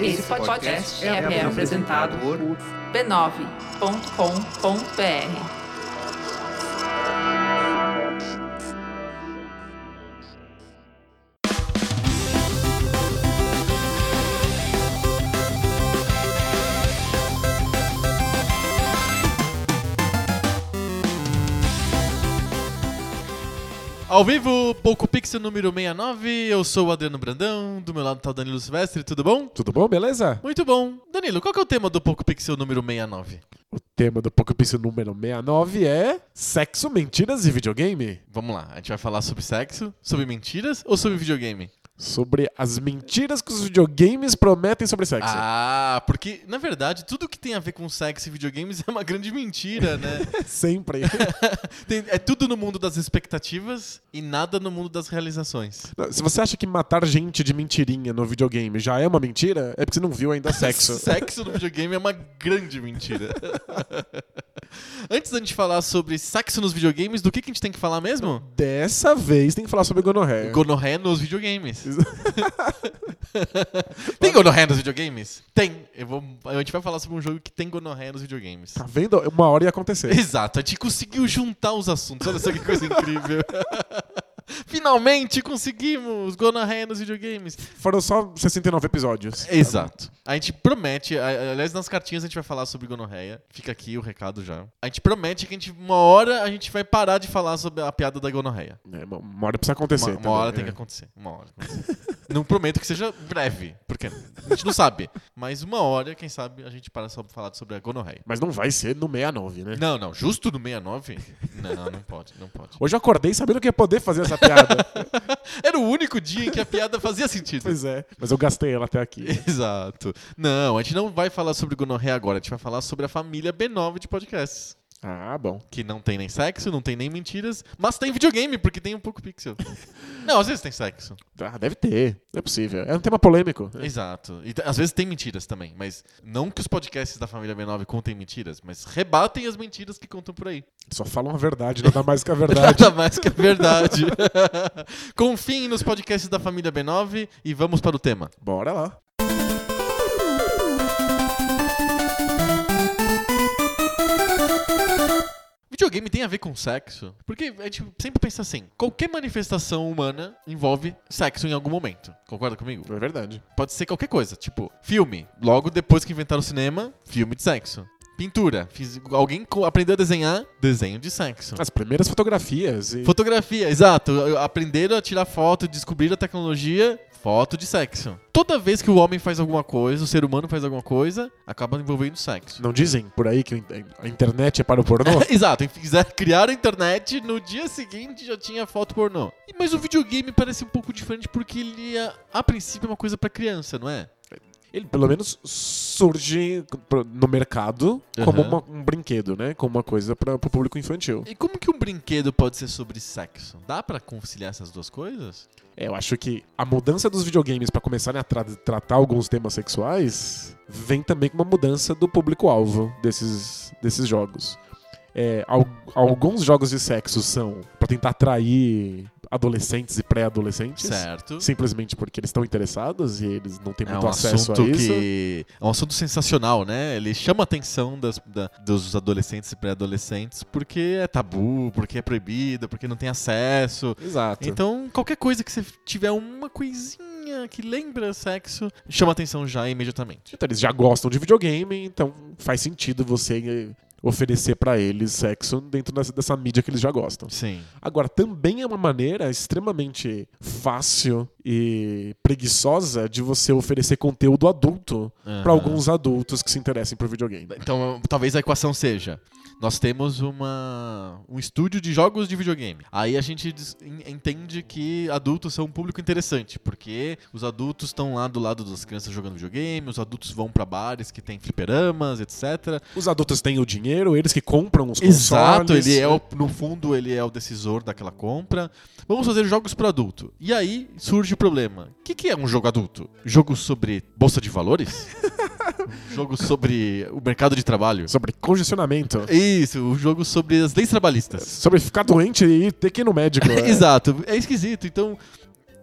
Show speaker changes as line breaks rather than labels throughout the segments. Esse podcast é apresentado por b9.com.br.
Ao vivo, Poco Pixel número 69, eu sou o Adriano Brandão, do meu lado tá o Danilo Silvestre, tudo bom?
Tudo bom, beleza?
Muito bom. Danilo, qual que é o tema do Poco Pixel número 69?
O tema do Poco Pixel número 69 é sexo, mentiras e videogame.
Vamos lá, a gente vai falar sobre sexo, sobre mentiras ou sobre videogame?
Sobre as mentiras que os videogames prometem sobre sexo.
Ah, porque na verdade tudo que tem a ver com sexo e videogames é uma grande mentira, né?
Sempre.
Tem- é tudo no mundo das expectativas e nada no mundo das realizações.
Não, Se você acha que matar gente de mentirinha no videogame já é uma mentira, é porque você não viu ainda sexo.
Sexo no videogame é uma grande mentira. Antes da gente falar sobre sexo nos videogames, do que, que a gente tem que falar mesmo?
Dessa vez tem que falar sobre gonorreia.
Gonorreia nos videogames. tem gonorreia nos videogames? Tem. Eu vou, a gente vai falar sobre um jogo que tem gonorreia nos videogames.
Tá vendo? Uma hora ia acontecer.
Exato, a gente conseguiu juntar os assuntos. Olha só que coisa incrível. Finalmente conseguimos gonorreia nos videogames.
Foram só 69 episódios.
Exato. A gente promete, a- aliás, nas cartinhas a gente vai falar sobre gonorreia. Fica aqui o recado já. A gente promete que a gente, uma hora a gente vai parar de falar sobre a piada da gonorreia.
É, uma- uma hora precisa acontecer.
Uma, uma
também,
hora tem
é.
que acontecer. Uma hora. não prometo que seja breve, porque a gente não sabe. Mas uma hora, quem sabe, a gente para só pra falar sobre a gonorreia.
Mas não vai ser no 69, né?
Não, não. Justo no 69? Não, não pode, não pode.
Hoje eu acordei sabendo que ia poder fazer essa piada.
Era o único dia em que a piada fazia sentido.
pois é. Mas eu gastei ela até
é.
aqui.
Exato. Não, a gente não vai falar sobre gonorreia agora. A gente vai falar sobre a família B9 de podcasts.
Ah, bom.
Que não tem nem sexo, não tem nem mentiras, mas tem videogame, porque tem um pouco pixel. não, às vezes tem sexo.
Ah, deve ter. Não é possível. É um tema polêmico.
Exato. E t- às vezes tem mentiras também, mas não que os podcasts da família B9 contem mentiras, mas rebatem as mentiras que contam por aí.
Só falam a verdade, nada mais que a verdade.
Nada mais que a verdade. Confiem nos podcasts da família B9 e vamos para o tema.
Bora lá.
Videogame tem a ver com sexo? Porque a gente sempre pensa assim: qualquer manifestação humana envolve sexo em algum momento. Concorda comigo?
É verdade.
Pode ser qualquer coisa, tipo, filme. Logo depois que inventaram o cinema, filme de sexo. Pintura. Fiz- alguém co- aprendeu a desenhar, desenho de sexo.
As primeiras fotografias e
Fotografia, exato. Aprenderam a tirar foto, descobriram a tecnologia, foto de sexo. Toda vez que o homem faz alguma coisa, o ser humano faz alguma coisa, acaba envolvendo sexo.
não dizem por aí que a internet é para o pornô?
Exato, e fizer- criaram a internet, no dia seguinte já tinha foto pornô. E- Mas o videogame parece um pouco diferente porque ele, a, a princípio, é uma coisa pra criança, não é?
Ele pelo menos surge pro- no mercado como
Aham.
uma- um brinquedo, né? Como uma coisa para o público infantil.
E como que um brinquedo pode ser sobre sexo? Dá pra conciliar essas duas coisas?
É, eu acho que a mudança dos videogames para começarem a tra- tratar alguns temas sexuais vem também com uma mudança do público-alvo desses, desses jogos. É, al- alguns jogos de sexo são para tentar atrair adolescentes e pré-adolescentes.
Certo.
Simplesmente porque eles estão interessados e eles não têm
É
muito
um
acesso a
assunto
isso.
que. É um assunto sensacional, né? Ele chama a atenção das- da- dos adolescentes e pré-adolescentes porque é tabu, porque é proibido, porque não tem acesso.
Exato.
Então, qualquer coisa que você tiver uma coisinha que lembra sexo, chama a atenção já imediatamente.
Então, eles já gostam de videogame, então faz sentido você eh, oferecer para eles sexo dentro dessa, dessa mídia que eles já gostam.
Sim.
Agora, também é uma maneira extremamente fácil e preguiçosa de você oferecer conteúdo adulto pra
Aham.
para alguns adultos que se interessem por videogame.
Então, talvez a equação seja: nós temos uma, um estúdio de jogos de videogame. Aí a gente des- en- entende que adultos são um público interessante, porque os adultos estão lá do lado das crianças jogando videogame, os adultos vão pra bares que tem fliperamas, etc.
Os adultos têm o dinheiro, eles que compram os
Exato,
consoles. né?
ele é o- no fundo ele é o decisor daquela compra. Vamos fazer jogos para adulto. E aí surge o problema. O que, que é um jogo adulto? Jogo sobre bolsa de valores? jogo sobre o mercado de trabalho?
Sobre congestionamento,
Isso, o jogo sobre as leis trabalhistas.
sobre ficar doente e ter que ir no médico. é.
Exato, é esquisito. Então,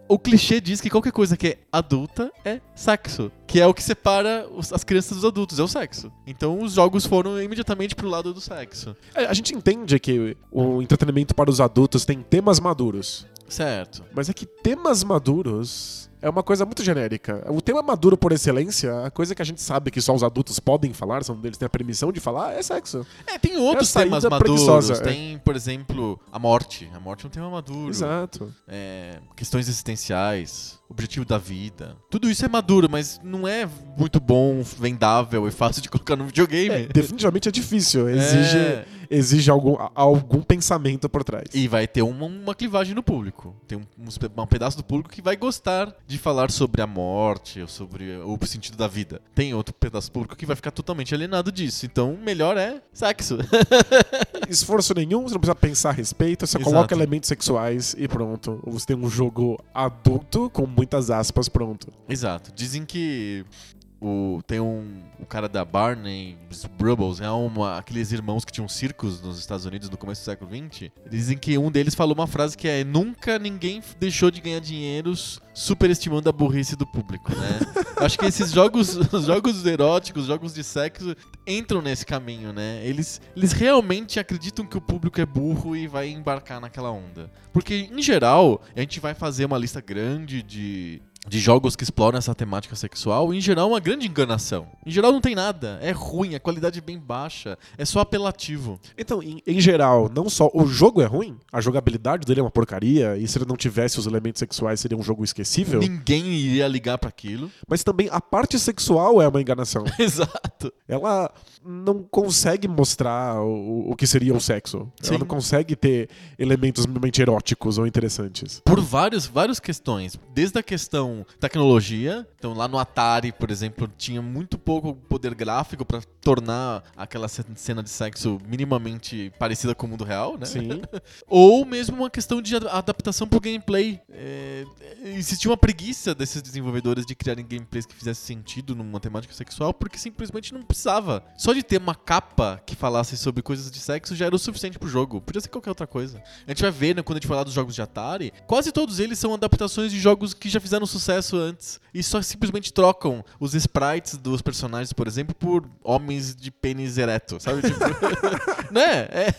o clichê diz que qualquer coisa que é adulta é sexo, que é o que separa os- as crianças dos adultos, é o sexo. Então os jogos foram imediatamente pro lado do sexo.
É, A gente entende que o entretenimento para os adultos tem temas maduros.
Certo.
Mas é que temas maduros é uma coisa muito genérica. O tema maduro por excelência, a coisa que a gente sabe que só os adultos podem falar, só um deles tem a permissão de falar, é sexo.
É, tem outros
É a
temas
saída
maduros.
preguiçosa, é.
Tem, por exemplo, a morte. A morte é um tema maduro.
Exato.
É, questões existenciais, objetivo da vida. Tudo isso é maduro, mas não é muito bom, vendável e fácil de colocar no videogame.
Definitivamente é difícil. Exige,
É.
exige algum, a- algum pensamento por trás.
E vai ter uma, uma clivagem no público. Tem um, uns pe- um pedaço do público que vai gostar de falar sobre a morte ou sobre o sentido da vida. Tem outro pedaço do público que vai ficar totalmente alienado disso. Então, melhor é sexo.
Esforço nenhum, você não precisa pensar a respeito, você
Exato.
coloca elementos sexuais e pronto. Você tem um jogo adulto com muitas aspas, pronto.
Exato. Dizem que o, tem um o cara da Barney Brubbles, é uma, aqueles irmãos que tinham circos nos Estados Unidos no começo do século XX. Dizem que um deles falou uma frase que é: Nunca ninguém f- deixou de ganhar dinheiro s- superestimando a burrice do público, né? Acho que esses jogos, os jogos eróticos, jogos de sexo, entram nesse caminho, né? Eles, eles realmente acreditam que o público é burro e vai embarcar naquela onda. Porque, em geral, a gente vai fazer uma lista grande de, de jogos que exploram essa temática sexual. Em geral, é uma grande enganação. Em geral, não tem nada. É ruim, a qualidade é bem baixa. É só apelativo.
Então, em, em geral, não só o jogo é ruim, a jogabilidade dele é uma porcaria, e se ele não tivesse os elementos sexuais seria um jogo esquecível,
Ninguém iria ligar pra aquilo.
mas também a parte sexual é uma enganação.
Exato.
Ela não consegue mostrar o, o que seria o sexo.
Sim.
Ela não consegue ter elementos minimamente eróticos ou interessantes.
Por várias, várias questões. Desde a questão tecnologia. Então, lá no Atari, por exemplo, tinha muito pouco poder gráfico pra tornar aquela ce- cena de sexo minimamente parecida com o mundo real, né?
Sim.
Ou mesmo uma questão de ad- adaptação pro gameplay. É, existia uma preguiça desses desenvolvedores de criarem gameplays que fizesse sentido numa temática sexual, porque simplesmente não precisava. Só de ter uma capa que falasse sobre coisas de sexo já era o suficiente pro jogo. Podia ser qualquer outra coisa. A gente vai ver, né, quando a gente falar dos jogos de Atari, quase todos eles são adaptações de jogos que já fizeram sucesso antes. E só simplesmente trocam os sprites dos personagens, por exemplo, por homens de pênis ereto, sabe? Tipo, né? É,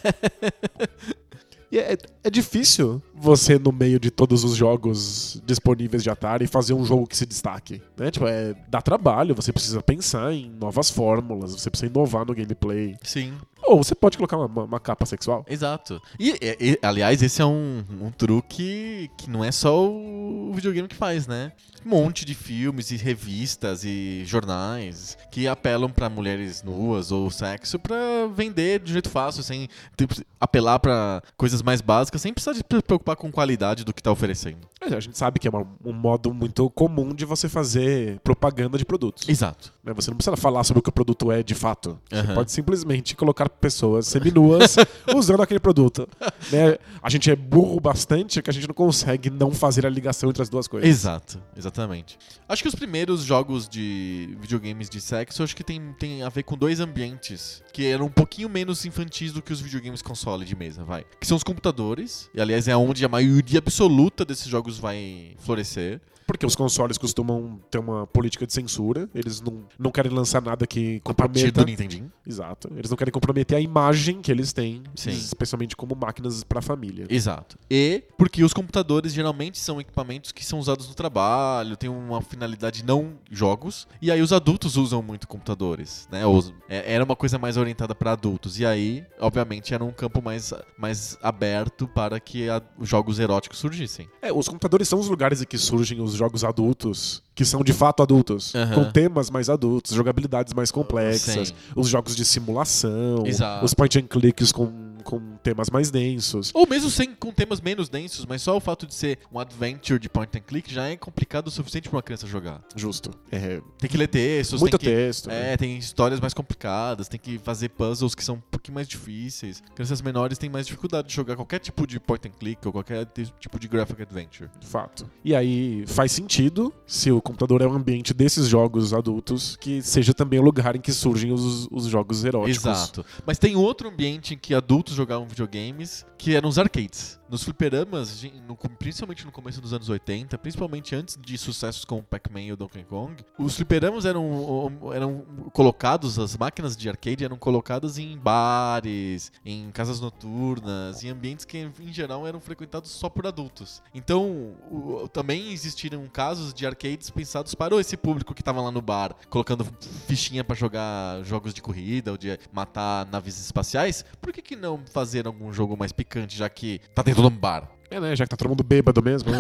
E é, é difícil você, no meio de todos os jogos disponíveis de Atari, fazer um jogo que se destaque. Né? Tipo, é, dá trabalho, você precisa pensar em novas fórmulas, você precisa inovar no gameplay.
Sim.
Ou você pode colocar uma, uma capa sexual.
Exato. E, e- e, aliás, esse é um, um truque que não é só o videogame que faz, né? Um monte de filmes e revistas e jornais que apelam pra mulheres nuas ou sexo pra vender de jeito fácil, sem ter- apelar pra coisas mais básicas, sem precisar de se preocupar com qualidade do que tá oferecendo.
Mas A gente sabe que é uma- um modo muito comum de você fazer propaganda de produtos.
Exato.
né? Você não precisa falar sobre o que o produto é de fato. Você
Aham.
pode simplesmente colocar pessoas seminuas usando aquele produto. né? A gente é burro bastante que a gente não consegue não fazer a ligação entre as duas coisas.
Exato, exatamente. Acho que os primeiros jogos de videogames de sexo, acho que tem, tem a ver com dois ambientes que eram um pouquinho menos infantis do que os videogames console de mesa, vai. Que são os computadores, e aliás é onde a maioria absoluta desses jogos vai florescer.
Porque os consoles costumam ter uma política de censura, eles não, não querem lançar nada que
Tá
comprometa.
tipo do Nintendinho.
Exato. Eles não querem comprometer a imagem que eles têm,
Sim.
especialmente como máquinas pra família.
Exato. E porque os computadores geralmente são equipamentos que são usados no trabalho, tem uma finalidade não jogos, e aí os adultos usam muito computadores, né? Os- é- era uma coisa mais orientada para adultos, e aí, obviamente, era um campo mais, mais aberto para que a- os jogos eróticos surgissem.
É, os computadores são os lugares em que surgem os jogos adultos, que são de fato adultos,
Aham.
com temas mais adultos, jogabilidades mais complexas,
Sim.
os jogos de simulação,
Exato.
os point and clicks com, com temas mais densos.
Ou mesmo sem, com temas menos densos, mas só o fato de ser um adventure de point and click já é complicado o suficiente para uma criança jogar.
Justo. É,
Tem que ler textos,
muito
tem que
texto. né?
É, tem histórias mais complicadas, tem que fazer puzzles que são um pouquinho mais difíceis. Crianças menores têm mais dificuldade de jogar qualquer tipo de point and click ou qualquer te- tipo de graphic adventure.
De fato. E aí faz sentido, se o computador é um ambiente desses jogos adultos, que seja também o lugar em que surgem os, os jogos eróticos.
Exato. Mas tem outro ambiente em que adultos jogavam videogames, que eram os arcades. Nos fliperamas, gen- no com- principalmente no começo dos anos 80, principalmente antes de sucessos como Pac-Man e o Donkey Kong, os fliperamas eram, o- eram colocados, as máquinas de arcade eram colocadas em bares, em casas noturnas, em ambientes que em geral eram frequentados só por adultos. Então, o- também existiram casos de arcades pensados para esse público que estava lá no bar, colocando fichinha pra jogar jogos de corrida ou de matar naves espaciais, por que, que não fazer algum jogo mais picante, já que tá dentro de um bar?
É, né? Já que tá todo mundo bêbado mesmo. né?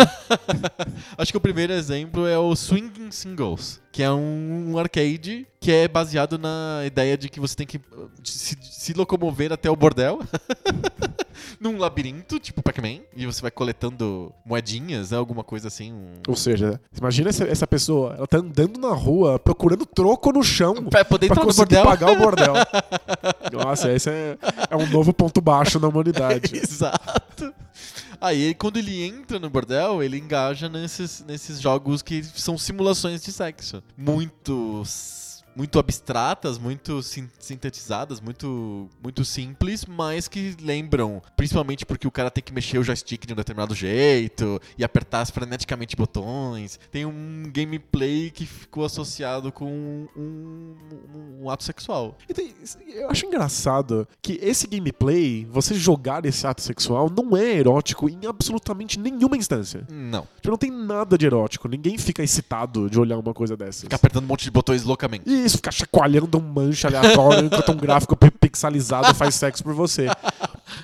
Acho que o primeiro exemplo é o Swinging Singles, que é um arcade que é baseado na ideia de que você tem que uh, se, se locomover até o bordel. Num labirinto, tipo Pac-Man, e você vai coletando moedinhas, né, alguma coisa assim. um-
Ou seja, imagina essa, essa pessoa, ela tá andando na rua procurando troco no chão
Pra poder
pra
entrar no
conseguir
bordel.
pagar o bordel. Nossa, esse é, é um novo ponto baixo na humanidade.
Exato. Aí, quando ele entra no bordel, ele engaja nesses, nesses jogos que são simulações de sexo. Muito. s- Muito abstratas, muito sin- sintetizadas, muito, muito simples, mas que lembram. Principalmente porque o cara tem que mexer o joystick de um determinado jeito e apertar freneticamente botões. Tem um gameplay que ficou associado com um- um- um ato sexual.
E tem- Eu acho engraçado que esse gameplay, você jogar esse ato sexual, não é erótico em absolutamente nenhuma instância.
Não.
Tipo, não tem nada de erótico. Ninguém fica excitado de olhar uma coisa dessas.
Fica apertando um monte de botões loucamente.
E isso, ficar chacoalhando um mancha aleatório enquanto um gráfico pi- pixelizado faz sexo por você.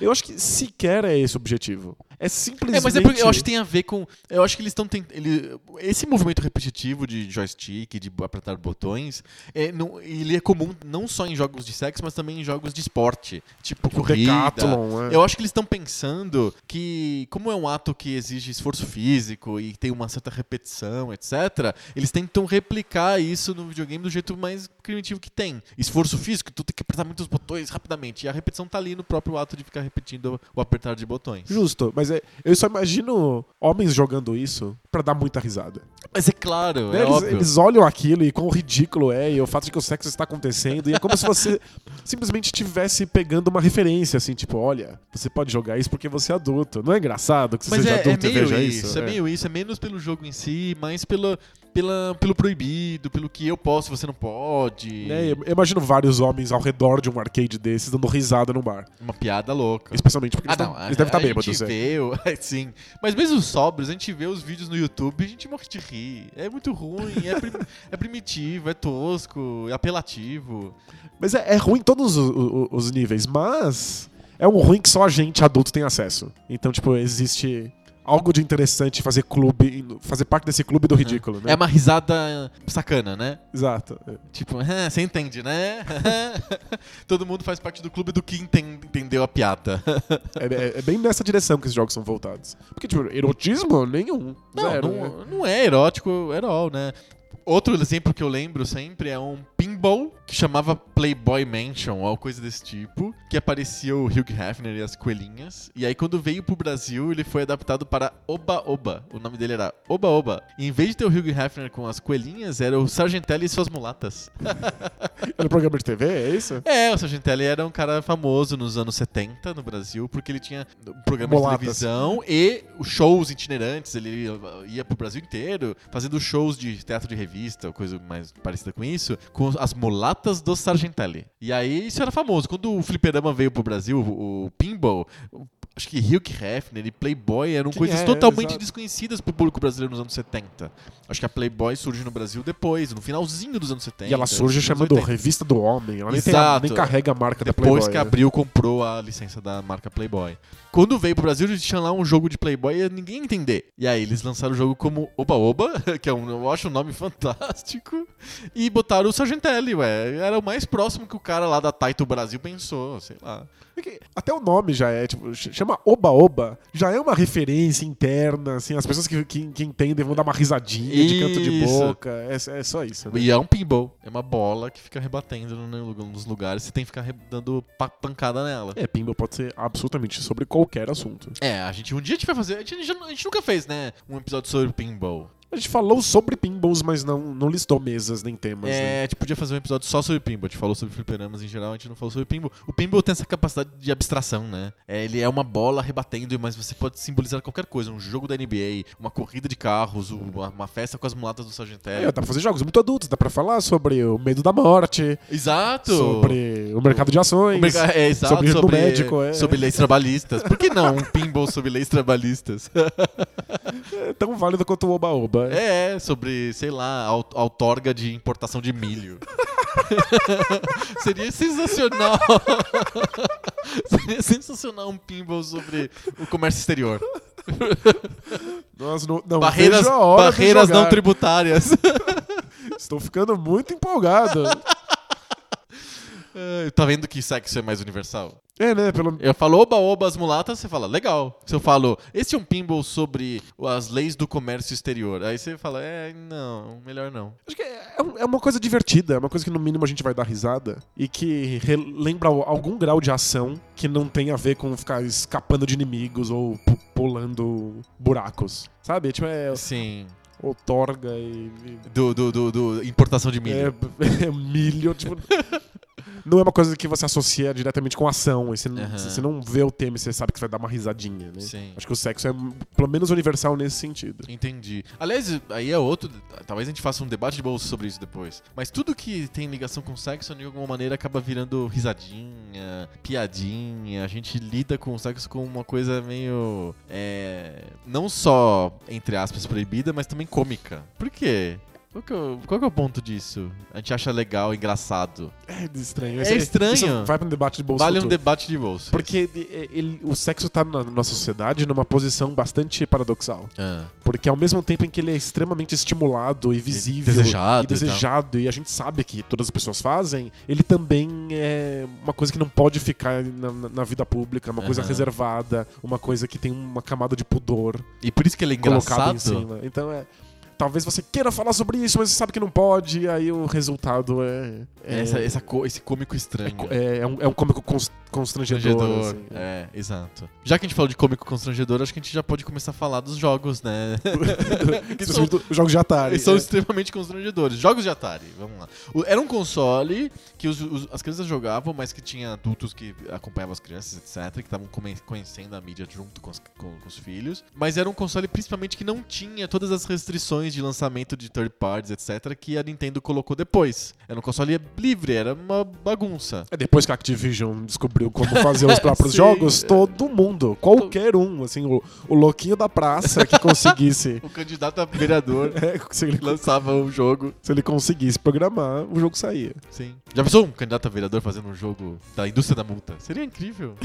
Eu acho que sequer é esse o objetivo. É simplesmente.
É, mas é porque eu acho que tem a ver com. Eu acho que eles estão tentando. Ele, esse movimento repetitivo de joystick, de apertar botões, é, não, ele é comum não só em jogos de sexo, mas também em jogos de esporte. Tipo corrida.
Decathlon, é.
Eu acho que eles estão pensando que, como é um ato que exige esforço físico e tem uma certa repetição, etc., eles tentam replicar isso no videogame do jeito mais primitivo que tem. Esforço físico, tu tem que apertar muitos botões rapidamente. E a repetição tá ali no próprio ato de ficar repetindo o apertar de botões.
Justo, mas é- eu só imagino homens jogando isso pra dar muita risada.
Mas é claro, é
Né, eles,
óbvio.
eles olham aquilo e quão ridículo é, e o fato de que o sexo está acontecendo, e é como se você simplesmente estivesse pegando uma referência, assim, tipo, olha, você pode jogar isso porque você é adulto. Não é engraçado que você
Mas
seja
é, é
adulto e
meio
veja
isso,
isso?
é meio isso, é menos pelo jogo em si, mais pela, pela, pelo proibido, pelo que eu posso e você não pode.
Né, eu eu imagino vários homens ao redor de um arcade desses dando risada num bar.
Uma piada louca.
Especialmente porque eles, tão- eles devem estar
Ah, A
bêbados.
gente
é.
vê, o- sim. Mas mesmo sóbrios, a gente vê os vídeos no YouTube e a gente morre de rir. É muito ruim, é, prim- é primitivo, é tosco, é apelativo.
Mas é, é ruim em todos o- o- os, níveis, mas é um ruim que só a gente adulto tem acesso. Então, tipo, existe algo de interessante fazer clube, fazer parte desse clube do ridículo, né?
É uma risada sacana, né?
Exato. é.
Tipo, "Ah, você entende, né? Todo mundo faz parte do clube do que enten- entendeu a piada.
É, é- é bem nessa direção que esses jogos são voltados. Porque, tipo, erotismo nenhum.
Não,
Zero, né?
não, não é erótico at all, né? Outro exemplo que eu lembro sempre é um pinball que chamava Playboy Mansion ou coisa desse tipo, que aparecia o Hugh Hefner e as coelhinhas. E aí quando veio pro Brasil, ele foi adaptado para Oba Oba. O nome dele era Oba Oba. E em vez de ter o Hugh Hefner com as coelhinhas, era o Sargentelli e suas mulatas.
Era programa de TV, é isso?
É, o Sargentelli era um cara famoso nos anos 70 no Brasil, porque ele tinha um programa
Mulatas.
de televisão e os shows itinerantes. Ele ia pro Brasil inteiro fazendo shows de teatro de revista, ou coisa mais parecida com isso, com as mulatas do Sargentelli. E aí isso era famoso. Quando o fliperama veio pro Brasil, o o pinball. o- Acho que Hugh Hefner e Playboy eram
Quem
coisas
é, é,
totalmente
exato.
desconhecidas pro público brasileiro nos anos 70. Acho que a Playboy surge no Brasil depois, no finalzinho dos anos 70.
E ela surge
nos anos
chamando
80.
Revista do Homem. Ela nem, tem a-
Exato.
nem carrega a marca
Depois
da Playboy.
que
né?
abriu, comprou a licença da marca Playboy. Quando veio pro Brasil, eles tinham lá um jogo de Playboy e ninguém ia entender. E aí eles lançaram o jogo como Oba Oba, que é um, eu acho um nome fantástico, e botaram o Sargentelli, ué. Era o mais próximo que o cara lá da Taito Brasil pensou, sei lá.
É que Até o nome já é, tipo, ch- chama Oba Oba, já é uma referência interna, assim, as pessoas que, que, que entendem vão dar uma risadinha de canto de
Isso.
boca. É, é só isso. né?
E é um pinball, é uma bola que fica rebatendo no- nos lugares, você tem que ficar re- dando pa- pancada nela.
É, Pinball pode ser absolutamente sobre qualquer assunto.
É, a gente um dia a gente vai fazer. A gente, já- a gente nunca fez, né? Um episódio sobre pinball.
A gente falou sobre pinballs, mas não, não listou mesas nem temas. né?
É, a gente podia fazer um episódio só sobre pinball. A gente falou sobre fliperamas em geral, a gente não falou sobre pinball. O pinball tem essa capacidade de abstração, né? É, ele é uma bola rebatendo, mas você pode simbolizar qualquer coisa. Um jogo da NBA, uma corrida de carros, uma, uma festa com as mulatas do
É,
Sargentério.
dá pra fazer jogos muito adultos, dá pra falar sobre o medo da morte,
Exato!
sobre o mercado de ações.
O merca- é, exato,
sobre
sobre,
o médico, é.
sobre leis trabalhistas. Por que não um pinball sobre leis trabalhistas?
É tão válido quanto o oba-oba.
É, sobre, sei lá, au- outorga de importação de milho. Seria sensacional. Seria sensacional um pinball sobre o comércio exterior.
Nós não, não
barreiras
vejo a hora de
barreiras
jogar.
não tributárias.
Estou ficando muito empolgado.
Ai, tá vendo que sexo é mais universal?
é, né? Pelo...
Eu falo oba-oba as mulatas, você fala, legal. Se eu falo, esse é um pinball sobre as leis do comércio exterior. Aí você fala, é, não, melhor não.
Acho que é, é um- é uma coisa divertida, é uma coisa que no mínimo a gente vai dar risada e que re- lembra al- algum grau de ação que não tem a ver com ficar escapando de inimigos ou pu- pulando buracos. Sabe? Tipo, é
Sim.
outorga e. e-
Do, do, do, do importação de milho.
É, é milho, tipo. Não é uma coisa que você associa diretamente com ação. E você, não-
Aham.
você não vê o tema e você sabe que você vai dar uma risadinha, né?
Sim.
Acho que o sexo é pelo menos universal nesse sentido.
Entendi. Aliás, aí é outro. Talvez a gente faça um debate de bolso sobre isso depois. Mas tudo que tem ligação com sexo, de alguma maneira, acaba virando risadinha, piadinha. A gente lida com o sexo como uma coisa meio. É, não só, entre aspas, proibida, mas também cômica. Por quê? Qual que, é o, qual que é o ponto disso? A gente acha legal, engraçado.
É estranho.
É
Esse-
estranho.
isso vai pra um debate de bolso.
Vale um
futuro.
debate de bolso.
Porque ele- é, ele- o sexo tá na nossa sociedade numa posição bastante paradoxal.
Ah,
Porque ao mesmo tempo em que ele é extremamente estimulado e visível
desejado
e,
e tal.
desejado, e a gente sabe que todas as pessoas fazem, ele também é uma coisa que não pode ficar na, na- na vida pública, uma coisa
Aham.
reservada, uma coisa que tem uma camada de pudor
e por isso que ele é
colocada
engraçado.
em cima. Então é. Talvez você queira falar sobre isso, mas você sabe que não pode, e aí o resultado é. é-
Essa, essa co- esse cômico
é
estranho.
co- é- é um, é um cômico cons- constrangedor.
Constrangedor.
assim.
é. exato. Já que a gente falou de cômico constrangedor, acho que a gente já pode começar a falar dos jogos, né? que são,
Especialmente do- Os jogos de Atari.
eles são
é.
extremamente constrangedores. Jogos de Atari, vamos lá. O- era um console que os- os- as crianças jogavam, mas que tinha adultos que acompanhavam as crianças, etc., que estavam come- conhecendo a mídia junto com, as- com- com os filhos. Mas era um console principalmente que não tinha todas as restrições de lançamento de third parties, etc., que a Nintendo colocou depois. Era um console livre, era uma bagunça.
É, Depois que a Activision descobriu como fazer os próprios
Sim.
jogos, todo mundo, qualquer um, assim, o, o louquinho da praça que conseguisse.
O candidato a vereador
é, se, ele,
lançava o jogo.
se ele conseguisse programar, o jogo saía.
Sim. Já pensou um candidato a vereador fazendo um jogo da indústria da multa? Seria incrível.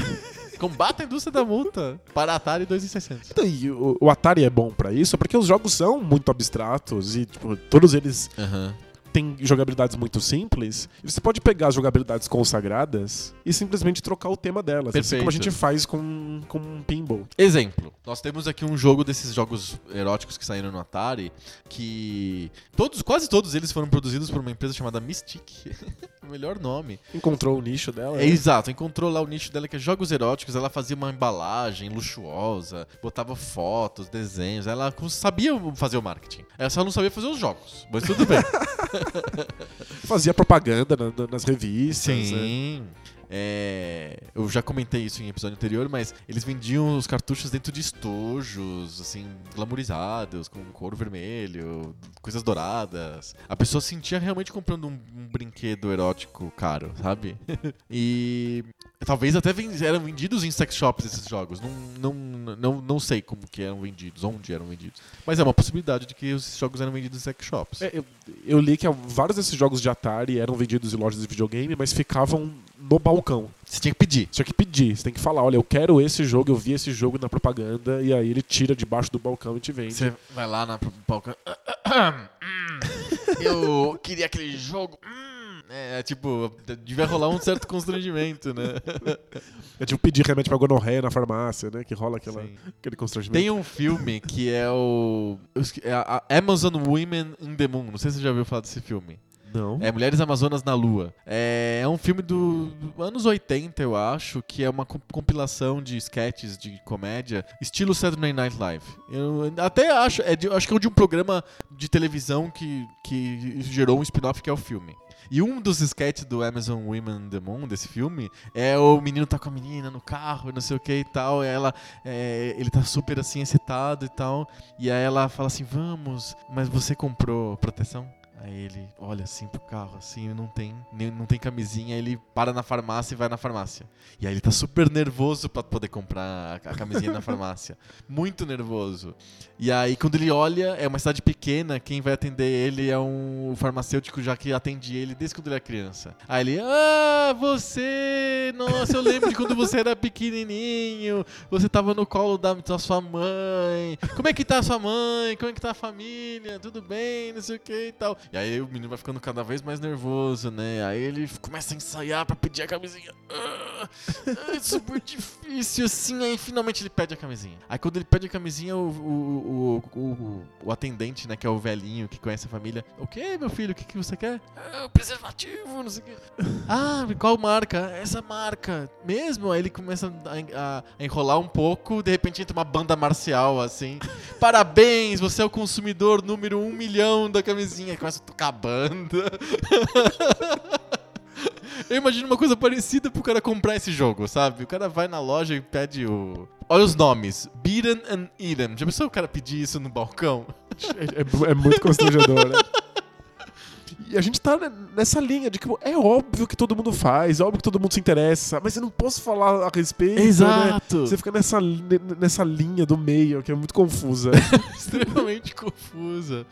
Combata a indústria da multa para Atari 2600.
Então, e o, o Atari é bom pra isso, porque os jogos são muito abstratos e, tipo, todos eles
Aham.
têm jogabilidades muito simples. E você pode pegar as jogabilidades consagradas e simplesmente trocar o tema delas, assim
Perfeito.
como a gente faz com, com um pinball.
Exemplo, nós temos aqui um jogo desses jogos eróticos que saíram no Atari, que todos, quase todos eles foram produzidos por uma empresa chamada Mystic. o melhor nome.
Encontrou o nicho dela.
É, exato, encontrou lá o nicho dela que é jogos eróticos, ela fazia uma embalagem luxuosa, botava fotos, desenhos, ela cons- sabia fazer o marketing. Ela só não sabia fazer os jogos, mas tudo bem.
fazia propaganda na- na- nas revistas. né?
Sim. É, eu já comentei isso em episódio anterior, mas eles vendiam os cartuchos dentro de estojos, assim, glamorizados, com couro vermelho, coisas douradas. A pessoa sentia realmente comprando um, um brinquedo erótico caro, sabe? e talvez até ven- eram vendidos em sex shops esses jogos. Não, não, não, não sei como que eram vendidos, onde eram vendidos. Mas é uma possibilidade de que esses jogos eram vendidos em sex shops.
É, eu, eu li que vários desses jogos de Atari eram vendidos em lojas de videogame, mas ficavam no balcão.
Você tinha que pedir.
Você tinha que pedir, você tem que falar, olha, eu quero esse jogo, eu vi esse jogo na propaganda, e aí ele tira debaixo do balcão e te vende.
Você vai lá na pro- balcão. Hum, Eu queria aquele jogo. Hum. É, tipo, devia rolar um certo constrangimento, né?
É tipo pedir remédio pra gonorreia na farmácia, né? Que rola aquela,
Sim.
aquele constrangimento.
Tem um filme que é o. eu esque- é a a Amazon Women in the Moon. Não sei se você já ouviu falar desse filme.
Não.
É Mulheres Amazonas na Lua. É, é um filme do, do anos 80, eu acho, que é uma co- compilação de sketches de comédia, estilo Saturday Night Live. Eu até acho, é de- acho que é de um programa de televisão que, que gerou um spin-off que é o filme. E um dos sketches do Amazon Women the Moon, desse filme, é o menino tá com a menina no carro, e não sei o que e tal. E ela, é, ele tá super assim excitado e tal. E aí ela fala assim: Vamos, mas você comprou proteção? Aí ele olha assim pro carro, assim, não tem, nem- não tem camisinha, aí ele para na farmácia e vai na farmácia. E aí ele tá super nervoso pra poder comprar a a camisinha na farmácia. Muito nervoso. E aí quando ele olha, é uma cidade pequena, quem vai atender ele é um farmacêutico já que atende ele desde quando ele era criança. Aí ele, ah, você! Nossa, eu lembro de quando você era pequenininho, você tava no colo da, da sua mãe. Como é que tá a sua mãe? Como é que tá a família? Tudo bem? Não sei o que e tal. E aí o menino vai ficando cada vez mais nervoso, né? Aí ele f- começa a ensaiar pra pedir a camisinha. Ah, é super difícil, assim. Aí finalmente ele pede a camisinha. Aí quando ele pede a camisinha, o, o, o, o- o atendente, né, que é o velhinho que conhece a família. O que, meu filho? O que, que você quer? Ah, preservativo, não sei o que. Ah, qual marca? Essa marca. Mesmo? Aí ele começa a, a- a enrolar um pouco, de repente entra uma banda marcial, assim. Parabéns, você é o consumidor número um milhão da camisinha. Aí Começa a tocar a banda. Eu imagino uma coisa parecida pro cara comprar esse jogo, sabe? O cara vai na loja e pede o... Olha os nomes. Beaten and Eden. Já pensou o cara pedir isso no balcão?
É, é- é muito constrangedor, né? E a gente tá ne- nessa linha de que pô, é óbvio que todo mundo faz, é óbvio que todo mundo se interessa, mas eu não posso falar a respeito, né? Você fica nessa, li- nessa linha do meio, que é muito confusa.
extremamente confusa.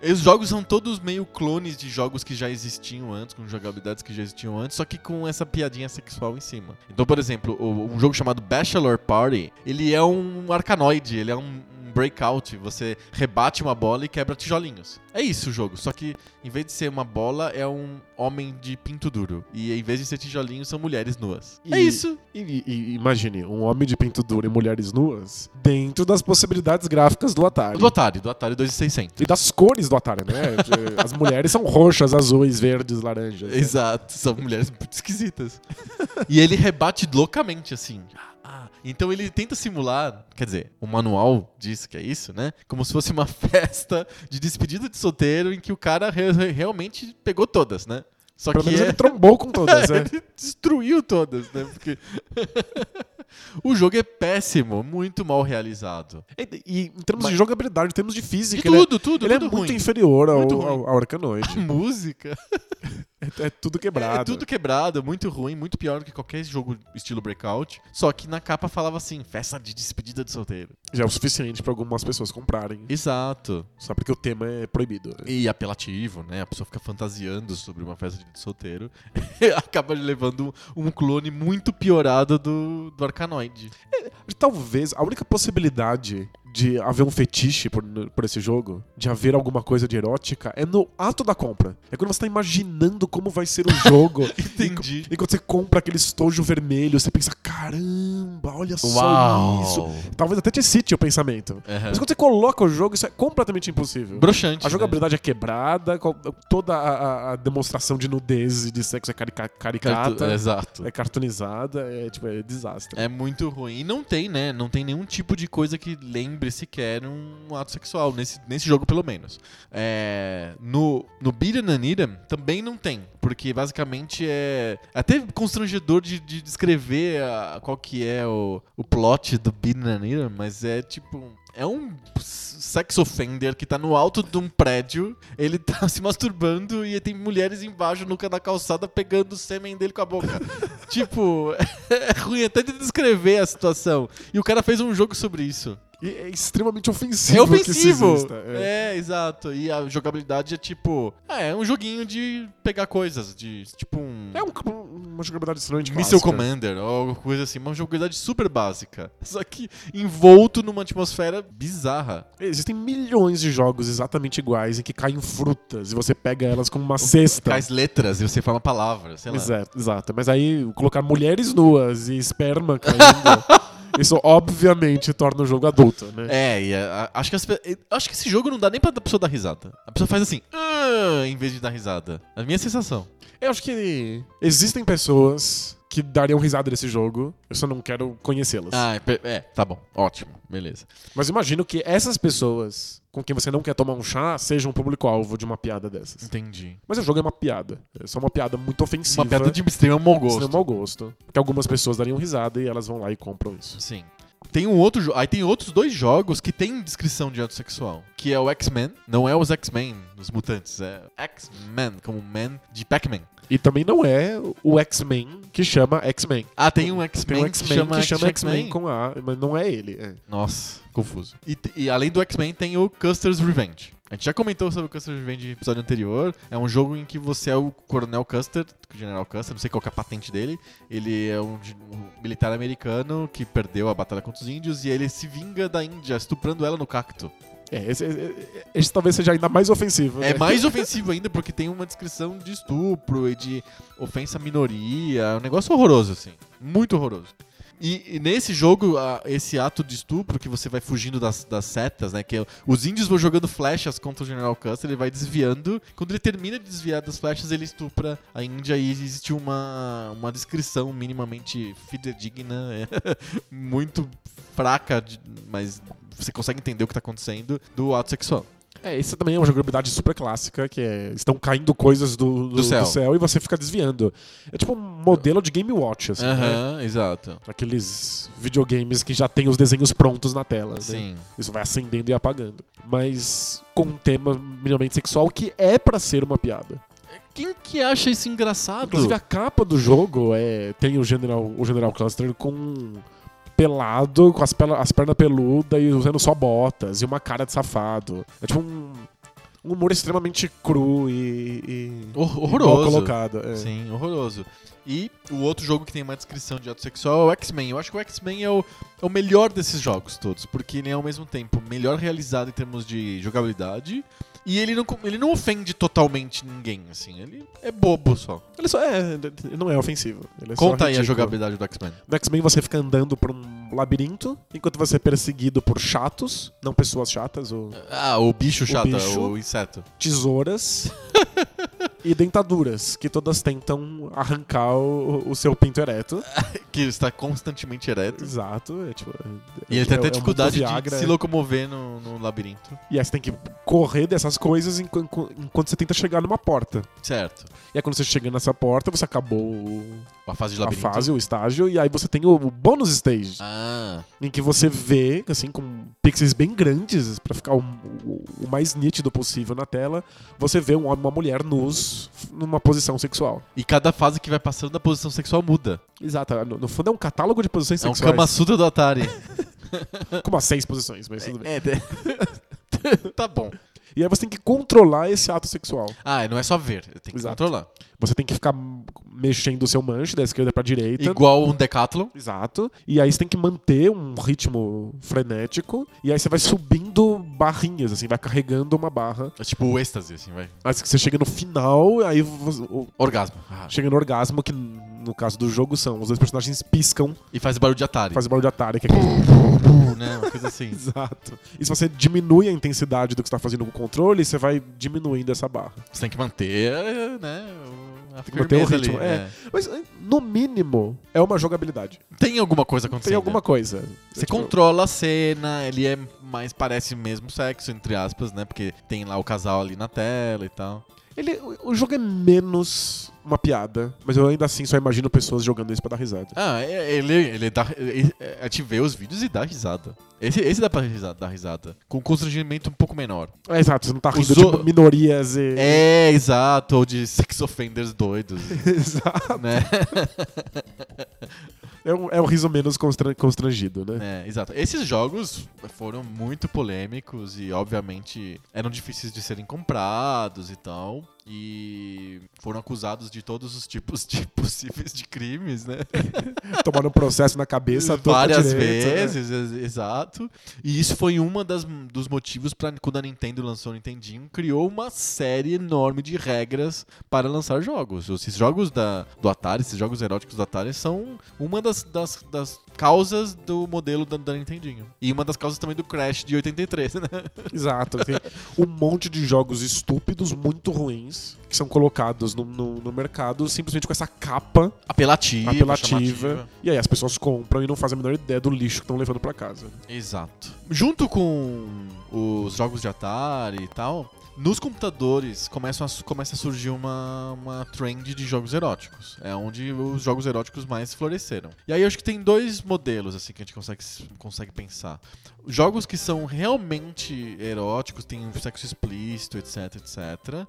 E Os jogos são todos meio clones de jogos que já existiam antes, com jogabilidades que já existiam antes, só que com essa piadinha sexual em cima. Então, por exemplo, o- um jogo chamado Bachelor Party, ele é um arcanoide, ele é um um breakout, você rebate uma bola e quebra tijolinhos. É isso o jogo, só que em vez de ser uma bola, é um homem de pinto duro. E em vez de ser tijolinhos, são mulheres nuas. É
E-
isso.
E, e- imagine, um homem de pinto duro e mulheres nuas dentro das possibilidades gráficas do Atari.
Do Atari, do Atari 2600.
E das cores do Atari, né? As mulheres são roxas, azuis, verdes, laranjas. né?
Exato, são mulheres muito esquisitas. e ele rebate loucamente, assim. Ah, Então ele tenta simular, quer dizer, o manual diz que é isso, né? Como se fosse uma festa de despedida de solteiro em que o cara re- re- realmente pegou todas, né? Só
Pelo
que
menos
é-
ele trombou com todas, né?
ele destruiu todas, né? Porque o jogo é péssimo, muito mal realizado.
E, e em termos
Mas-
de jogabilidade, em termos de física,
De
ele é-
tudo, tudo,
ele é,
tudo
muito
ruim.
inferior ao,
Muito ruim.
ao, ao Arcanoid.
A música
É, é tudo
É
quebrado.
tudo quebrado, muito ruim, muito pior do que qualquer jogo estilo Breakout. Só que na capa falava assim, festa de despedida de solteiro.
Já é o suficiente pra algumas pessoas comprarem.
Exato.
Só porque o tema é proibido. né?
E apelativo, né? A pessoa fica fantasiando sobre uma festa de solteiro. Acaba levando um clone muito piorado do, do Arcanoid.
E Talvez a única possibilidade de haver um fetiche por, por esse jogo, de haver alguma coisa de erótica, é no ato da compra. É quando você tá imaginando como vai ser o jogo.
Entendi.
E quando você compra aquele estojo vermelho, você pensa, caramba, olha só isso.
Uau!
Talvez até te excite o pensamento. Mas
Uhum.
quando você coloca o jogo, isso é completamente impossível.
Broxante.
A
né?
jogabilidade é quebrada, qual- toda a, a- a demonstração de nudez e de sexo é carica-
Cartu-
caricata,
Exato.
é cartunizada, é tipo, é desastre.
É muito ruim. E não tem, né? Não tem nenhum tipo de coisa que lembre sequer um ato sexual, nesse, nesse jogo pelo menos. É, no no Beaten and Eaten também não tem, porque basicamente é até constrangedor de, de descrever a- qual que é o, o plot do Beaten and Eaten, mas é tipo... É um sex offender que tá no alto de um prédio, ele tá se masturbando e tem mulheres embaixo, nuca da calçada, pegando o sêmen dele com a boca. tipo, é ruim até de descrever a situação. E o cara fez um jogo sobre isso.
E é extremamente ofensivo.
É
Que isso
ofensivo.
exista. É.
É. exato. E a jogabilidade é tipo. ah, É, um joguinho de pegar coisas. De tipo um.
É um- uma jogabilidade estranha de
Missile
clássica.
Commander ou alguma coisa assim. Uma jogabilidade super básica. Só que envolto numa atmosfera bizarra.
Existem milhões de jogos exatamente iguais em que caem frutas e você pega elas como uma cesta.
Faz letras e você forma palavras, sei lá.
Exato, exato. Mas aí colocar mulheres nuas e esperma caindo Isso obviamente torna o jogo adulto, né?
É, e a- a- acho, que as pe- acho que esse jogo não dá nem pra pessoa dar risada. A pessoa faz assim, "Ah", em vez de dar risada. É A minha sensação.
Eu acho que existem pessoas que dariam risada desse jogo, eu só não quero conhecê-las.
Ah, é, pe- é, tá bom. Ótimo. Beleza.
Mas imagino que essas pessoas com quem você não quer tomar um chá sejam o público-alvo de uma piada dessas.
Entendi.
Mas o jogo é uma piada. É só uma piada muito ofensiva.
Uma piada de extremo mau
Isso é
gosto.
mau gosto. Que algumas pessoas dariam risada e elas vão lá e compram isso.
Sim. Tem um outro jo- Aí tem outros dois jogos que tem descrição de ato sexual. Que é o X-Men. Não é os X-Men, os mutantes. É X-Men, como Man de Pac-Man.
E também não é o X-Men que chama X-Men.
Ah, tem um
Tem um
X-Men que
X-Men
chama
que chama X-Men
X-Men.
com A, mas não é ele. é.
Nossa, confuso. E, t- e além do X-Men tem o Custer's Revenge. A gente já comentou sobre o Custer's Revenge no episódio anterior. É um jogo em que você é o Coronel Custer, o General Custer, não sei qual que é a patente dele. Ele é um, de- um militar americano que perdeu a batalha contra os índios e ele se vinga da Índia, estuprando ela no cacto.
É, esse, esse- esse talvez seja ainda mais ofensivo.
É
né?
mais ofensivo ainda porque tem uma descrição de estupro e de ofensa à minoria. É um negócio horroroso, assim. Muito horroroso. E, e nesse jogo, a- esse ato de estupro que você vai fugindo das, das setas, né? Que é- os índios vão jogando flechas contra o General Custer, ele vai desviando. Quando ele termina de desviar das flechas, ele estupra a Índia e existe uma, uma descrição minimamente fidedigna, é, muito fraca, de- mas você consegue entender o que tá acontecendo do ato sexual.
É, esse também é uma jogabilidade super clássica, que é, estão caindo coisas do, do-
Do céu.
do e você fica desviando. É tipo um modelo de Game Watch, assim, né?
Aham, exato.
Aqueles videogames que já tem os desenhos prontos na tela. né?
Sim.
Isso vai acendendo e apagando. Mas com um tema minimamente sexual que é pra ser uma piada.
Quem que acha isso engraçado?
Inclusive a capa do jogo é tem o General, o General Cluster com um pelado, com as, pela- as pernas peludas e usando só botas e uma cara de safado. É tipo um, um humor extremamente cru e, e-
Hor-
e mal
horroroso.
colocado. é.
Sim, horroroso. E o outro jogo que tem uma descrição de ato sexual é o X-Men. Eu acho que o X-Men é o, é o melhor desses jogos todos, porque ele é ao mesmo tempo melhor realizado em termos de jogabilidade e ele não, co- ele não ofende totalmente ninguém, assim. Ele é bobo só.
Ele só é, ele não é ofensivo. ele é só
Conta aí a
ridículo.
jogabilidade do X-Men.
No X-Men você fica andando por um labirinto enquanto você é perseguido por chatos, não pessoas chatas ou
Ah, o bicho chata, o,
bicho.
inseto.
tesouras e dentaduras, que todas tentam arrancar o, o seu pinto ereto.
Que está constantemente ereto.
Exato. é tipo,
E ele tem
é- é
até
um
dificuldade
muito Viagra,
de se locomover no, no labirinto.
E aí você tem que correr dessas coisas enqu- enqu- enquanto você tenta chegar numa porta.
Certo.
E aí quando você chega nessa porta, você acabou o-
A fase de
a
labirinto.
fase, o estágio, e aí você tem o, o bônus stage,
Ah,
em que você vê, assim, com pixels bem grandes, pra ficar o, o- o mais nítido possível na tela, você vê um homem e uma mulher nus numa posição sexual.
e cada fase que vai passando a posição sexual muda.
Exato, no, no fundo é um catálogo de posições
É um
sexuais.
Kama Sutra do Atari.
com umas seis posições, mas
É,
tudo bem.
tá bom.
E aí você tem que controlar esse ato sexual.
Ah, não é só ver, tem que
Exato.
controlar.
Você tem que ficar mexendo o seu manche da esquerda pra direita.
Igual um Decathlon.
Exato. E aí você tem que manter um ritmo frenético. E aí você vai subindo barrinhas, assim, vai carregando uma barra.
É tipo o êxtase, assim, vai.
Aí você chega no final, aí você- o-
Orgasmo. Ah,
chega no orgasmo, que no caso do jogo são os dois personagens piscam,
E faz barulho de Atari.
fazem barulho de Atari. Que é aquele-
Pum, né? Uma coisa assim.
Exato. E se você diminui a intensidade do que você tá fazendo com o controle, você vai diminuindo essa barra.
Você tem que manter, né? o- A
Tem que manter o
firmeza
ritmo.
ali,
é.
né?
Mas, no mínimo, é uma jogabilidade.
Tem alguma coisa Tá acontecendo. né?
Tem alguma coisa.
Você
Tipo,
controla a cena, ele é mais parece mesmo sexo, entre aspas, né? Porque tem lá o casal ali na tela e tal.
Ele, o- o jogo é menos uma piada, mas eu ainda assim só imagino pessoas jogando isso pra dar risada.
Ah, é- ele, ele dá. Ele, é, a gente vê os vídeos e dá risada. Esse, esse dá pra risada, dar risada. Com constrangimento um pouco menor.
É, exato, você não tá rindo
Usou-
de minorias e.
É, exato. Ou de sex offenders doidos,
exato.
né?
É um, é um riso menos constra- constrangido, né?
É, exato. Esses jogos foram muito polêmicos e, obviamente, eram difíceis de serem comprados e tal. e foram acusados de todos os tipos de possíveis de crimes, né?
Tomaram um processo na cabeça à torta
Várias
direita, né?
vezes, ex- exato. E isso foi uma das dos motivos para quando a Nintendo lançou o Nintendinho, criou uma série enorme de regras para lançar jogos. Esses jogos da, do Atari, esses jogos eróticos do Atari são uma das, das, das causas do modelo da, da Nintendinho. E uma das causas também do Crash de 83, né?
Exato. Tem um monte de jogos estúpidos, muito ruins, que são colocados no, no- no mercado simplesmente com essa capa
Apelativa,
apelativa.
chamativa.
E aí as pessoas compram e não fazem a menor ideia do lixo que estão levando pra casa.
Exato. Junto com os jogos de Atari e tal, nos computadores começam a su- começa a surgir uma, uma trend de jogos eróticos. É onde os jogos eróticos mais floresceram. E aí eu acho que tem dois modelos assim que a gente consegue, s- consegue pensar. Jogos que são realmente eróticos, tem um sexo explícito, etc, etc.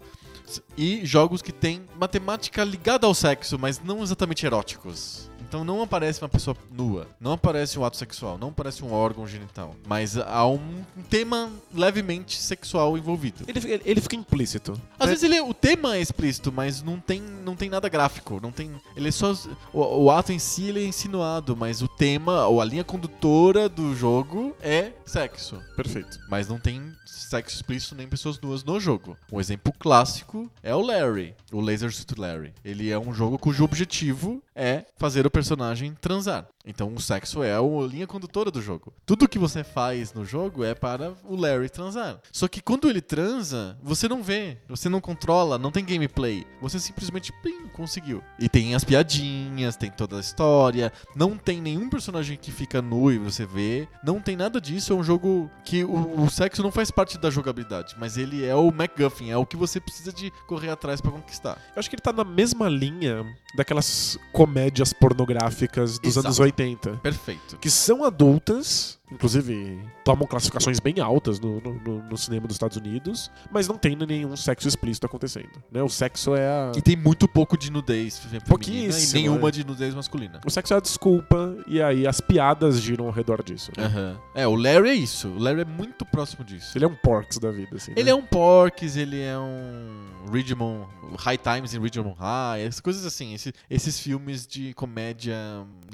S- E jogos que têm matemática ligada ao sexo, mas não exatamente eróticos. Então não aparece uma pessoa nua, não aparece um ato sexual, não aparece um órgão genital, mas há um tema levemente sexual envolvido.
Ele, fica- ele fica implícito.
Às
né?
vezes ele, o tema é explícito, mas não tem, não tem nada gráfico, não tem, ele é só o, o ato em si ele é insinuado, mas o tema ou a linha condutora do jogo é sexo
Perfeito.
mas não tem sexo explícito nem pessoas nuas no jogo. Um exemplo clássico é o Larry, o Laser Suit Larry. Ele é um jogo cujo objetivo é fazer o personagem transar. Então o sexo é a linha condutora do jogo. Tudo que você faz no jogo é para o Larry transar. Só que quando ele transa, você não vê, você não controla, não tem gameplay. Você simplesmente plim, conseguiu. E tem as piadinhas, tem toda a história, não tem nenhum personagem que fica nu e você vê. Não tem nada disso. É um jogo que o, o sexo não faz parte da jogabilidade, mas ele é o MacGuffin, é o que você precisa de correr atrás pra conquistar.
Eu acho que ele tá na mesma linha daquelas comédias pornográficas dos
Exato.
anos 80.
Perfeito.
que são adultas, inclusive tomam classificações bem altas no, no- no- no cinema dos Estados Unidos, mas não tem nenhum sexo explícito acontecendo. Né? O sexo é a.
E tem muito pouco de nudez feminina e
Pouquíssimo,
nenhuma
é.
de nudez masculina.
O sexo é a desculpa, e aí as piadas giram ao redor disso. né?
Aham. É, o Larry é isso. O Larry é muito próximo disso.
Ele é um porcs da vida, assim.
Ele é um Porks, ele é um Ridgemon, High Times em Ridgemon High, essas coisas assim, esse- esses filmes de comédia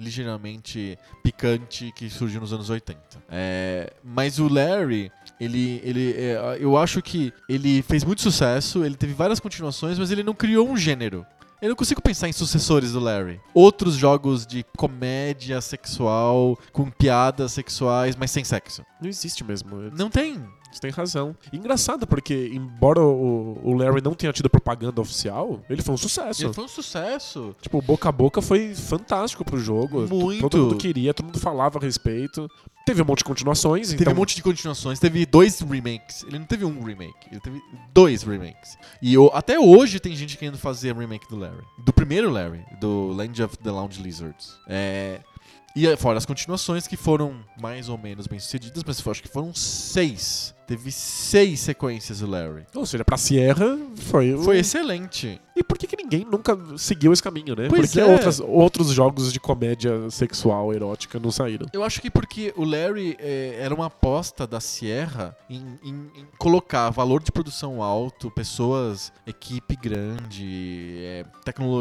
ligeiramente picante que surgiu nos anos 80. É, mas o Larry, ele, ele é, eu acho que ele fez muito sucesso, ele teve várias continuações, mas ele não criou um gênero. Eu não consigo pensar em sucessores do Larry. Outros jogos de comédia sexual, com piadas sexuais, mas sem sexo.
Não existe mesmo.
Não tem.
Você tem razão. E Engraçado, porque, embora o, o Larry não tenha tido propaganda oficial, ele foi um sucesso.
Ele foi um sucesso.
Tipo, o boca a boca foi fantástico pro jogo.
Muito.
Todo mundo queria, todo mundo falava a respeito. Teve um monte de continuações,
Teve
então
um monte de continuações, teve dois remakes. Ele não teve um remake, ele teve dois remakes. E o- até hoje tem gente querendo fazer remake do Larry. Do primeiro Larry, do Land of the Lounge Lizards. É, E aí, fora as continuações que foram mais ou menos bem sucedidas, mas eu acho que foram seis. Teve seis sequências do Larry.
Ou seja, pra Sierra foi. o-
Foi excelente.
E por que, que ninguém nunca seguiu esse caminho, né?
Pois
por que
é.
outras- outros jogos de comédia sexual erótica não saíram?
Eu acho que porque o Larry eh, era uma aposta da Sierra em, em- em colocar valor de produção alto, pessoas, equipe grande, eh,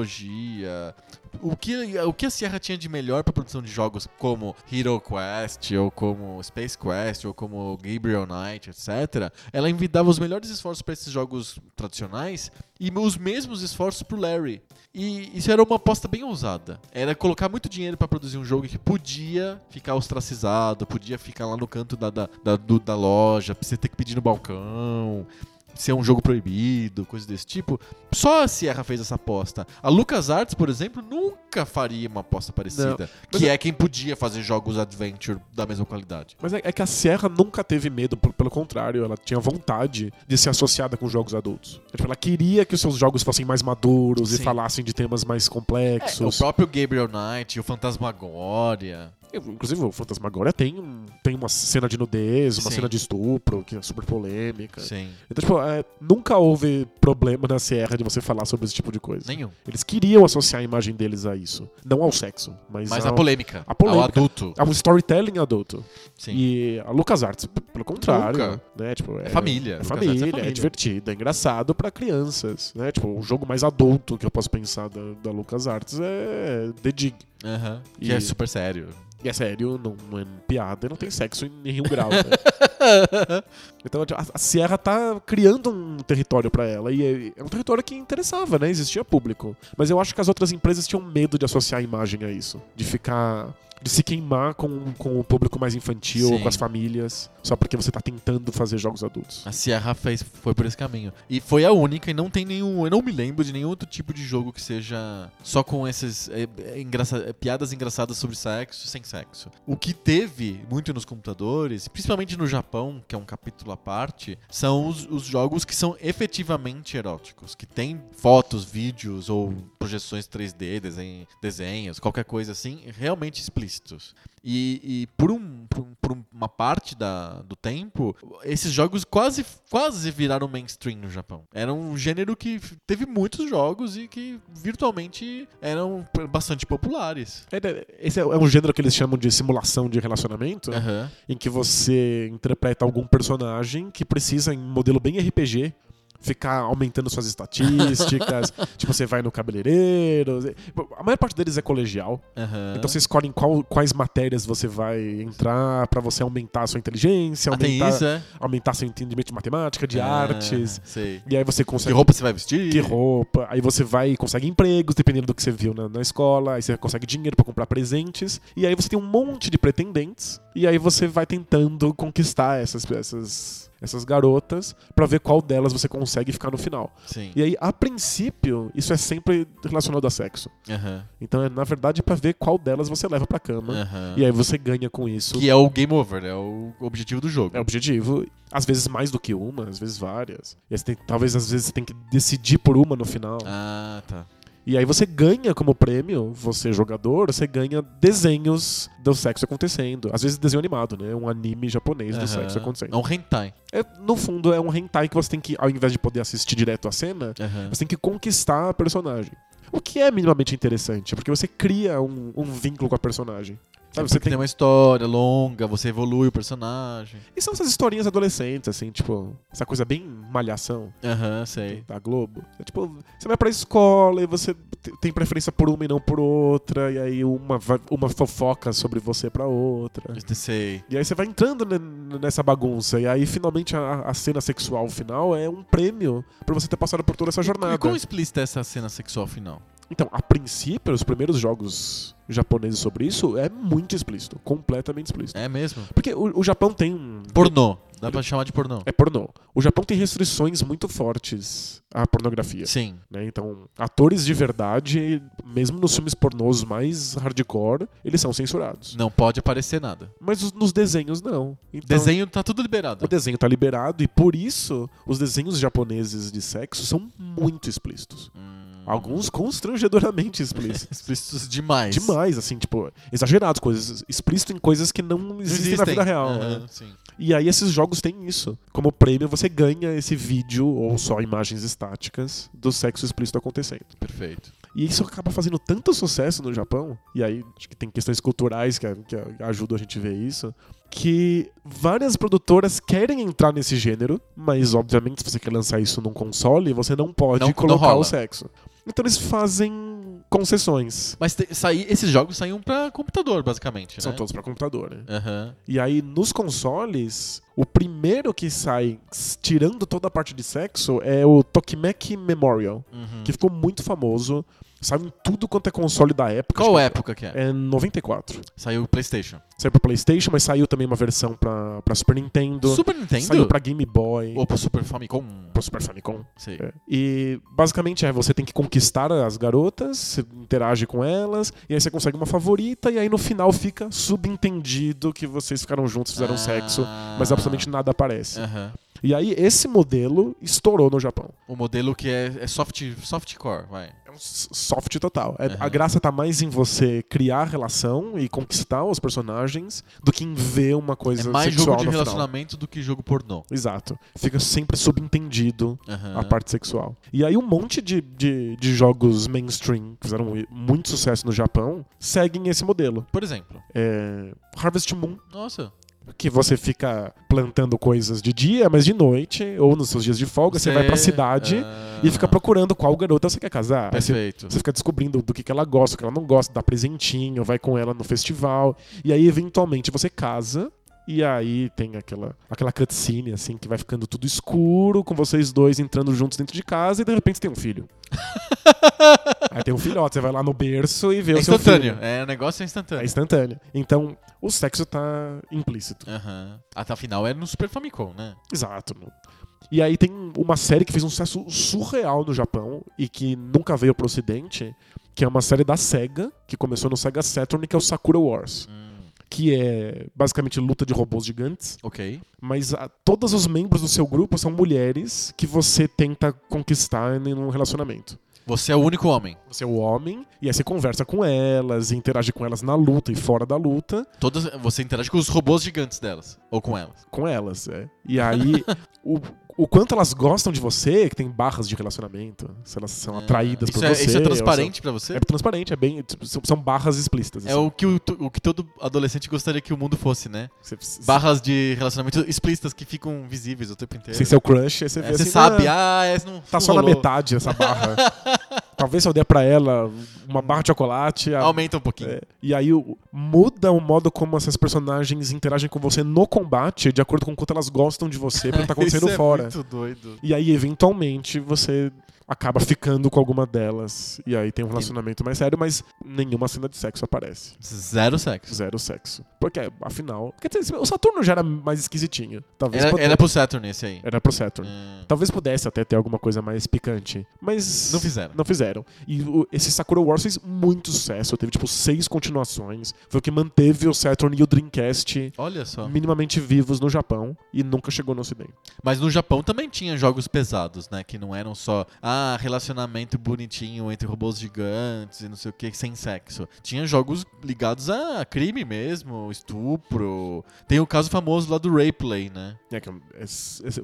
tecnologia. O que, o que a Sierra tinha de melhor para produção de jogos como Hero Quest, ou como Space Quest, ou como Gabriel Knight, etc., ela envidava os melhores esforços para esses jogos tradicionais e os mesmos esforços pro Larry. E isso era uma aposta bem ousada. Era colocar muito dinheiro pra produzir um jogo que podia ficar ostracizado, podia ficar lá no canto da, da, da, do- da loja, você ter que pedir no balcão, ser um jogo proibido, coisa desse tipo. Só a Sierra fez essa aposta. A LucasArts, por exemplo, nunca faria uma aposta parecida.
Mas
Que
eu-
é quem podia fazer jogos adventure da mesma qualidade.
Mas é, é que a Sierra nunca teve medo, por- pelo contrário, ela tinha vontade de ser associada com jogos adultos. Tipo, ela queria que os seus jogos fossem mais maduros e
Sim.
falassem de temas mais
É, o
complexos.
próprio Gabriel Knight, o Fantasmagoria,
Eu, Inclusive, o Fantasmagória tem, um- tem uma cena de nudez, uma
Sim.
cena de estupro, que é super polêmica.
Sim.
Então, tipo, é, nunca houve problema na Sierra de você falar sobre esse tipo de coisa.
Nenhum.
Eles queriam associar a imagem deles a isso. Não ao sexo, mas,
Mas
ao,
a polêmica.
é a polêmica.
Ao adulto.
ao storytelling adulto.
Sim.
E a LucasArts, p- pelo contrário,
Nunca.
né? Tipo, é,
É família.
É
LucasArts
família,
é
é
família.
divertido, é engraçado pra crianças, né? Tipo, o jogo mais adulto que eu posso pensar da, da LucasArts é The Dig.
Aham. Que
E-
é super sério.
E é sério, não, não é piada, não tem sexo em nenhum grau. né? Então a, a Sierra tá criando um território pra ela e é, é um território que interessava, né? Existia público. Mas eu acho que as outras empresas tinham medo de associar a imagem a isso, de
É.
ficar de se queimar com, com o público mais infantil,
Sim.
com as famílias, só porque você tá tentando fazer jogos adultos.
A Sierra fez, foi por esse caminho. E foi a única, e não tem nenhum. Eu não me lembro de nenhum outro tipo de jogo que seja só com essas é, é, engraça- é, piadas engraçadas sobre sexo e sem sexo. O que teve muito nos computadores, principalmente no Japão, que é um capítulo à parte, são os, os jogos que são efetivamente eróticos, que tem fotos, vídeos ou projeções 3D, desenho- desenhos, qualquer coisa assim, realmente explícitos. E, e por, um, por, um- por uma parte da, do tempo, esses jogos quase, quase viraram mainstream no Japão. Era um gênero que f- teve muitos jogos e que virtualmente eram p- bastante populares.
É, Esse é é um gênero que eles chamam de simulação de relacionamento,
Aham.
em que você interpreta algum personagem que precisa, em modelo bem RPG, ficar aumentando suas estatísticas. tipo, você vai no cabeleireiro. você- A maior parte deles é colegial.
aham.
Então você escolhe em qual- quais matérias você vai entrar pra você aumentar a sua inteligência,
Ah, tem
aumentar,
isso, é?
aumentar seu entendimento de matemática, de
Ah,
artes.
Sei.
E aí você
Que
consegue
roupa você vai vestir?
que roupa. Aí você vai e consegue empregos, dependendo do que você viu na, na escola. Aí você consegue dinheiro pra comprar presentes. E aí você tem um monte de pretendentes. E aí você vai tentando conquistar essas, essas, essas garotas pra ver qual delas você consegue ficar no final.
Sim.
E aí, a princípio, isso é sempre relacionado a sexo.
Aham.
Então é, na verdade, pra ver qual delas você leva pra cama.
Aham.
E aí você ganha com isso.
É. Que é o game over, é o objetivo do jogo.
É objetivo. Às vezes mais do que uma, às vezes várias. E aí você tem- talvez às vezes você tem que decidir por uma no final.
Ah, tá.
E aí você ganha como prêmio, você jogador, você ganha desenhos do sexo acontecendo. Às vezes desenho animado, né? Um anime japonês do sexo
Aham.
acontecendo.
É um hentai.
É, no fundo, é um hentai que você tem que, ao invés de poder assistir direto a cena,
Aham.
você tem que conquistar a personagem. O que é minimamente interessante, porque você cria um, um vínculo com a personagem. Sabe,
É
você
porque
tem...
tem uma história longa, você evolui o personagem.
E são essas historinhas adolescentes, assim, tipo, essa coisa bem malhação.
Aham, sei.
da Globo. É tipo, você vai pra escola e você te- tem preferência por uma e não por outra, e aí uma, va- uma fofoca sobre você pra outra.
Eu sei.
E aí você vai entrando ne- nessa bagunça, e aí finalmente a, a cena sexual final é um prêmio pra você ter passado por toda essa jornada.
E como explícita é essa cena sexual final?
Então, a princípio, os primeiros jogos japoneses sobre isso é muito explícito, completamente explícito.
É mesmo?
Porque o, o Japão tem um...
Pornô. Dá pra chamar de pornô.
É pornô. O Japão tem restrições muito fortes à pornografia.
Sim.
né? Então, atores de verdade, mesmo nos filmes pornôs mais hardcore, eles são censurados.
Não pode aparecer nada.
Mas os- nos desenhos, não. Então,
Desenho tá tudo liberado.
O desenho tá liberado e, por isso, os desenhos japoneses de sexo são muito explícitos.
Hum,
Alguns constrangedoramente explícitos.
Explícitos demais.
Demais, assim, tipo, exagerados, coisas explícito em coisas que não
Não
existem, na vida real.
Aham,
né?
sim.
E aí esses jogos têm isso. Como prêmio, você ganha esse vídeo ou só imagens estáticas do sexo explícito acontecendo.
Perfeito.
E isso acaba fazendo tanto sucesso no Japão, e aí acho que tem questões culturais que, que ajudam a gente a ver isso, que várias produtoras querem entrar nesse gênero, mas obviamente se você quer lançar isso num console, você não pode
Não- não
colocar
rola.
o sexo. Então eles fazem concessões.
Mas te- saí- esses jogos saíam pra computador, basicamente,
São
né?
todos pra computador, né?
Aham.
E aí nos consoles, o primeiro que sai s- tirando toda a parte de sexo é o Tokimeki Memorial,
Uhum.
que ficou muito famoso. Saiu em tudo quanto é console da época.
Qual
acho que-
época que é?
É 94.
Saiu o PlayStation.
Saiu pra PlayStation, mas saiu também uma versão pra, pra Super Nintendo.
Super Nintendo?
Saiu pra Game Boy.
Ou pro Super Famicom?
Pro Super Famicom.
Sei.
É. E basicamente é, você tem que conquistar as garotas, você interage com elas, e aí você consegue uma favorita, e aí no final fica subentendido que vocês ficaram juntos, fizeram
Ah.
sexo, mas absolutamente nada aparece.
Aham.
E aí esse modelo estourou no Japão.
O modelo que é, é soft, softcore, vai.
É um s- soft total. É- A graça tá mais em você criar relação e conquistar os personagens do que em ver uma
É
coisa
mais
sexual
jogo de
no final.
relacionamento do que jogo pornô.
Exato. Fica sempre subentendido
Aham.
a parte sexual. E aí um monte de, de, de jogos mainstream que fizeram muito sucesso no Japão seguem esse modelo.
Por exemplo.
É Harvest Moon,
Nossa.
que você fica plantando coisas de dia, mas de noite, ou nos seus dias de folga, você, vai pra cidade
Ah,
e fica procurando qual garota você quer casar. Aí você
Perfeito.
você fica descobrindo do que, que ela gosta, o que ela não gosta, dá presentinho, vai com ela no festival. E aí, eventualmente, você casa. E aí tem aquela, aquela cutscene, assim, que vai ficando tudo escuro, com vocês dois entrando juntos dentro de casa, e de repente você tem um filho. aí tem um filhote, você vai lá no berço e vê
É
o seu filho.
instantâneo. É, o negócio é instantâneo.
É instantâneo. Então, o sexo tá implícito.
Aham. Até afinal é no Super Famicom, né?
Exato. E aí tem uma série que fez um sucesso surreal no Japão e que nunca veio pro ocidente, que é uma série da SEGA, que começou no Sega Saturn, que é o Sakura Wars,
Hum,
que é basicamente luta de robôs gigantes,
ok.
mas ah, todos os membros do seu grupo são mulheres que você tenta conquistar em um relacionamento.
Você é o único homem.
Você é o homem, e aí você conversa com elas, e interage com elas na luta e fora da luta,
Todas, você interage com os robôs gigantes delas. Ou com elas.
com elas, é. E aí, o, o quanto elas gostam de você, que tem barras de relacionamento, se elas são atraídas
isso
por
é,
você.
Isso é
ou são-
transparente pra você?
É transparente, é bem. tipo, São, são barras explícitas. assim.
É o que, o, o que todo adolescente gostaria que o mundo fosse, né?
Você, você-
Barras de relacionamento explícitas que ficam visíveis o tempo inteiro.
sem seu crush, aí você vê
É, você
assim,
sabe,
"Ah,
ah, essa não
Tá
não
só na
rolou."
metade essa barra. Talvez se eu der pra ela uma barra de chocolate. a-
Aumenta um pouquinho.
é, e aí o- muda o modo como essas personagens interagem com você no combate, de acordo com o quanto elas gostam de você, porque tá acontecendo
Isso é
fora.
muito doido.
E aí, eventualmente, você acaba ficando com alguma delas. E aí tem um relacionamento mais sério, mas nenhuma cena de sexo aparece.
Zero sexo.
Zero sexo. Porque, afinal. Quer dizer, o Saturno já era mais esquisitinho. Talvez É.
Era,
pude-
era é, pro Saturn esse aí.
era pro Saturn.
Hum,
Talvez pudesse até ter alguma coisa mais picante. Mas.
Não fizeram.
Não fizeram. E o- esse Sakura Wars fez muito sucesso. Teve, tipo, seis continuações. Foi o que manteve o Saturn e o Dreamcast
Olha só.
minimamente vivos no Japão. E nunca chegou no Ocidente.
Mas no Japão também tinha jogos pesados, né? Que não eram só, ah, relacionamento bonitinho entre robôs gigantes e não sei o que, sem sexo. Tinha jogos ligados a crime mesmo, estupro. Tem o caso famoso lá do Rayplay, né?
É que é- é-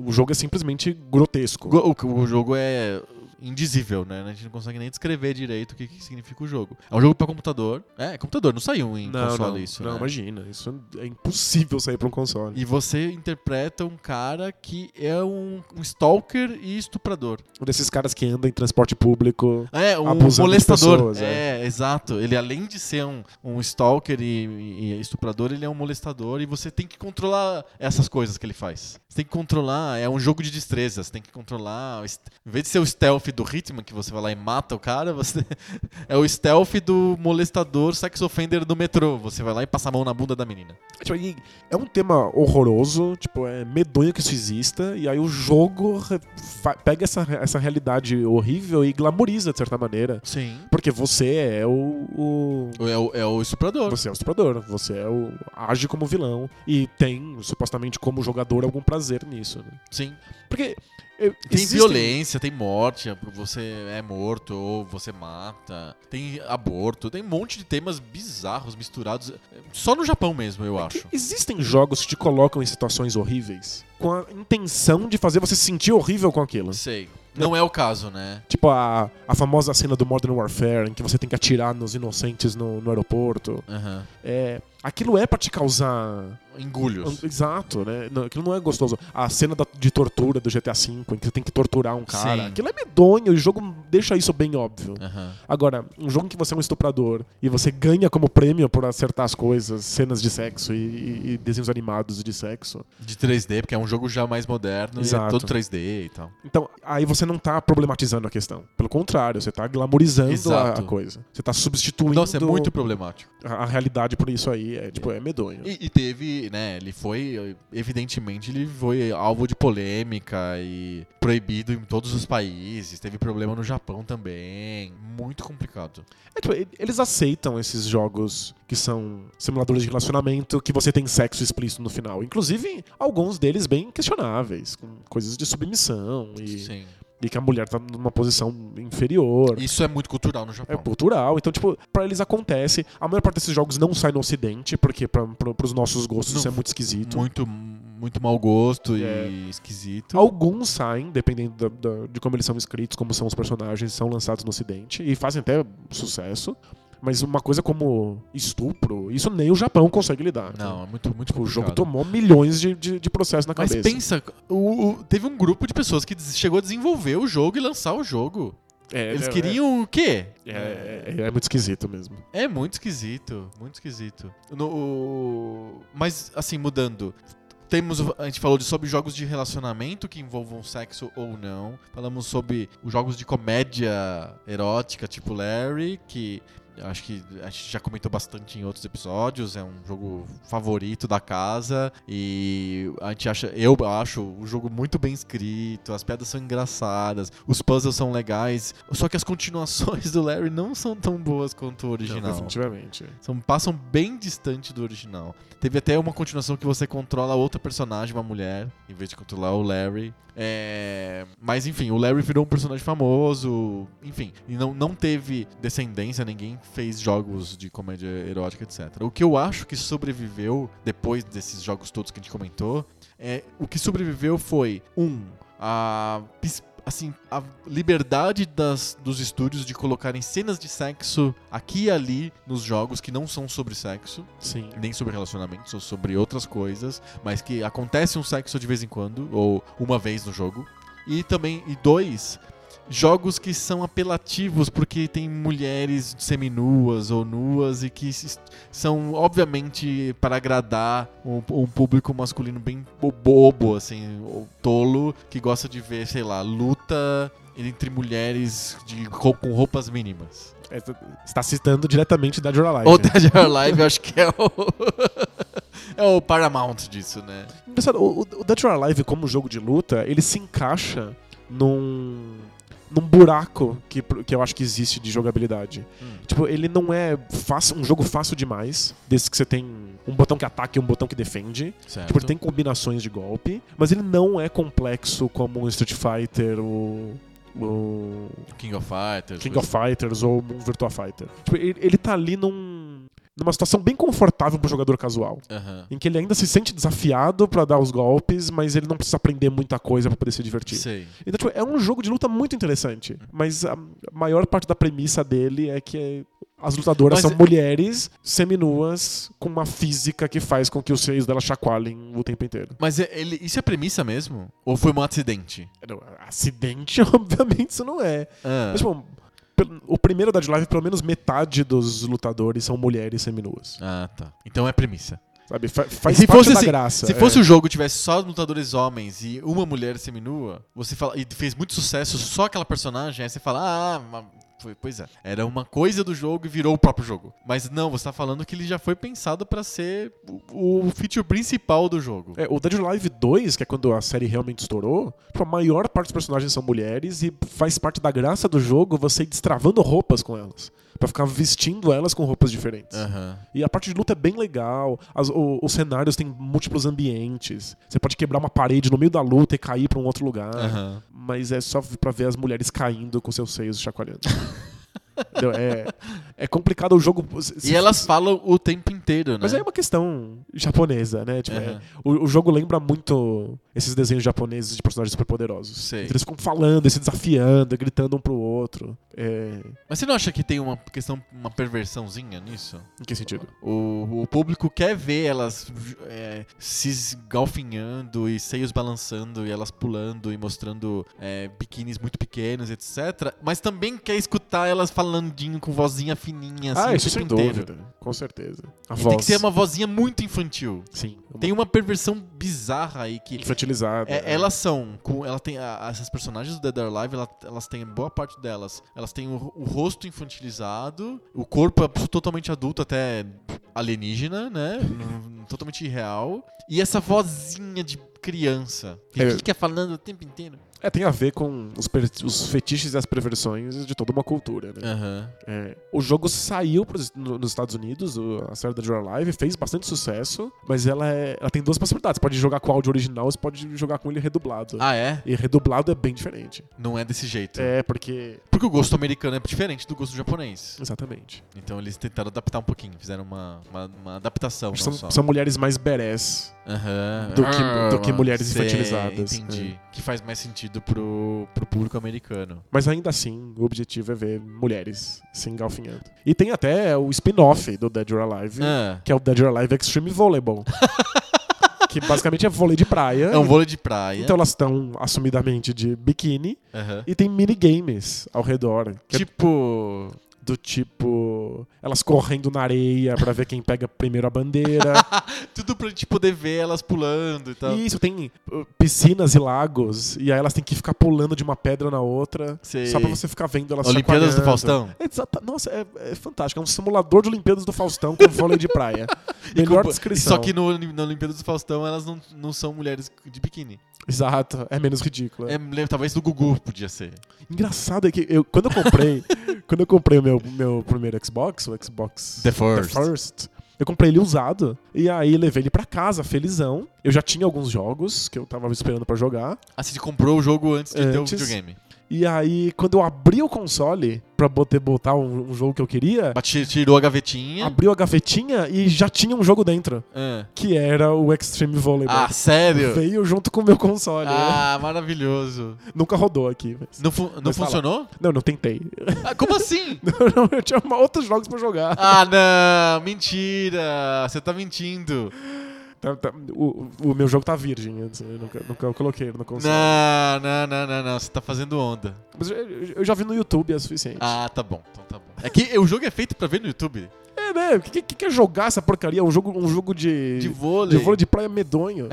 o jogo é simplesmente grotesco.
Go- O, o jogo é indizível, né? A gente não consegue nem descrever direito o que, que significa o jogo. É um jogo pra computador. É, é computador, não saiu em console isso,
não
né?
imagina. Isso é impossível sair pra um console.
E você interpreta um cara que é um, um stalker e estuprador.
Um desses caras que anda em transporte público.
É, um
Abusando de
molestador.
pessoas,
é. exato. Ele, além de ser um, um stalker e, e estuprador, ele é um molestador e você tem que controlar essas coisas que ele faz. Você tem que controlar, é um jogo de destreza, você tem que controlar. o est- Em vez de ser o stealth do Hitman, que você vai lá e mata o cara, você é o stealth do molestador sex offender do metrô. Você vai lá e passa a mão na bunda da menina.
Tipo, e é um tema horroroso, tipo, é medonho que isso exista, e aí o jogo re- fa- pega essa, essa realidade horrível e glamoriza de certa maneira.
Sim.
Porque você é o- o
É o, é o estuprador.
Você é o estuprador, você é o. age como vilão e tem, supostamente, como jogador, algum prazer nisso. né?
Sim.
Porque. eh,
Tem
existem-
violência, tem morte, você é morto ou você mata, tem aborto, tem um monte de temas bizarros misturados. é, Só no Japão mesmo, eu acho.
Existem jogos que te colocam em situações horríveis com a intenção de fazer você se sentir horrível com aquilo.
Sei. Não é o caso, né?
Tipo a, a famosa cena do Modern Warfare, em que você tem que atirar nos inocentes no, no aeroporto.
Aham.
É, aquilo é pra te causar.
Engulhos.
Exato, né? Não, aquilo não é gostoso. A cena da- de tortura do GTA V, em que você tem que torturar um cara.
Sim. É.
Aquilo é medonho, e o jogo deixa isso bem óbvio.
Aham.
Agora, um jogo em que você é um estuprador e você ganha como prêmio por acertar as coisas, cenas de sexo e, e- e desenhos animados de sexo.
De 3D, porque é um jogo já mais moderno e é
Exato.
todo 3D e tal.
Então, aí você não tá problematizando a questão. Pelo contrário, você tá glamorizando a,
Exato.
a coisa. Você tá substituindo
Nossa, é muito problemático.
a, a realidade por isso aí. aí é, tipo, é medonho.
E, e teve, né, ele foi, evidentemente, ele foi alvo de polêmica e proibido em todos os países. Teve problema no Japão também. Muito complicado.
É, tipo, e- eles aceitam esses jogos que são simuladores de relacionamento, que você tem sexo explícito no final. Inclusive, alguns deles bem questionáveis, com coisas de submissão e,
Sim.
e que a mulher tá numa posição inferior.
Isso é muito cultural no Japão.
É cultural, então, tipo, pra eles acontece. A maior parte desses jogos não sai no ocidente, porque pra, pro, pros nossos gostos
Não,
isso é muito esquisito.
muito, muito mau gosto
É.
e esquisito.
Alguns saem, dependendo da- da- de como eles são escritos, como são os personagens, são lançados no ocidente e fazem até sucesso. Mas uma coisa como estupro, isso nem o Japão consegue lidar.
Não, é muito, muito
Tipo, o jogo
complicado.
tomou milhões de, de, de processos na
Mas
cabeça.
pensa, o- o- teve um grupo de pessoas que des- chegou a desenvolver o jogo e lançar o jogo.
É,
Eles
é,
queriam o quê?
É, é, é muito esquisito mesmo.
É muito esquisito, muito esquisito. No, o- Mas, assim, mudando. Temos, o- a gente falou de, sobre jogos de relacionamento que envolvam sexo ou não. Falamos sobre os jogos de comédia erótica, tipo Larry, que eu acho que a gente já comentou bastante em outros episódios. É um jogo favorito da casa. E a gente acha, eu acho o jogo muito bem escrito, as piadas são engraçadas, os puzzles são legais. Só que as continuações do Larry não são tão boas quanto o
Não,
original.
definitivamente.
São, passam bem distante do original. Teve até uma continuação que você controla outra personagem, uma mulher, em vez de controlar o Larry. É, Mas enfim, o Larry virou um personagem famoso, enfim, e não, não teve descendência, ninguém fez jogos de comédia erótica, etc. O que eu acho que sobreviveu, depois desses jogos todos que a gente comentou, é, o que sobreviveu foi, um, a pis- assim a liberdade das, dos estúdios de colocarem cenas de sexo aqui e ali nos jogos que não são sobre sexo
Sim.
nem sobre relacionamentos ou sobre outras coisas mas que acontece um sexo de vez em quando ou uma vez no jogo e também e dois jogos que são apelativos porque tem mulheres seminuas ou nuas e que s- são obviamente para agradar um, um público masculino bem bo- bobo assim ou tolo que gosta de ver sei lá luta entre mulheres de, com, com roupas mínimas.
É, t- está citando diretamente da Jura Live.
Ou Dead or Alive, eu acho que é o é o Paramount disso, né?
Engraçado, o, o- o Dead or Alive como jogo de luta, ele se encaixa num, num buraco que, pro- que eu acho que existe de jogabilidade.
Hum.
Tipo, ele não é fácil, um jogo fácil demais, desde que você tem um botão que ataca e um botão que defende.
Certo.
Tipo, ele tem combinações de golpe, mas ele não é complexo como um Street Fighter, o... o
King of Fighters.
King of Fighters ou um Virtua Fighter. Tipo, ele, ele tá ali num, numa situação bem confortável pro jogador casual
Aham.
em que ele ainda se sente desafiado pra dar os golpes, mas ele não precisa aprender muita coisa pra poder se divertir.
Sei.
Então, tipo, é um jogo de luta muito interessante, mas a maior parte da premissa dele é que as lutadoras
Mas
são
é-
mulheres seminuas com uma física que faz com que os seios delas chacoalhem o tempo inteiro.
Mas é- ele, isso é premissa mesmo? Ou foi um acidente?
Não, acidente, obviamente, isso não é.
Ah,
Mas, tipo, pelo- o primeiro da Live, pelo menos metade dos lutadores são mulheres seminuas.
Ah, tá. Então é premissa.
Sabe? Fa- faz
E se
parte
fosse
da
assim,
graça.
Se
é.
fosse o jogo e tivesse só lutadores homens e uma mulher seminua, você fala. E fez muito sucesso só aquela personagem, aí você fala, ah, ma- foi- pois é. Era uma coisa do jogo e virou o próprio jogo. Mas não, você tá falando que ele já foi pensado pra ser o, o feature principal do jogo.
É, o Dead or Alive 2, que é quando a série realmente estourou, tipo, a maior parte dos personagens são mulheres e faz parte da graça do jogo você ir destravando roupas com elas. Pra ficar vestindo elas com roupas diferentes.
Aham.
E a parte de luta é bem legal. as- o- os cenários têm múltiplos ambientes. Você pode quebrar uma parede no meio da luta e cair pra um outro lugar.
Aham.
Mas é só pra ver as mulheres caindo com seus seios chacoalhando. Entendeu? é, é complicado o jogo. se- se-
E elas falam o tempo inteiro, né?
mas aí é uma questão japonesa, né? Tipo,
Aham.
é, o, o jogo lembra muito esses desenhos japoneses de personagens superpoderosos.
Sei.
Então Eles ficam falando, e se desafiando, e gritando um pro outro. É,
Mas você não acha que tem uma questão, uma perversãozinha nisso?
em que sentido?
O, o público quer ver elas é, se esgalfinhando e seios balançando e elas pulando e mostrando é, biquínis muito pequenos, etc. Mas também quer escu- botar elas falandinho com vozinha fininha, assim,
ah,
o
isso
tempo
sem
inteiro.
dúvida. Com certeza. A
E
voz.
tem que ser uma vozinha muito infantil.
Sim. Uma...
Tem uma perversão bizarra aí que.
Infantilizada.
É, elas são, com, ela tem a- essas personagens do Dead or Alive, ela- elas têm boa parte delas. Elas têm o, o rosto infantilizado, o corpo é totalmente adulto, até alienígena, né? Num- totalmente irreal. E essa vozinha de criança que
É.
fica falando o tempo inteiro.
É, tem a ver com os, per- os fetiches e as perversões de toda uma cultura, né?
Aham.
É, o jogo saiu pros- no- nos Estados Unidos, o- a série da Draw Live, fez bastante sucesso, mas ela, é- ela tem duas possibilidades. Você pode jogar com o áudio original ou você pode jogar com ele redublado.
Ah, é?
E redublado é bem diferente.
Não é desse jeito.
É, porque.
Porque o gosto americano é diferente do gosto japonês.
Exatamente.
Então eles tentaram adaptar um pouquinho, fizeram uma, uma, uma adaptação. Não
São,
Então só.
são mulheres mais berés.
Aham.
do que- do que
Ah,
mulheres
sei,
infantilizadas. É.
Entendi. Que faz mais sentido pro, pro público americano.
Mas ainda assim, o objetivo é ver mulheres se engalfinhando. E tem até o spin-off do Dead or Alive,
Ah,
que é o Dead or Alive Extreme Volleyball. que basicamente é vôlei de praia.
é um vôlei de praia.
Então elas estão assumidamente de biquíni
Aham.
e tem minigames ao redor. que é
Tipo.
do tipo. Elas correndo na areia pra ver quem pega primeiro a bandeira.
Tudo pra gente poder ver elas pulando e tal.
Isso, tem uh, piscinas e lagos, e aí elas têm que ficar pulando de uma pedra na outra,
Sei.
só pra você ficar vendo elas
Olimpíadas do
chacoalhando.
Faustão?
Exata, nossa, é, é fantástico. É um simulador de Olimpíadas do Faustão com vôlei de praia. Melhor
Com-
descrição.
Só que no, na Olimpíada do Faustão elas não, não são mulheres de biquíni.
Exato, é menos ridículo.
É, lembra- talvez do Gugu podia ser.
Engraçado é que eu, quando eu comprei, quando eu comprei o meu, meu primeiro Xbox, o Xbox
The First.
First, eu comprei ele usado e aí levei ele pra casa, felizão. Eu já tinha alguns jogos que eu tava esperando pra jogar.
Ah, você comprou o jogo antes de ter o
Antes.
videogame.
E aí, quando eu abri o console pra botar, botar um, um jogo que eu queria,
Bati- Tirou a gavetinha.
abriu a gavetinha e já tinha um jogo dentro,
Ah.
que era o Extreme Volleyball.
Ah, sério?
Veio junto com o meu console.
Ah, maravilhoso.
Nunca rodou aqui. mas-
Não, fu- não
Mas tá lá.
funcionou?
Não, não tentei.
Ah, como assim?
Não, eu tinha outros jogos pra jogar.
Ah, não! Mentira! Você tá mentindo!
Tá- tá- o, o meu jogo tá virgem, antes, eu nunca, nunca eu coloquei ele no console.
Não, não, não, não, não. Você tá fazendo onda.
Mas eu, eu já vi no YouTube, é suficiente.
Ah, tá bom. Então tá bom. É que o jogo é feito pra ver no YouTube.
É, né? O que, que, que é jogar essa porcaria? Um jogo, um jogo de,
De vôlei.
de praia medonho.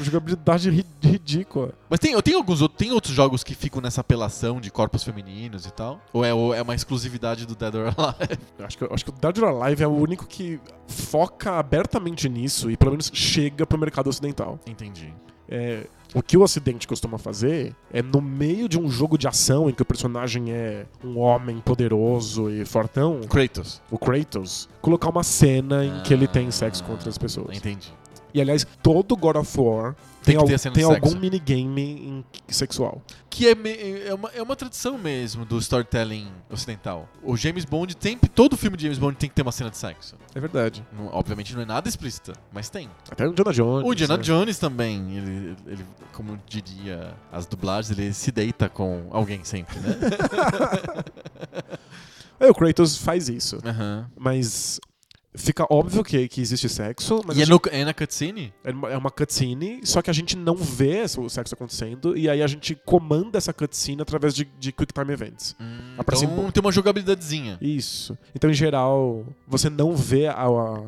Jogabilidade ri- ridícula.
Mas tem, tem alguns outros, tem outros jogos que ficam nessa apelação de corpos femininos e tal? Ou é, ou é uma exclusividade do Dead or Alive?
Eu Acho que, eu acho que o Dead or Alive é o único que foca abertamente nisso e pelo menos chega pro mercado ocidental.
Entendi.
É, o que o Ocidente costuma fazer é no meio de um jogo de ação em que o personagem é um homem poderoso e fortão,
Kratos.
o Kratos, colocar uma cena em que ele tem sexo com outras pessoas.
Entendi.
E aliás, todo God of War
Tem
tem,
que ter
al-
a cena de
tem algum
sexo.
minigame em- sexual.
Que é, me- é, uma, é uma tradição mesmo do storytelling ocidental. O James Bond tem. Todo filme de James Bond tem que ter uma cena de sexo.
É verdade.
Não- obviamente não é nada explícita, mas tem.
Até o Indiana Jones.
O Indiana
né?
Jones também, ele, ele, como diria as dublagens, ele se deita com alguém sempre, né?
É, o Kratos faz isso.
Aham.
Mas fica óbvio que, que existe sexo, mas
E
a
é,
gente-
no, é na cutscene?
é uma- é uma cutscene, só que a gente não vê esse- o sexo acontecendo, e aí a gente comanda essa cutscene através de, de Quick Time Events. Aparece
então
um-
tem uma jogabilidadezinha.
Isso. Então, em geral, você não vê a- a-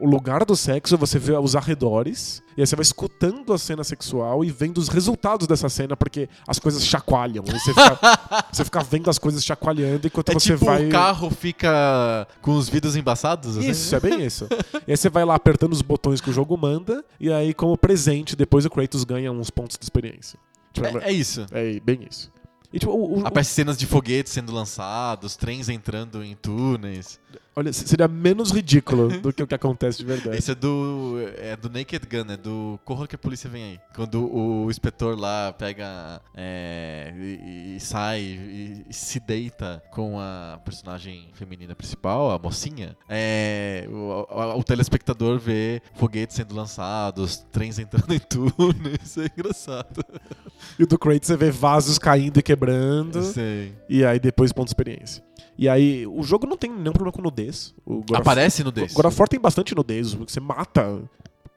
o lugar do sexo, você vê os arredores, e aí você vai escutando a cena sexual e vendo os resultados dessa cena, porque as coisas chacoalham. E você, fica, você fica vendo as coisas chacoalhando enquanto
é
Então você
tipo
vai.
o carro fica com os vidros embaçados? assim?
Isso, é bem isso. e aí você vai lá apertando os botões que o jogo manda, e aí, como presente, depois o Kratos ganha uns pontos de experiência. Tipo,
É, é isso.
é bem isso. E, tipo, o- o-
Aparece cenas de foguetes sendo lançados, trens entrando em túneis.
olha, seria menos ridículo do que o que acontece de verdade.
Esse é do. É do Naked Gun, é do Corra que a polícia vem aí. Quando o inspetor lá pega. é, e, e sai e, e se deita com a personagem feminina principal, a mocinha, é, o, o- o telespectador vê foguetes sendo lançados, trens entrando em túneis. É engraçado.
E o do Kratos você vê vasos caindo e quebrando.
Eu sei.
E aí depois ponto de experiência. E aí, o jogo não tem nenhum problema com nudez. O God of-
Aparece no desse.
God of War tem bastante nudez. Você mata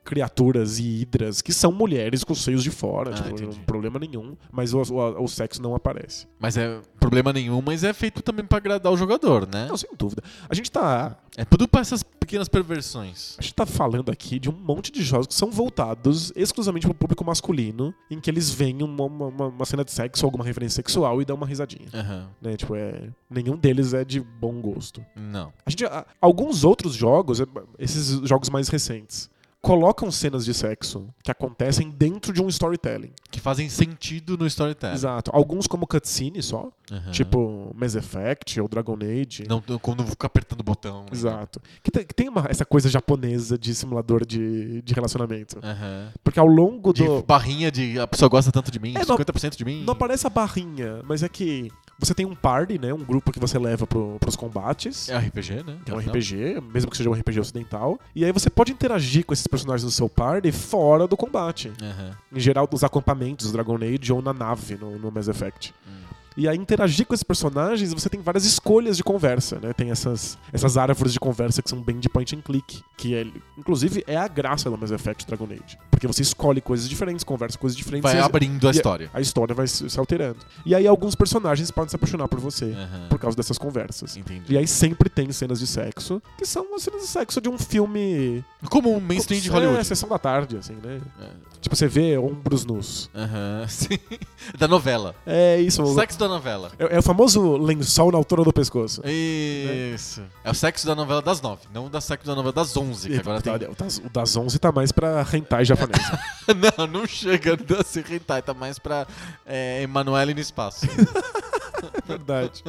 criaturas e hidras que são mulheres com seios de fora,
Ah,
tipo, não
entendi.
tem problema nenhum, mas o, o- o sexo não aparece.
Mas é problema nenhum, mas é feito também pra agradar o jogador, né?
Não, sem dúvida. A gente tá
É tudo pra essas pequenas perversões.
A gente tá falando aqui de um monte de jogos que são voltados exclusivamente pro público masculino, em que eles veem uma, uma- uma cena de sexo, alguma referência sexual e dão uma risadinha.
Aham.
Né? Tipo, é, nenhum deles é de bom gosto.
Não.
A gente, a- alguns outros jogos, é, esses jogos mais recentes, colocam cenas de sexo que acontecem dentro de um storytelling.
Que fazem sentido no storytelling.
Exato. Alguns como cutscene só,
É. Aham.
tipo Mass Effect ou Dragon Age.
Não, não, quando eu fico apertando o botão. né?
Exato. Que tem, que tem uma- essa coisa japonesa de simulador de, de relacionamento.
Aham.
Porque ao longo
É. De
do.
barrinha de a pessoa gosta tanto de mim,
É, não-
50% de mim.
Não aparece a barrinha, mas é que você tem um party, né? Um grupo que você leva pro, pros combates.
É um RPG, né?
É um
Não.
RPG, mesmo que seja um RPG ocidental. E aí você pode interagir com esses personagens no seu party fora do combate.
então. Aham.
Em geral, nos acampamentos do Dragon Age ou na nave, no, no Mass Effect.
Hum.
E aí, interagir com esses personagens, você tem várias escolhas de conversa, né? Tem essas, essas árvores de conversa que são bem de point and click, que é, inclusive é a graça do Mass Effect Dragon Age. Porque você escolhe coisas diferentes, conversa com coisas diferentes.
Vai
e-
abrindo a
e- é-
história.
a história vai se se alterando. E aí alguns personagens podem se apaixonar por você
Aham.
por causa dessas conversas.
Entendi.
E aí sempre tem cenas de sexo, que são as cenas de sexo de um filme...
Como um mainstream de
É,
Hollywood.
Sessão da Tarde, assim, né?
É.
Tipo, você vê ombros nus.
Aham. Sim. Da novela.
É isso. o-
Sexo da novela.
É, é o famoso lençol na altura do pescoço.
É Isso. É o sexo da novela das nove, não da sexo da novela das onze, que agora tem.
o, das, o das 11 tá mais pra hentai japonesa.
Não, não chega a se rentar, tá mais pra é, Emanuele no espaço.
É Verdade.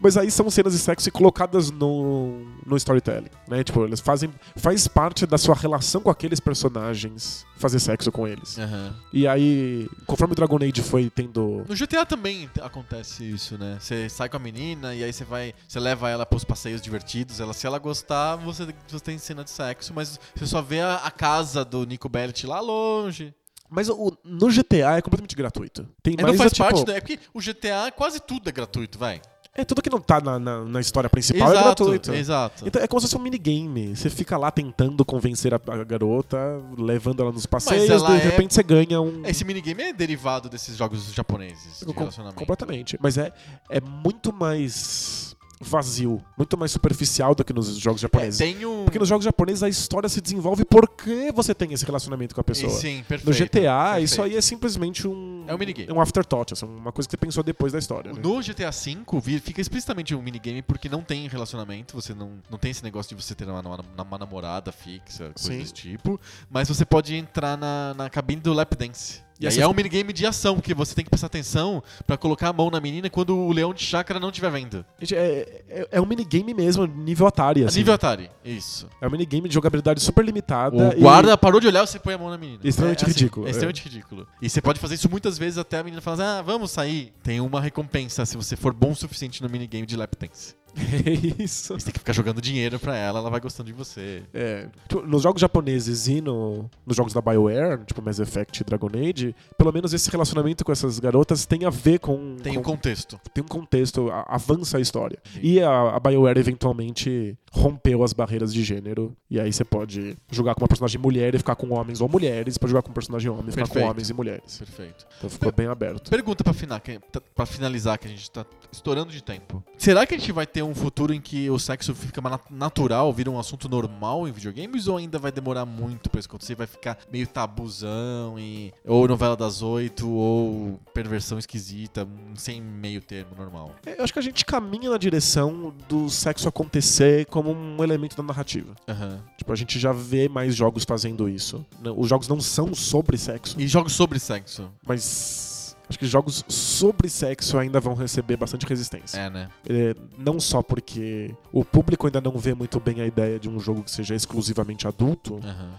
Mas aí são cenas de sexo e colocadas no, no storytelling, né? Tipo, eles fazem... Faz parte da sua relação com aqueles personagens fazer sexo com
É.
eles.
Aham.
E aí, conforme o Dragon Age foi tendo...
No GTA também t- acontece isso, né? Você sai com a menina e aí você vai, você leva ela pros passeios divertidos. Ela, se ela gostar, você, você tem cena de sexo, mas você só vê a, a casa do Nico Bellic lá longe.
Mas o, no GTA é completamente gratuito. Tem
É,
mais
não faz
é, tipo,
parte, da- é porque o GTA quase tudo é gratuito, vai.
É tudo que não tá na, na, na história principal é gratuito.
exato.
Então, é como se fosse um minigame. Você fica lá tentando convencer a, a garota, levando ela nos passeios,
ela
de
é-
repente você ganha um.
Esse minigame é derivado desses jogos japoneses de
Com-
relacionamento.
Completamente. Mas é, é muito mais vazio, muito mais superficial do que nos jogos
É,
japoneses.
tem um...
Porque nos jogos japoneses a história se desenvolve porque você tem esse relacionamento com a pessoa.
Sim, perfeito.
No GTA,
perfeito.
isso aí é simplesmente um.
É um minigame.
Um afterthought, assim, uma coisa que você pensou depois da história. né?
No GTA V vi- fica explicitamente um minigame porque não tem relacionamento, você não, não tem esse negócio de você ter uma, uma- uma namorada fixa, coisa
Sim.
desse tipo. Mas você pode entrar na, na cabine do lap dance.
E
E aí
essa-
é um minigame de ação, que você tem que prestar atenção pra colocar a mão na menina quando o leão de chácara não estiver vendo.
Gente, é, é, é um minigame mesmo, nível Atari. Assim.
Nível Atari, isso.
É um minigame de jogabilidade super limitada.
O
e-
guarda parou de olhar e você põe a mão na menina.
Extremamente
É, assim,
ridículo,
É extremamente ridículo. E você pode fazer isso muitas vezes até a menina falar assim, ah, vamos sair. Tem uma recompensa se você for bom o suficiente no minigame de lap dance.
É isso.
Você tem que ficar jogando dinheiro pra ela, ela vai gostando de você.
É. Tipo, nos jogos japoneses e no, nos jogos da BioWare, tipo Mass Effect e Dragon Age, pelo menos esse relacionamento com essas garotas tem a ver com.
Tem um
com-
contexto.
tem um contexto, a- avança a história.
Sim.
E a, a BioWare eventualmente rompeu as barreiras de gênero. E aí você pode jogar com uma personagem mulher e ficar com homens ou mulheres, pode jogar com um personagem homem e ficar com
Perfeito.
homens e mulheres.
Perfeito.
Então ficou bem aberto.
Pergunta pra, fina- que- tá- pra finalizar, que a gente tá estourando de tempo. Será que a gente vai ter um futuro em que o sexo fica mais nat- natural, vira um assunto normal em videogames? Ou ainda vai demorar muito pra isso acontecer? Vai ficar meio tabuzão e... Ou novela das oito, ou perversão esquisita, um- sem meio termo normal.
É, Eu acho que a gente caminha na direção do sexo acontecer como um elemento da narrativa.
Aham.
Tipo, a gente já vê mais jogos fazendo isso. Não, Os jogos não são sobre sexo,
E jogos sobre sexo.
mas acho que jogos sobre sexo ainda vão receber bastante resistência.
É, né?
É, não só porque o público ainda não vê muito bem a ideia de um jogo que seja exclusivamente adulto,
Aham.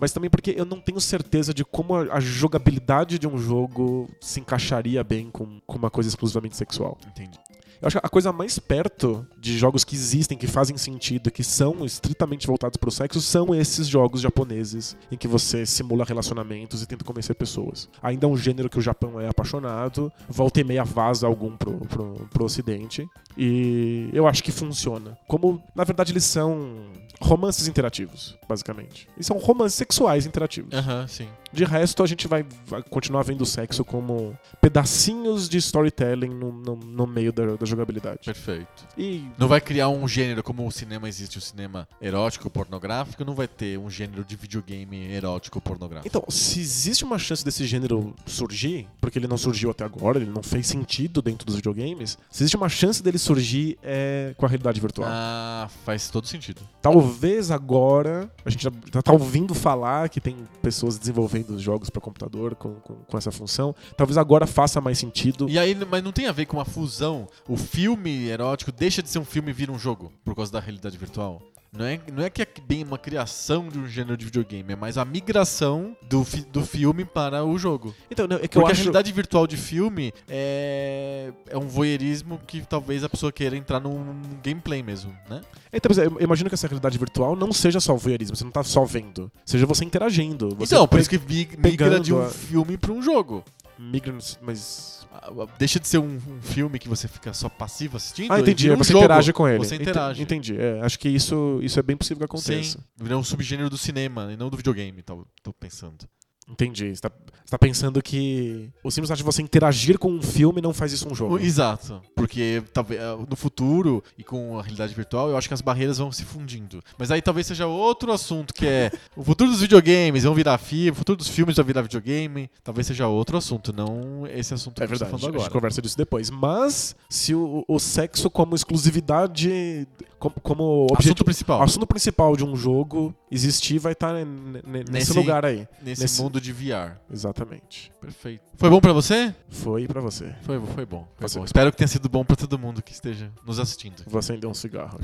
mas também porque eu não tenho certeza de como a a jogabilidade de um jogo se encaixaria bem com, com uma coisa exclusivamente sexual.
Entendi.
Eu acho que a coisa mais perto de jogos que existem, que fazem sentido, que são estritamente voltados pro sexo, são esses jogos japoneses em que você simula relacionamentos e tenta convencer pessoas. Ainda é um gênero que o Japão é apaixonado, volta e meia vaza algum pro, pro, pro ocidente, e eu acho que funciona. Como, na verdade, eles são romances interativos, basicamente. E são romances sexuais interativos.
Aham, sim.
De resto, a gente vai, vai continuar vendo o sexo como pedacinhos de storytelling no, no, no meio da, da jogabilidade.
Perfeito.
E
Não vai criar um gênero como o cinema existe, o cinema erótico, pornográfico, não vai ter um gênero de videogame erótico, pornográfico.
Então, se existe uma chance desse gênero surgir, porque ele não surgiu até agora, ele não fez sentido dentro dos videogames, se existe uma chance dele surgir é com a realidade virtual.
Ah, faz todo sentido.
Talvez agora a gente já já tá ouvindo falar que tem pessoas desenvolvendo jogos para computador com, com, com essa função. Talvez agora faça mais sentido.
E aí, mas não tem a ver com a fusão. O filme erótico deixa de ser um filme e vira um jogo por causa da realidade virtual. Não é, não é que é bem uma criação de um gênero de videogame, é mais a migração do, fi- do filme para o jogo.
Então, não, é que
Porque
eu
a
acho.
realidade virtual de filme é, é um voyeurismo que talvez a pessoa queira entrar num gameplay mesmo, né?
Então, pois é, eu imagino que essa realidade virtual não seja só voyeurismo, você não tá só vendo. Seja você interagindo. Você
então, por isso que mi- migra
pegando
de um
a-
filme para um jogo.
Migra, nos- mas.
Ah, Deixa de ser um, um filme que você fica só passivo assistindo.
Ah, entendi.
e vira
é
um
você
jogo.
interage com ele.
Você
Ente-
interage.
Entendi. é, acho que isso, isso é bem possível que aconteça.
Sim, virou um subgênero do cinema e não do videogame, tal, tô pensando.
Entendi. Você tá, você tá pensando que o simples fato de você interagir com um filme não faz isso um jogo.
Exato. Porque talvez ah, no futuro e com a realidade virtual, eu acho que as barreiras vão se fundindo. Mas aí talvez seja outro assunto que é o futuro dos videogames vão virar filme, o futuro dos filmes vai virar videogame. Talvez seja outro assunto, não esse assunto
É
que você
verdade,
tá
a
falando
gente
agora.
conversa disso depois. Mas se o, o sexo como exclusividade, como, como objetivo-
Assunto principal.
assunto principal de um jogo existir, vai estar nesse,
Nesse-
lugar aí.
Nesse,
nesse-
mundo de VR.
Exatamente.
Perfeito. Foi bom pra você?
Foi pra você.
Foi, bom, foi bom. Foi
Você-
bom. Espero que tenha sido bom pra todo mundo que esteja nos assistindo.
Vou acender um cigarro.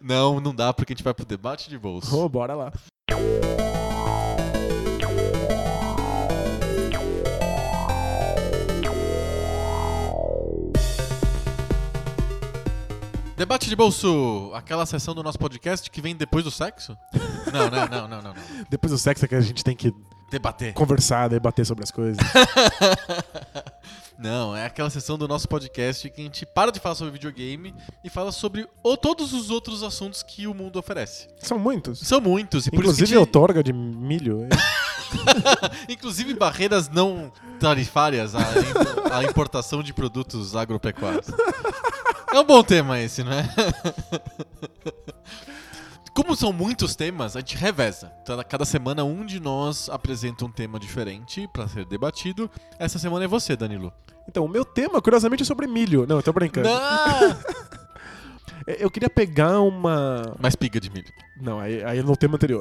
não, não dá, porque a gente vai pro debate de bolso.
oh, bora lá.
Debate de bolso, aquela sessão do nosso podcast que vem depois do sexo? Não, não, não, não, não. não.
Depois do sexo é que a gente tem que
Debater.
conversar, debater sobre as coisas.
Não, é aquela sessão do nosso podcast que a gente para de falar sobre videogame e fala sobre o- todos os outros assuntos que o mundo oferece.
São muitos.
São muitos e por
Inclusive
isso que
outorga de milho.
a gente- inclusive barreiras não tarifárias à, imp- à importação de produtos agropecuários. É um bom tema esse, não é? Como são muitos temas, a gente reveza. Então, a Cada semana um de nós apresenta um tema diferente pra ser debatido. Essa semana é você, Danilo.
Então, o meu tema, curiosamente, é sobre milho. Não, eu tô brincando.
Não!
Eu- Eu queria pegar uma.
Mais piga de milho.
Não, aí, aí é no tema anterior.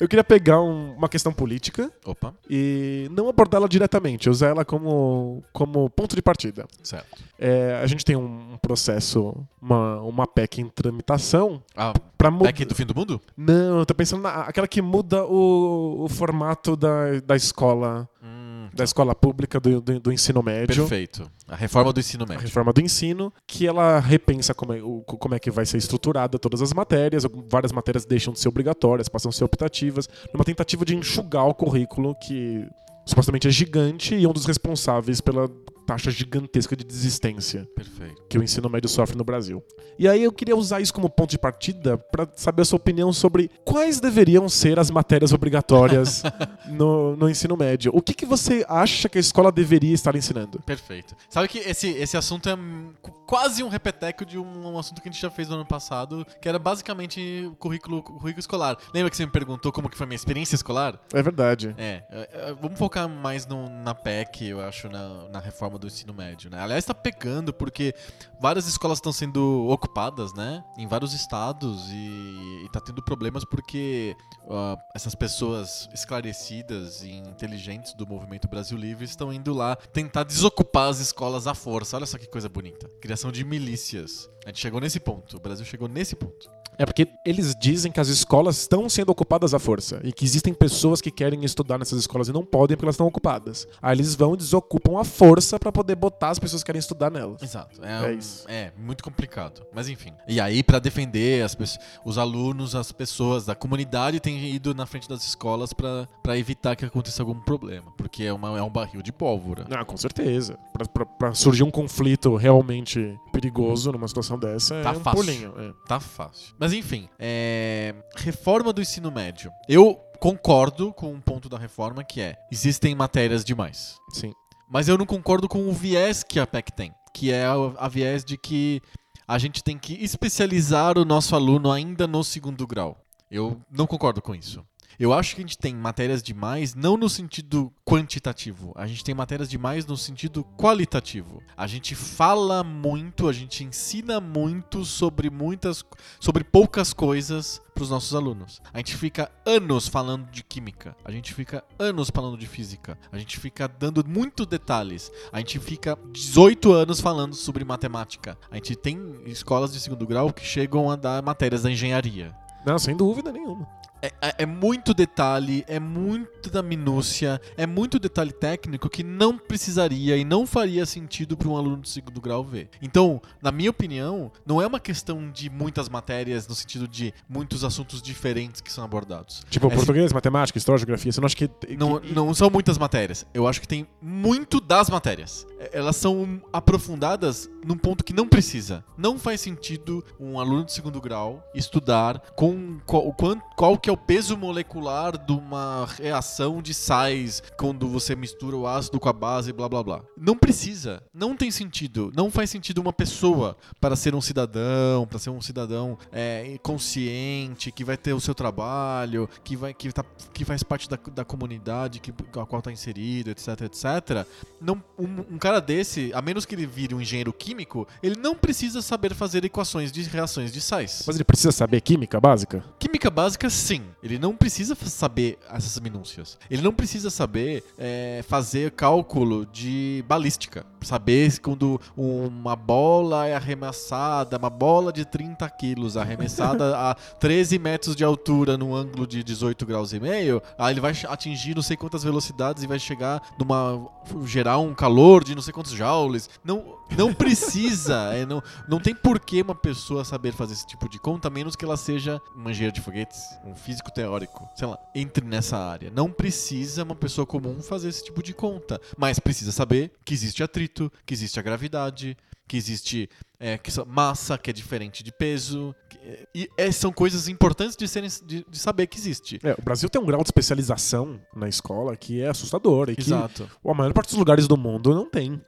eu queria pegar um- uma questão política
Opa,
e não abordá-la diretamente, usar ela como, como ponto de partida.
certo.
É, a gente tem um, um processo, uma, uma PEC em tramitação
Ah,
para mudar.
PEC do fim do mundo?
Não, eu tô pensando na, aquela que muda o, o formato da, da escola,
Hum,
da escola pública, do, do, do ensino médio.
perfeito. A reforma do ensino
a
médio.
reforma do ensino, que ela repensa como é, o- como é que vai ser estruturada todas as matérias, algum- várias matérias deixam de ser obrigatórias, passam a ser optativas, numa tentativa de enxugar o currículo que supostamente é gigante e é um dos responsáveis pela taxa gigantesca de desistência
Perfeito.
que o ensino médio sofre no Brasil. E aí eu queria usar isso como ponto de partida para saber a sua opinião sobre quais deveriam ser as matérias obrigatórias no, no ensino médio. O que, que você acha que a escola deveria estar ensinando?
Perfeito. Sabe que esse, esse assunto é hum, qu- quase um repeteco de um, um assunto que a gente já fez no ano passado, que era basicamente o currículo, o currículo escolar. Lembra que você me perguntou como que foi a minha experiência escolar?
É verdade.
É, é, é, vamos focar mais no- na PEC, eu acho, na, na reforma do ensino médio, né? Aliás, tá pegando, porque várias escolas estão sendo ocupadas, né? Em vários estados e, e tá tendo problemas porque ah, essas pessoas esclarecidas e inteligentes do movimento Brasil Livre estão indo lá tentar desocupar as escolas à força. Olha só que coisa bonita. Criação de milícias. A gente chegou nesse ponto, o Brasil chegou nesse ponto.
É porque eles dizem que as escolas estão sendo ocupadas à força e que existem pessoas que querem estudar nessas escolas e não podem porque elas estão ocupadas. Aí eles vão e desocupam à força pra poder botar as pessoas que querem estudar nelas.
Exato.
É
É, um-
isso.
é, muito complicado. Mas enfim. E aí, pra defender as pessoas- os alunos, as pessoas da comunidade têm ido na frente das escolas pra pra evitar que aconteça algum problema. Porque é, uma- é um barril de pólvora.
Ah, com certeza. Pra, pra- pra surgir um conflito realmente perigoso numa situação dessa
Tá
é um
fácil.
pulinho. é.
Tá fácil. Mas enfim, é... reforma do ensino médio. Eu concordo com um ponto da reforma que é: existem matérias demais.
Sim.
Mas eu não concordo com o viés que a PEC tem, que é a, a viés de que a gente tem que especializar o nosso aluno ainda no segundo grau. Eu não concordo com isso. Eu acho que a gente tem matérias demais não no sentido quantitativo, a gente tem matérias demais no sentido qualitativo. A gente fala muito, a gente ensina muito sobre muitas sobre poucas coisas para os nossos alunos. A gente fica anos falando de química, a gente fica anos falando de física, a gente fica dando muito detalhes, a gente fica 18 anos falando sobre matemática. A gente tem escolas de segundo grau que chegam a dar matérias da engenharia.
Não, sem dúvida nenhuma.
É, é- é muito detalhe, é muita minúcia, é muito detalhe técnico que não precisaria e não faria sentido para um aluno do segundo grau ver. Então, na minha opinião, não é uma questão de muitas matérias no sentido de muitos assuntos diferentes que são abordados.
Tipo,
É,
português, matemática, história, geografia. Você não acha que.
Não,
que-
não são muitas matérias. Eu acho que tem muito das matérias. É, Elas são aprofundadas num ponto que não precisa. Não faz sentido um aluno de segundo grau estudar com qual, o quan- qual que é o peso molecular de uma reação de sais quando você mistura o ácido com a base, blá blá blá. Não precisa. Não tem sentido. Não faz sentido uma pessoa para ser um cidadão, para ser um cidadão é, consciente, que vai ter o seu trabalho, que, vai, que, tá, que faz parte da, da comunidade que, a qual está inserido, etc, etc. Não, um, um cara desse, a menos que ele vire um engenheiro químico, ele não precisa saber fazer equações de reações de sais.
Mas ele precisa saber química básica?
Química básica, sim. Ele não precisa fa- saber essas minúcias. Ele não precisa saber é, fazer cálculo de balística. Saber se quando uma bola é arremessada, uma bola de 30 quilos arremessada a 13 metros de altura num ângulo de 18 graus e meio, aí ele vai ch- atingir não sei quantas velocidades e vai chegar numa. gerar um calor de não sei quantos joules. Não, não precisa. é, não, não tem por que uma pessoa saber fazer esse tipo de conta, a menos que ela seja uma engenheira de foguetes, um físico teórico, sei lá, entre nessa área. Não precisa uma pessoa comum fazer esse tipo de conta, mas precisa saber que existe atrito, que existe a gravidade, que existe é, que são- massa, que é diferente de peso. que- é, E é, são coisas importantes de, serem, de, de saber que existe.
É, o Brasil tem um grau de especialização na escola que é assustador e que
Exato.
a maior parte dos lugares do mundo não tem.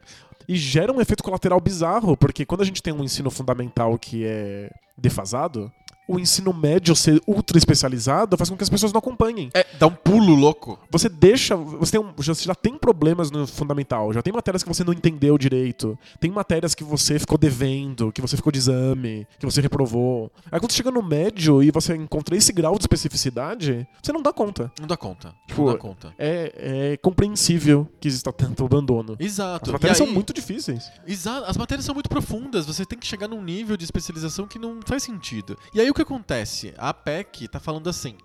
E gera um efeito colateral bizarro, porque quando a gente tem um ensino fundamental que é defasado, o ensino médio ser ultra especializado faz com que as pessoas não acompanhem.
É, dá um pulo louco.
Você deixa. Você, tem um- já- você já tem problemas no fundamental, já tem matérias que você não entendeu direito, tem matérias que você ficou devendo, que você ficou de exame, que você reprovou. Aí quando você chega no médio e você encontra esse grau de especificidade, você não dá conta.
Não dá conta.
Tipo,
não dá conta.
É, é compreensível que exista tanto abandono.
Exato.
As
E
matérias são
aí-
muito difíceis.
Exato, as matérias são muito profundas, você tem que chegar num nível de especialização que não faz sentido. E aí o que acontece? A PEC tá falando assim: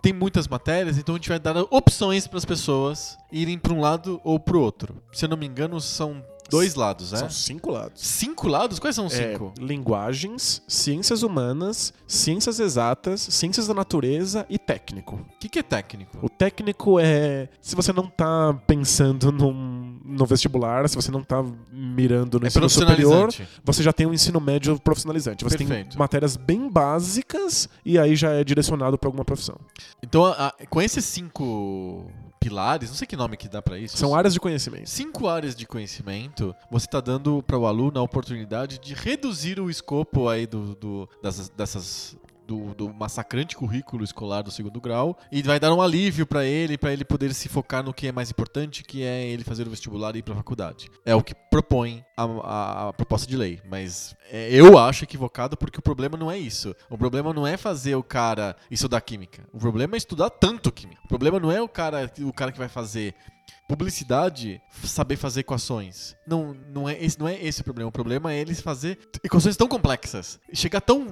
tem muitas matérias, então a gente vai dar opções para as pessoas irem para um lado ou pro outro. Se eu não me engano, são dois lados, né?
São cinco lados.
Cinco lados? Quais são os
É,
cinco?
linguagens, ciências humanas, ciências exatas, ciências da natureza e técnico.
O que, que é técnico?
O técnico é se você não tá pensando num- no vestibular, se você não tá mirando no
é
ensino superior,
profissionalizante.
você já tem um ensino médio profissionalizante. Você
Perfeito.
tem matérias bem básicas e aí já é direcionado pra alguma profissão.
Então, a- a- com esses cinco pilares, não sei que nome que dá para isso.
São áreas de conhecimento.
Cinco áreas de conhecimento, você está dando para o aluno a oportunidade de reduzir o escopo aí do, do- dessas, dessas- do, do massacrante currículo escolar do segundo grau e vai dar um alívio para ele, para ele poder se focar no que é mais importante, que é ele fazer o vestibular e ir para a faculdade. É o que propõe a, a- a proposta de lei, mas é, eu acho equivocado porque o problema não é isso. O problema não é fazer o cara estudar química. O problema é estudar tanto química. O problema não é o cara, o cara que vai fazer publicidade saber fazer equações. Não, não é esse não é esse o problema. O problema é eles fazer equações tão complexas, chegar tão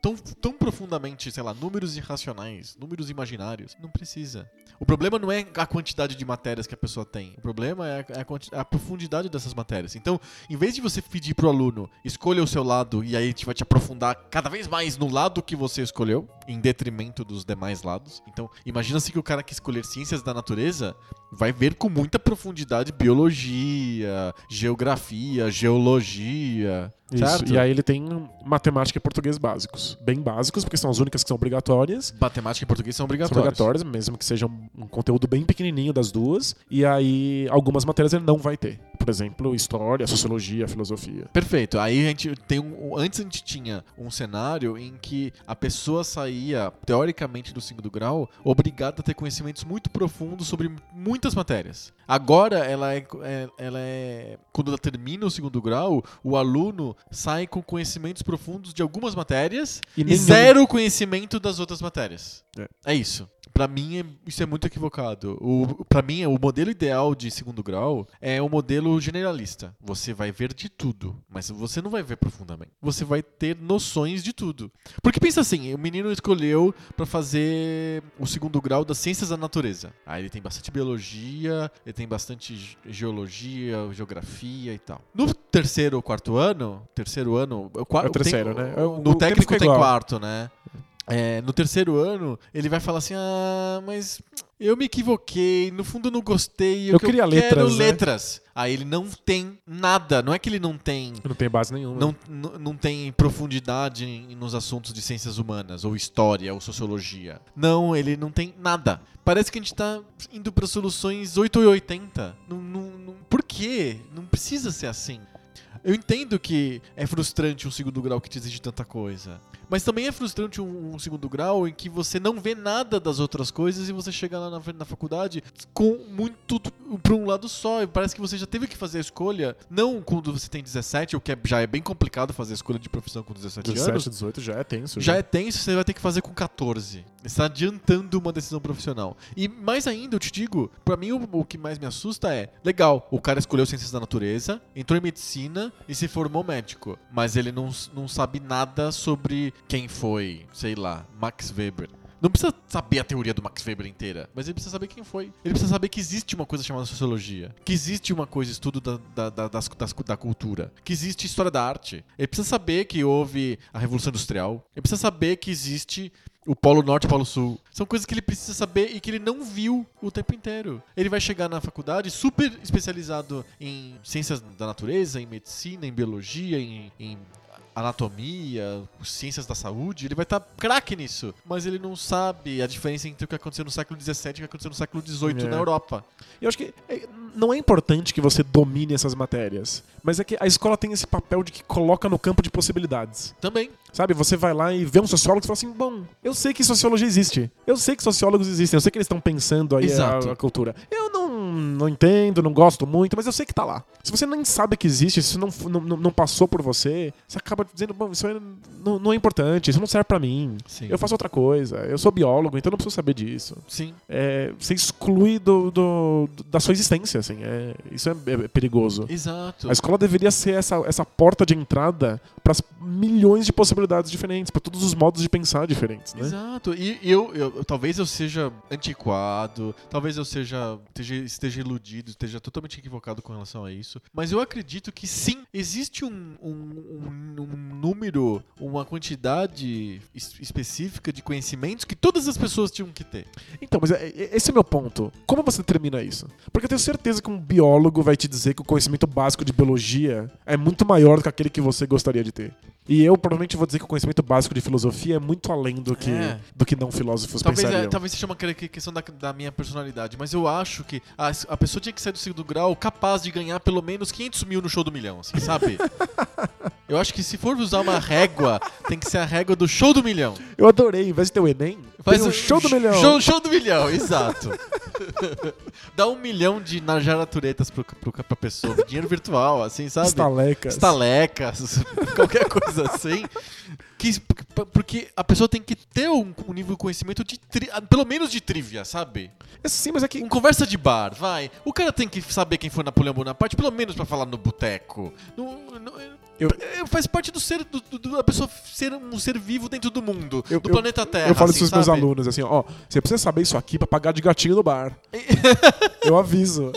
tão, tão profundamente, sei lá, números irracionais, números imaginários. Não precisa. O problema não é a quantidade de matérias que a pessoa tem. O problema é a, é a quanti- a profundidade dessas matérias. Então, em vez de você pedir pro aluno, escolha o seu lado e aí a gente vai te aprofundar cada vez mais no lado que você escolheu, em detrimento dos demais lados. Então, imagina-se que o cara que escolher ciências da natureza vai ver com muita profundidade biologia, geografia, geologia,
Isso.
certo?
E aí ele tem matemática e português básicos. Bem básicos, porque são as únicas que são obrigatórias.
Matemática e português são
São
obrigatórios.
obrigatórias, mesmo que seja um um conteúdo bem pequenininho das duas. E aí, algumas matérias ele não vai ter. Por exemplo, história, sociologia, filosofia.
Perfeito. Aí a gente tem um. Antes a gente tinha um cenário em que a pessoa saía, teoricamente, do segundo grau, obrigada a ter conhecimentos muito profundos sobre muitas matérias. Agora ela é, é- ela é. Quando ela termina o segundo grau, o aluno sai com conhecimentos profundos de algumas matérias e,
nenhum-
zero conhecimento das outras matérias.
É.
É, isso. Pra mim, é- isso é muito equivocado. O, pra mim, o modelo ideal de segundo grau é o modelo generalista. Você vai ver de tudo, mas você não vai ver profundamente. Você vai ter noções de tudo. Porque pensa assim, o menino escolheu pra fazer o segundo grau das ciências da natureza. Aí ele tem bastante biologia, ele tem bastante ge- geologia, geografia e tal. No terceiro ou quarto ano, terceiro ano, o qua-
É o terceiro,
tem-
né? É o-
no
o
técnico
técnico é
tem
igual.
quarto, né? É, no terceiro ano, ele vai falar assim: Ah, mas eu me equivoquei, no fundo eu não gostei,
Eu
eu,
queria
quero
letras, né?"
letras. Aí ele não tem nada, não é que ele não tem
Não tem base nenhuma.
não, não, não tem profundidade em- nos assuntos de ciências humanas, ou história, ou sociologia. Não, ele não tem nada. Parece que a gente tá indo para soluções 8 e 80. Não, não, não- por quê? Não precisa ser assim. Eu entendo que é frustrante um segundo grau que te exige tanta coisa. Mas também é frustrante um, um segundo grau em que você não vê nada das outras coisas e você chega lá na, fa- na faculdade com muito t- pra um lado só. E parece que você já teve que fazer a escolha, não quando você tem 17, o que é- já é bem complicado fazer a escolha de profissão com 17,
17,
anos.
18 já é tenso.
Já é tenso, você vai ter que fazer com 14. Está adiantando uma decisão profissional. E mais ainda, eu te digo, pra mim o, o que mais me assusta é, legal, o cara escolheu ciências da natureza, entrou em medicina e se formou médico, mas ele não, s- não sabe nada sobre quem foi, sei lá, Max Weber. Não precisa saber a teoria do Max Weber inteira, mas ele precisa saber quem foi. Ele precisa saber que existe uma coisa chamada sociologia, que existe uma coisa, estudo da, da, da- das, das- da cultura, que existe história da arte. Ele precisa saber que houve a Revolução Industrial, ele precisa saber que existe o Polo Norte e o Polo Sul. São coisas que ele precisa saber e que ele não viu o tempo inteiro. Ele vai chegar na faculdade super especializado em ciências da natureza, em medicina, em biologia, em- em anatomia, ciências da saúde, ele vai estar craque nisso. Mas ele não sabe a diferença entre o que aconteceu no século XVII e o que aconteceu no século XVIII
É.
na Europa.
Eu acho que é, não é importante que você domine essas matérias, mas é que a escola tem esse papel de que coloca no campo de possibilidades.
Também.
Sabe, você vai lá e vê um sociólogo e fala assim: bom, eu sei que sociologia existe. Eu sei que sociólogos existem, eu sei que eles estão pensando aí
Exato.
a, a cultura. Eu não, não entendo, não gosto muito, mas eu sei que tá lá. Se você nem sabe que existe, se não, f- não, não- não passou por você, você acaba dizendo, bom, isso é- não, não é importante, isso não serve pra mim.
Sim.
Eu faço outra coisa, eu sou biólogo, então eu não preciso saber disso
Sim.
é, você exclui do, do- do- da sua existência, assim. É, isso é, é perigoso.
Exato.
A escola deveria ser essa, essa porta de entrada para milhões de possibilidades diferentes, para todos os modos de pensar diferentes, né?
Exato. E eu, eu- eu- talvez eu seja antiquado, talvez eu seja esteja, esteja iludido, esteja totalmente equivocado com relação a isso. Mas eu acredito que sim, existe um, um- um- um número, uma quantidade es- específica de conhecimentos que todas as pessoas tinham que ter.
Então, mas é- é- esse é meu ponto. Como você determina isso? Porque eu tenho certeza que um biólogo vai te dizer que o conhecimento básico de biologia é muito maior do que aquele que você gostaria de ter. E eu provavelmente vou dizer que o conhecimento básico de filosofia é muito além do que,
É.
do que não filósofos
Talvez, é,
pensariam.
talvez seja uma que- que- questão da, da minha personalidade, mas eu acho que a, a pessoa tinha que sair do segundo grau capaz de ganhar pelo menos 500 mil no show do milhão, assim, sabe? eu acho que se for usar uma régua, tem que ser a régua do show do milhão.
Eu adorei, em vez de ter o Enem, Tem um show do milhão.
Show, show do milhão, exato. Dá um milhão de Najaraturetas pro, pro, pra pessoa. Dinheiro virtual, assim, sabe?
Estalecas.
estalecas, qualquer coisa assim. Que, porque a pessoa tem que ter um, um nível de conhecimento de tri- ah, pelo menos de trivia, sabe?
É Sim, mas é que
Um conversa de bar, vai. O cara tem que saber quem foi Napoleão Bonaparte, pelo menos pra falar no boteco. Não- não-
Eu-
é, Faz parte do ser do- do- da pessoa ser um ser vivo dentro do mundo,
Eu-
do
eu-
planeta Terra.
eu falo
assim,
isso pros meus
sabe?
alunos, assim, ó, você precisa saber isso aqui pra pagar de gatinho no bar. eu aviso.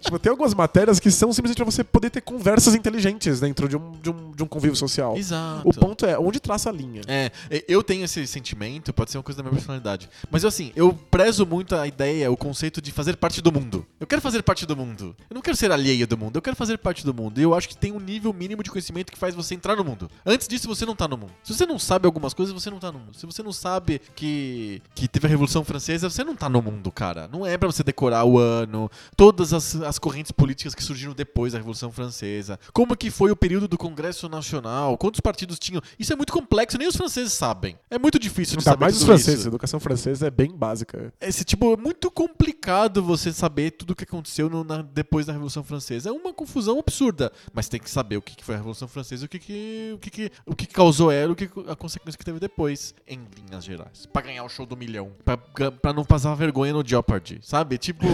Tipo, tem algumas matérias que são simplesmente pra você poder ter conversas inteligentes dentro de um, de um, de um convívio social.
Exato.
O ponto é, onde traça a linha?
É, e- eu tenho esse sentimento, pode ser uma coisa da minha personalidade. Mas eu, assim, eu prezo muito a ideia, o conceito de fazer parte do mundo. Eu quero fazer parte do mundo. Eu não quero ser alheio do mundo, eu quero fazer parte do mundo. E eu acho que tem um nível mínimo de conhecimento que faz você entrar no mundo. Antes disso, você não tá no mundo. Se você não sabe algumas coisas, você não tá no mundo. Se você não sabe que, que teve a Revolução Francesa, você não tá no mundo, cara. Não é pra você decorar o ano, todas as, as correntes políticas que surgiram depois da Revolução Francesa. Como que foi o período do Congresso Nacional? Quantos partidos tinham? Isso é muito complexo, nem os franceses sabem. É muito difícil de
Ainda
saber
mais os
tudo
franceses, a
isso.
educação francesa é bem básica.
Esse tipo é muito complicado você saber tudo o que aconteceu no- na- depois da Revolução Francesa. É uma confusão absurda, mas tem que saber o que, que foi a Revolução Francesa, o que que, o que que o que que causou ela, o que que- a consequência que teve depois em linhas gerais, Pra ganhar o show do milhão, Pra- pra pra não passar vergonha no Jeopardy, sabe? Tipo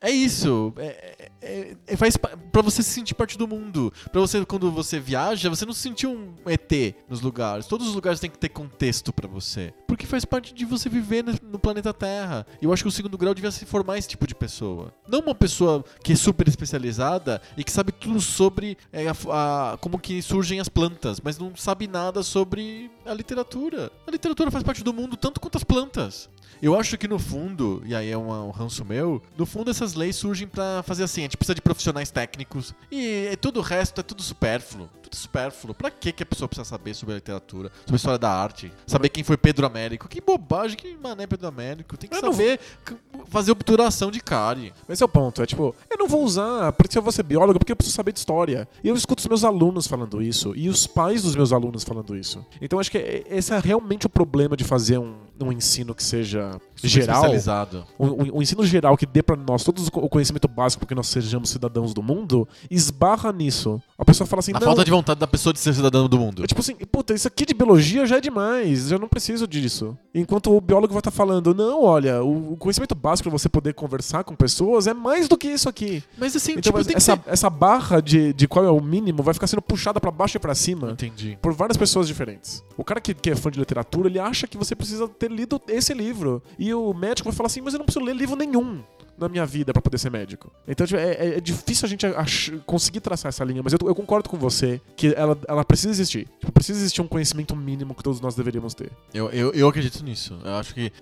É isso. É, é- é- faz pa- pra você se sentir parte do mundo. Pra você, quando você viaja, você não se sentir um ET nos lugares. Todos os lugares têm que ter contexto pra você. Porque faz parte de você viver no, no planeta Terra. E eu acho que o segundo grau devia se formar esse tipo de pessoa. Não uma pessoa que é super especializada e que sabe tudo sobre é, a f- a- como que surgem as plantas, mas não sabe nada sobre a literatura. A literatura faz parte do mundo tanto quanto as plantas. Eu acho que no fundo, e aí é uma- um ranço meu, no fundo essas leis surgem pra fazer assim, a gente precisa de profissionais técnicos e é todo o resto é tudo supérfluo. Tudo supérfluo. Pra que que a pessoa precisa saber sobre a literatura, sobre a história da arte, saber quem foi Pedro Américo? Que bobagem, que mané Pedro Américo. Tem que
Eu não
saber c- fazer obturação de cárie.
Esse é o ponto. É tipo, eu não vou usar, porque eu vou ser biólogo, é porque eu preciso saber de história. E eu escuto os meus alunos falando isso, e os pais dos meus alunos falando isso. Então acho que é- esse é realmente o problema de fazer um, um ensino que seja geral.
Especializado.
Um, um- um ensino geral que dê pra nós todo o conhecimento básico porque nós sejamos cidadãos do mundo, esbarra nisso. A pessoa fala assim,
Na
não,
falta de vontade da pessoa de ser cidadão do mundo.
é tipo assim, puta, isso aqui de biologia já é demais, eu não preciso disso. Enquanto o biólogo vai estar falando, não, olha, o o conhecimento básico pra você poder conversar com pessoas é mais do que isso aqui.
Mas assim,
Então
tipo,
mas
tem
essa,
que
essa barra de, de qual é o mínimo vai ficar sendo puxada pra baixo e pra
ser...
cima
Entendi.
por várias pessoas diferentes. O cara que, que é fã de literatura, ele acha que você precisa ter lido esse livro. E o médico vai falar assim, mas eu não preciso ler livro nenhum na minha vida pra poder ser médico. Então tipo, é, é- é difícil a gente ach- conseguir traçar essa linha, mas eu, tô- eu concordo com você que ela, ela precisa existir. Tipo, precisa existir um conhecimento mínimo que todos nós deveríamos ter.
Eu, eu, eu acredito nisso. Eu acho que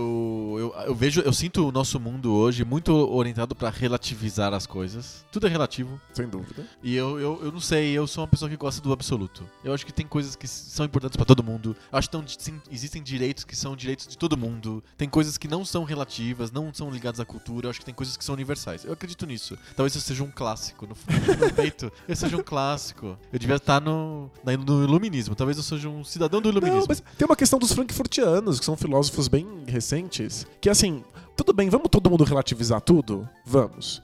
eu, eu, eu vejo, eu sinto o nosso mundo hoje muito orientado pra relativizar as coisas. Tudo é relativo.
Sem dúvida.
E eu, eu, eu não sei, eu sou uma pessoa que gosta do absoluto. Eu acho que tem coisas que s- são importantes pra todo mundo. Eu acho que tão di- sim, existem direitos que são direitos de todo mundo. Tem coisas que não são relativas, não são ligadas à cultura. Eu acho que tem coisas que são universais. Eu acredito nisso. Talvez eu seja um clássico. No fundo do meu peito, eu seja um clássico. Eu devia estar no, na- no iluminismo. Talvez eu seja um cidadão do iluminismo.
Não, mas tem uma questão dos frankfurtianos, que são filósofos bem recentes, que assim, tudo bem, vamos todo mundo relativizar tudo? Vamos.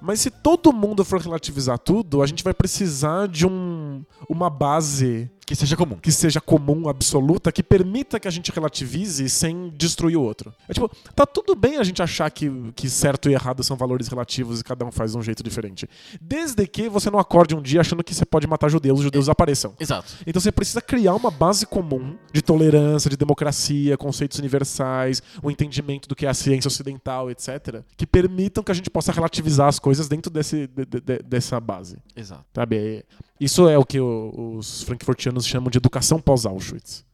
mas se todo mundo for relativizar tudo, a gente vai precisar de um, uma base
Que seja comum.
que seja comum, absoluta, que permita que a gente relativize sem destruir o outro. É tipo, tá tudo bem a gente achar que, que certo e errado são valores relativos e cada um faz de um jeito diferente. Desde que você não acorde um dia achando que você pode matar judeus, os judeus apareçam.
Exato.
Então você precisa criar uma base comum de tolerância, de democracia, conceitos universais, o entendimento do que é a ciência ocidental, etc., que permitam que a gente possa relativizar as coisas dentro desse, de- de- de- dessa base.
Exato.
Sabe? É- Isso é o que o- os frankfurtianos chamam de educação pós-Auschwitz.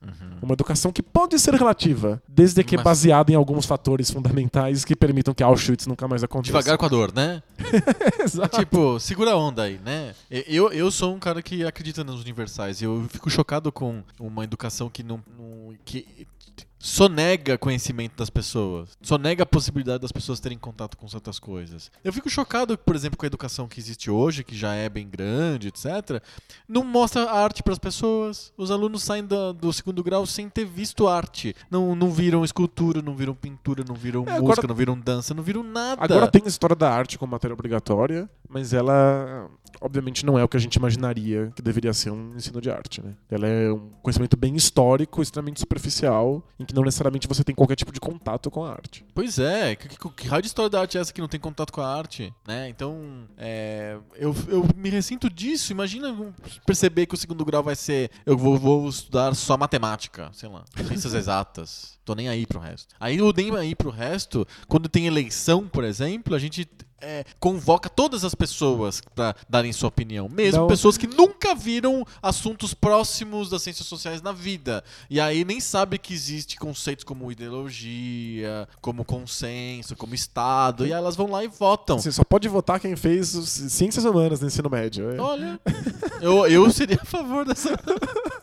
Uma educação que pode ser relativa, desde que
Uhum. Mas-
baseada em alguns fatores fundamentais que permitam que Auschwitz nunca mais aconteça.
Devagar com a dor, né?
Exato.
Tipo, segura a onda aí, né? Eu, eu sou um cara que acredita nos universais. Eu fico chocado com uma educação que não. não- que sonega conhecimento das pessoas, sonega a possibilidade das pessoas terem contato com certas coisas. Eu fico chocado, por exemplo, com a educação que existe hoje, que já é bem grande, etc. Não mostra arte para as pessoas. Os alunos saem da- do, segundo grau sem ter visto arte. Não, não viram escultura, não viram pintura, não viram
É, agora-
música, não viram dança, não viram nada.
Agora tem a história da arte como matéria obrigatória, mas ela obviamente não é o que a gente imaginaria que deveria ser um ensino de arte, né? Ela é um conhecimento bem histórico, extremamente superficial, em que não necessariamente você tem qualquer tipo de contato com a arte.
Pois é, que, que, que raio de história da arte é essa que não tem contato com a arte, né? Então, é, eu, eu me ressinto disso. Imagina perceber que o segundo grau vai ser eu vou, vou estudar só matemática, sei lá, ciências exatas. Tô nem aí pro resto. Aí eu nem aí pro resto, quando tem eleição, por exemplo, a gente é, convoca todas as pessoas pra darem sua opinião, mesmo
Não.
pessoas que nunca viram assuntos próximos das ciências sociais na vida. E aí nem sabe que existe conceitos como ideologia, como consenso, como Estado. E aí elas vão lá e votam.
Assim, só pode votar quem fez os ciências humanas no ensino médio. é.
Olha, eu, eu seria a favor dessa.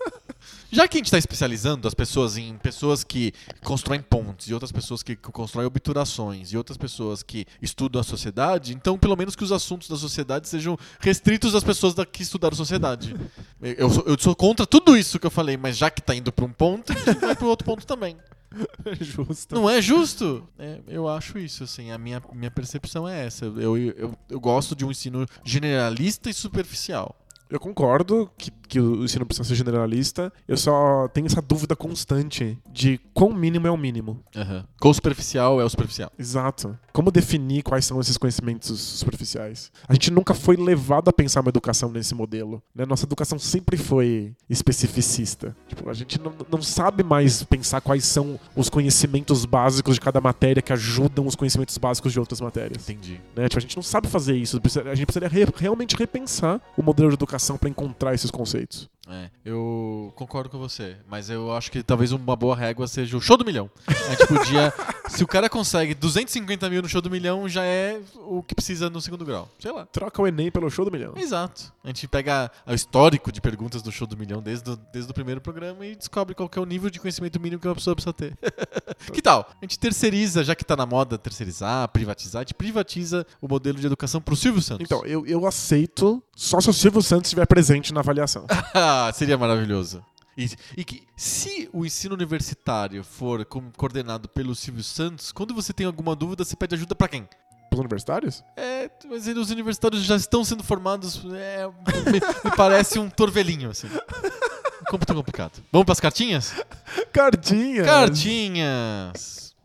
Já que a gente está especializando as pessoas em pessoas que constroem pontes, e outras pessoas que constroem obturações, e outras pessoas que estudam a sociedade, então pelo menos que os assuntos da sociedade sejam restritos às pessoas da, que estudaram sociedade. Eu sou, eu sou contra tudo isso que eu falei, mas já que tá indo para um ponto, a gente vai para outro ponto também.
Justo.
Não é justo? É, eu acho isso, assim. A minha, minha percepção é essa. Eu, eu, eu gosto de um ensino generalista e superficial.
Eu concordo que, que o ensino precisa ser generalista, eu só tenho essa dúvida constante de quão mínimo é o mínimo.
Com o superficial é o superficial.
Exato. Como definir quais são esses conhecimentos superficiais? A gente nunca foi levado a pensar uma educação nesse modelo. Né? Nossa educação sempre foi especificista. Tipo, a gente não, não sabe mais pensar quais são os conhecimentos básicos de cada matéria que ajudam os conhecimentos básicos de outras matérias.
Entendi.
né? Tipo, a gente não sabe fazer isso. Precisa- A gente precisaria re- realmente repensar o modelo de educação para encontrar esses conceitos.
É, eu concordo com você, mas eu acho que talvez uma boa régua seja o show do milhão. A gente podia. se o cara consegue 250 mil no show do milhão, já é o que precisa no segundo grau. Sei lá.
Troca o Enem pelo show do milhão.
Exato. A gente pega o histórico de perguntas do show do milhão desde o, desde o primeiro programa e descobre qual que é o nível de conhecimento mínimo que uma pessoa precisa ter. que tal? A gente terceiriza, já que tá na moda terceirizar, privatizar, a gente privatiza o modelo de educação pro Silvio Santos.
Então, eu, eu aceito só se o Silvio Santos estiver presente na avaliação.
Ah, seria maravilhoso. E, e que se o ensino universitário for com- coordenado pelo Silvio Santos, quando você tem alguma dúvida, você pede ajuda pra quem?
Para os universitários?
É, mas os universitários já estão sendo formados. é, me, me parece um torvelinho, assim. Como tão complicado. Vamos pras cartinhas?
Cartinhas.
Cartinhas!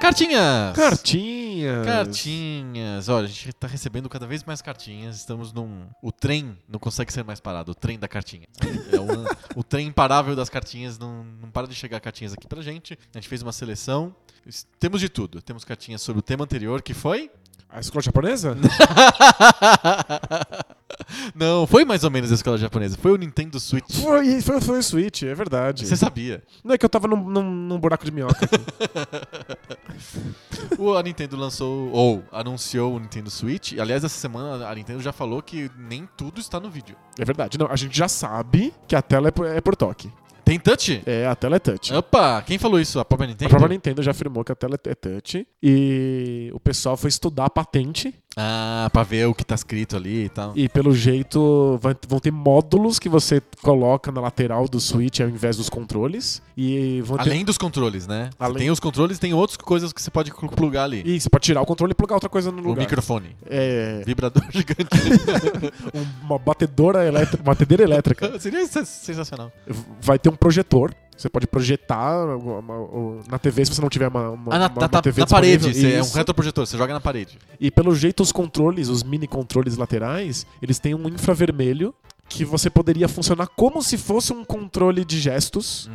Cartinhas!
Cartinhas.
Cartinhas. Olha, a gente tá recebendo cada vez mais cartinhas. Estamos num. O trem não consegue ser mais parado. O trem da cartinha. É o, o trem imparável das cartinhas. Não, não para de chegar cartinhas aqui pra gente. A gente fez uma seleção. Es- Temos de tudo. Temos cartinhas sobre o tema anterior, que foi.
A escola japonesa?
não, foi mais ou menos a escola japonesa. Foi o Nintendo Switch.
foi, foi, foi o Switch, é verdade.
Você sabia.
Não é que eu tava num, num, num buraco de minhoca. aqui.
O, a Nintendo lançou, ou anunciou o Nintendo Switch. Aliás, essa semana a Nintendo já falou que nem tudo está no vídeo.
é verdade. Não, a gente já sabe que a tela é por, é por toque.
Tem touch?
É, a tela é touch.
Opa, quem falou isso? A própria
A
Nintendo?
própria Nintendo já afirmou que a tela é touch. E o pessoal foi estudar a patente.
Ah, pra ver o que tá escrito ali e tal.
E pelo jeito vai- vão ter módulos que você coloca na lateral do Switch ao invés dos controles. E vão ter.
Além dos controles, né? Você
Além-
Tem os controles, tem outras coisas que você pode cl- plugar ali.
E você pode tirar o controle e plugar outra coisa no
O
lugar.
microfone.
É,
Vibrador gigante.
uma batedora elétrica, batedeira elétrica.
Seria sen- sensacional.
vai ter um projetor. Você pode projetar uma- uma- na TV se você não tiver uma, uma,
ah, na,
uma-
na-
uma TV
na parede,
disponível.
você é um
Isso.
retroprojetor, você joga na parede.
E pelo jeito os controles, os mini controles laterais, eles têm um infravermelho que você poderia funcionar como se fosse um controle de gestos,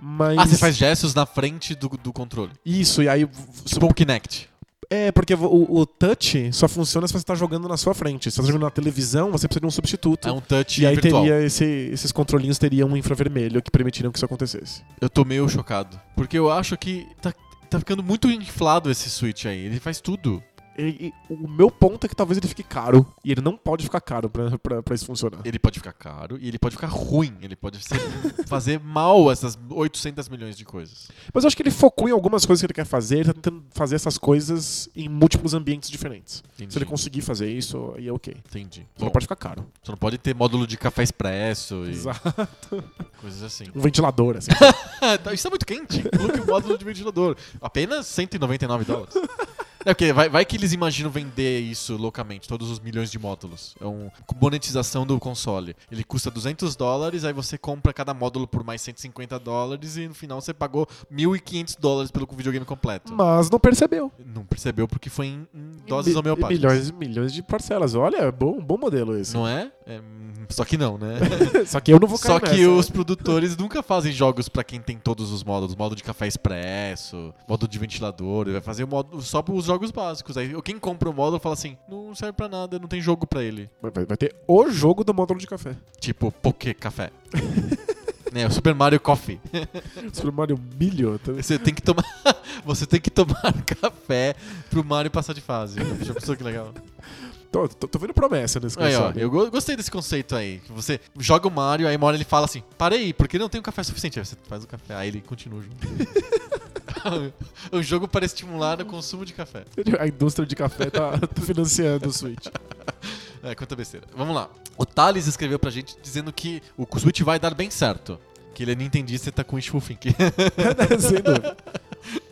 mas
Ah, você faz gestos na frente do, do controle.
É isso e aí
Tipo um Kinect.
é porque o, o touch só funciona se você está jogando na sua frente. Se você está jogando na televisão, você precisa de um substituto.
É um touch
e aí
virtual.
teria esse- esses controlinhos teriam um infravermelho que permitiriam que isso acontecesse.
Eu tô meio chocado. Porque eu acho que tá, tá ficando muito inflado esse Switch aí. Ele faz tudo.
E- e o meu ponto é que talvez ele fique caro. E ele não pode ficar caro pra, pra, pra isso funcionar.
Ele pode ficar caro e ele pode ficar ruim. Ele pode ser- fazer mal essas 800 milhões de coisas.
Mas eu acho que ele focou em algumas coisas que ele quer fazer. Ele tá tentando fazer essas coisas em múltiplos ambientes diferentes.
Entendi.
Se ele conseguir fazer isso, aí é ok.
Entendi.
Só não
Bom,
pode ficar caro.
Você não pode ter módulo de café expresso e
Exato.
coisas assim.
Um ventilador, assim.
Tá, Isso é muito quente. Coloque o módulo de ventilador. Apenas 199 dólares. É porque vai, vai que eles imaginam vender isso loucamente, todos os milhões de módulos. É uma monetização do console. Ele custa 200 dólares, aí você compra cada módulo por mais 150 dólares e no final você pagou 1.500 dólares pelo videogame completo.
mas não percebeu.
Não percebeu porque foi em, em doses
Mi-
homeopáticas.
Milhões e milhões de parcelas. Olha, é bom, bom modelo esse.
Não é? É, hum, Só que não, né?
Só que eu não vou cair
Só que
nessa. né?
os produtores nunca fazem jogos pra quem tem todos os módulos. Modo de café expresso, modo de ventilador. Ele vai fazer o modo só os jogos básicos. Aí quem compra o módulo fala assim: não serve pra nada, não tem jogo pra ele.
Vai- Vai, vai ter o jogo do módulo de café.
Tipo, Poké Café. né, o Super Mario Coffee. Uhum.
Super Mario Milho. tá-
Você tem que tomar, você tem que tomar café pro Mario passar de fase. Já pensou que legal?
Tô, tô, tô vendo promessa nesse
Aí, ó,
console.
eu go- gostei desse conceito aí. que Você joga o Mario, aí uma hora ele fala assim: parei, porque não tenho café suficiente. Aí você faz o café, aí ele continua junto. É um jogo para estimular o consumo de café.
A indústria de café tá, tá financiando o Switch.
É, quanta besteira. Vamos lá. O Thales escreveu pra gente dizendo que o Switch vai dar bem certo. Que ele é nintendista e tá com wishful thinking.
Sem dúvida.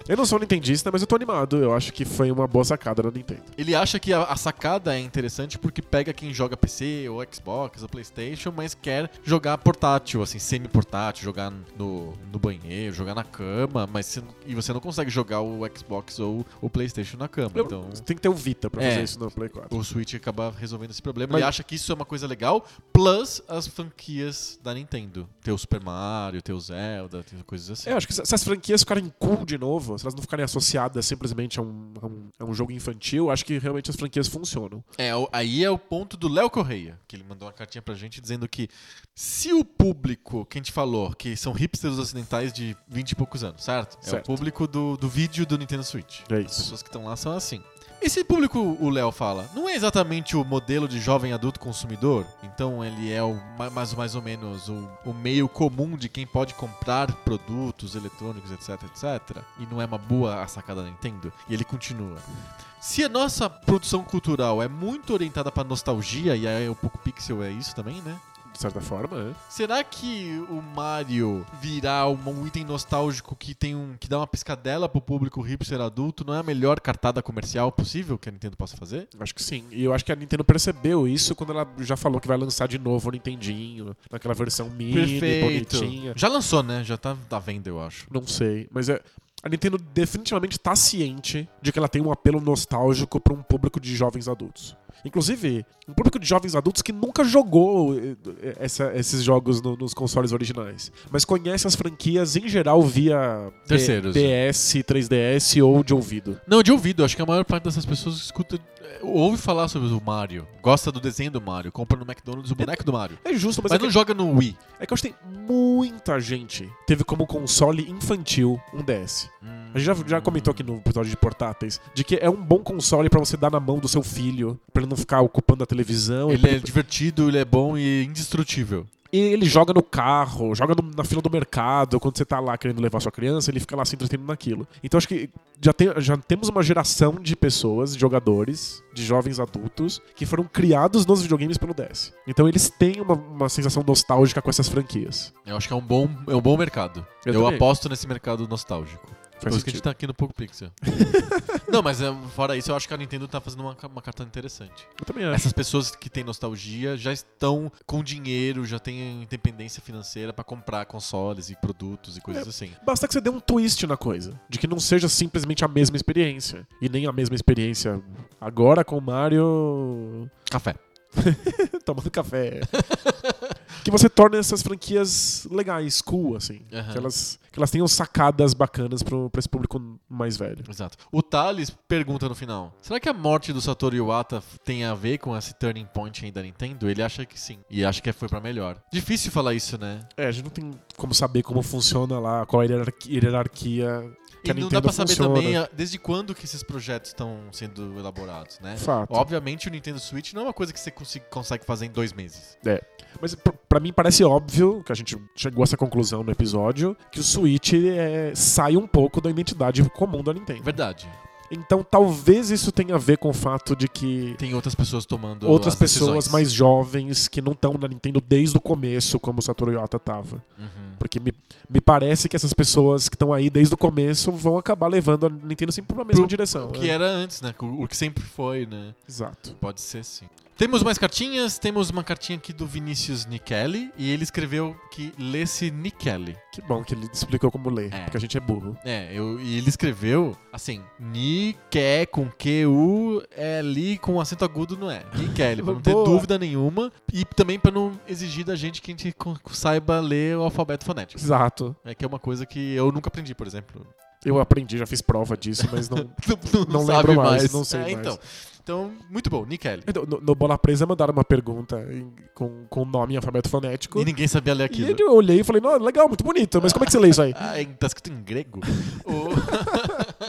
Eu não sou nintendista, mas eu tô animado. Eu acho que foi uma boa sacada da Nintendo.
Ele acha que a, a sacada é interessante porque pega quem joga PC, ou Xbox, ou Playstation, mas quer jogar portátil, assim, semi-portátil, jogar no, no banheiro, jogar na cama, mas você não- e você não consegue jogar o Xbox ou o Playstation na cama, então...
Você tem que ter o Vita pra
É.
fazer isso no Play 4.
O Switch acaba resolvendo esse problema.
Mas-
Ele acha que isso é uma coisa legal, plus as franquias da Nintendo. Ter o Super Mario, ter o Zelda, ter coisas assim.
É, eu acho que se se as franquias ficarem cool de novo, se elas não ficarem associadas simplesmente a um, a um, a um jogo infantil, eu acho que realmente as franquias funcionam.
É, o- aí é o ponto do Léo Correia, que ele mandou uma cartinha pra gente dizendo que se o público, que a gente falou, que são hipsters ocidentais de 20 e poucos anos, certo? É o
Certo.
público do, do vídeo do Nintendo Switch.
É
As
isso.
pessoas que estão lá são assim. Esse público, o Léo fala, não é exatamente o modelo de jovem adulto consumidor? Então ele é o, ma- mais, mais ou menos o, o meio comum de quem pode comprar produtos eletrônicos, etc, etc. E não é uma boa a sacada da Nintendo? E ele continua. Se a nossa produção cultural é muito orientada pra nostalgia, e aí o Poco Pixel é isso também, né?
De certa forma, é.
Será que o Mario virar um- um item nostálgico que tem um que dá uma piscadela pro público hipster adulto não é a melhor cartada comercial possível que a Nintendo possa fazer?
Acho que sim. E eu acho que a Nintendo percebeu isso quando ela já falou que vai lançar de novo o Nintendinho, naquela versão mini, bonitinha.
Já lançou, né? Já tá à venda, eu acho.
Não sei, mas é- a Nintendo definitivamente tá ciente de que ela tem um apelo nostálgico pra um público de jovens adultos. Inclusive, um público de jovens adultos que nunca jogou eh, essa- esses jogos no- nos consoles originais, mas conhece as franquias em geral via D-
Terceiros.
DS, 3DS ou de ouvido.
Não, de ouvido, acho que a maior parte dessas pessoas escuta é, ouve falar sobre o Mario, gosta do desenho do Mario, compra no McDonald's o boneco do Mario.
É justo, mas,
Mas,
é,
não
que,
joga no Wii.
é que eu acho que tem muita gente teve como console infantil um DS. A gente já, já comentou aqui no episódio de portáteis de que é um bom console pra você dar na mão do seu filho, pra ele não ficar ocupando a televisão. e
Ele
pra-
é divertido, ele é bom e indestrutível.
e ele joga no carro, joga no- na fila do mercado, quando você tá lá querendo levar sua criança, ele fica lá se entretendo naquilo. Então acho que já, tem- já temos uma geração de pessoas, de jogadores, de jovens adultos, que foram criados nos videogames pelo DS. Então eles têm uma, uma sensação nostálgica com essas franquias.
Eu acho que é um bom, é um bom mercado.
Eu
eu
também.
aposto nesse mercado nostálgico. Por
Faz
isso que a gente
sentido.
tá aqui no Poco Pixel. Não, mas é, fora isso, eu acho que a Nintendo tá fazendo uma, ca- uma carta interessante.
Eu também acho.
Essas pessoas que têm nostalgia já estão com dinheiro, já têm independência financeira pra comprar consoles e produtos e
É.
coisas assim.
Basta que você dê um twist na coisa. De que não seja simplesmente a mesma experiência. E nem a mesma experiência agora com o Mario
Café.
tomando café. que você torne essas franquias legais, cool, assim.
Aham.
Que, elas, que elas tenham sacadas bacanas pro, pra esse público mais velho.
Exato. O Thales pergunta no final: será que a morte do Satoru Iwata tem a ver com esse turning point aí da Nintendo? Ele acha que sim. E acha que foi pra melhor. Difícil falar isso, né?
É, a gente não tem como saber como funciona lá, qual é a hierarqui- hierarquia
e
que a
não
Nintendo
dá pra saber
funciona.
também ah, desde quando que esses projetos estão sendo elaborados, né?
Fato.
Obviamente o Nintendo Switch não é uma coisa que você consi- consegue fazer em dois meses.
Mas pr- pra mim parece óbvio, que a gente chegou a essa conclusão no episódio, que o Switch é, sai um pouco da identidade comum da
É
Nintendo.
verdade.
Então talvez isso tenha a ver com o fato de que
Tem outras pessoas tomando
outras
as
pessoas
decisões.
mais jovens que não estão na Nintendo desde o começo, como o Satoru Iwata tava.
Uhum.
Porque me, me parece que essas pessoas que estão aí desde o começo vão acabar levando a Nintendo sempre pra mesma
Pro-
direção.
O
né?
que era antes, né? O o que sempre foi, né?
Exato.
Pode ser sim. Temos mais cartinhas, temos uma cartinha aqui do Vinícius Nichelli e ele escreveu que lesse Nichelli.
Que bom que ele explicou como ler,
É.
porque a gente é burro.
É, eu, e ele escreveu assim, Nique com Q-U-L com acento agudo não é. Nichelli, pra não ter
Boa.
dúvida nenhuma e também pra não exigir da gente que a gente co- saiba ler o alfabeto fonético.
Exato.
É que é uma coisa que eu nunca aprendi, por exemplo.
Eu aprendi, já fiz prova disso, mas não.
Não,
Não
sabe
lembro mais,
mais.
não sei mais.
Então, então, muito bom, Nichelli.
Então, No, no Bola Presa mandaram uma pergunta em- com, com nome em alfabeto fonético.
E ninguém né? sabia ler
E
aquilo.
eu olhei e falei, não, legal, muito bonito, mas como é que você lê isso aí?
Ah, em- tá escrito em grego? O-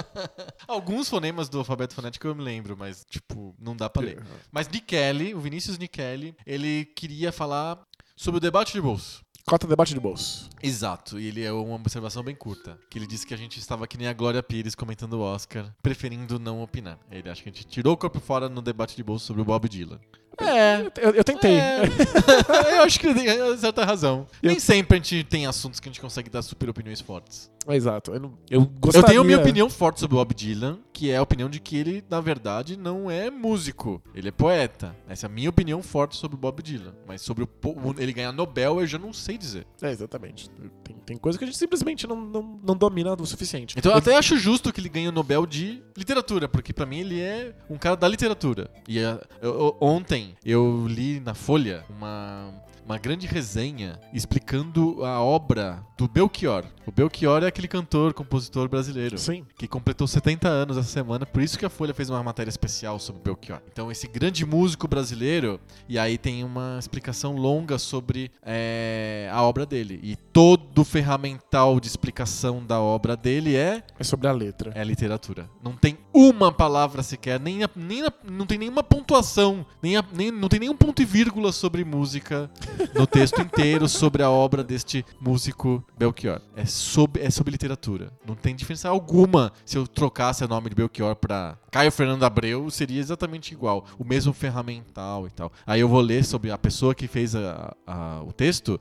Alguns fonemas do alfabeto fonético eu me lembro, mas, tipo, não dá pra
É.
ler. Mas Nickelli, o Vinícius Nickelli, ele queria falar sobre o debate de bolso.
Cota debate de bolso.
Exato, e ele é uma observação bem curta. Que ele disse que a gente estava que nem a Glória Pires comentando o Oscar, preferindo não opinar. Ele acha que a gente tirou o corpo fora no debate de bolso sobre o Bob Dylan.
É, eu, eu tentei.
É, eu acho que ele tem certa razão.
Eu-
Nem sempre a gente tem assuntos que a gente consegue dar super opiniões fortes.
Exato. Eu, não- eu
Eu
gostaria.
tenho minha opinião forte sobre o Bob Dylan, que é a opinião de que ele, na verdade, não é músico. Ele é poeta. Essa é a minha opinião forte sobre o Bob Dylan. Mas sobre o po- o- ele ganhar Nobel, eu já não sei dizer.
É, exatamente. Tem, tem coisa que a gente simplesmente não, não, não domina o suficiente.
Então eu
Eu-
até acho justo que ele ganhe o Nobel de literatura, porque pra mim ele é um cara da literatura. E é, eu- eu- ontem eu li na Folha uma, uma grande resenha explicando a obra do Belchior. O Belchior é aquele cantor, compositor brasileiro.
Sim.
que completou 70 anos essa semana, por isso que a Folha fez uma matéria especial sobre Belchior. Então, esse grande músico brasileiro, e aí tem uma explicação longa sobre eh, a obra dele. E todo o ferramental de explicação da obra dele é,
É sobre a letra.
é a literatura. Não tem uma palavra sequer, nem, a- nem a- não tem nenhuma pontuação, nem, a- nem- não tem nenhum ponto e vírgula sobre música no texto inteiro sobre a obra deste músico Belchior. É sobre, é sobre literatura. Não tem diferença alguma se eu trocasse o nome de Belchior pra Caio Fernando Abreu, seria exatamente igual. O mesmo ferramental e tal. Aí eu vou ler sobre a pessoa que fez a- a- o texto.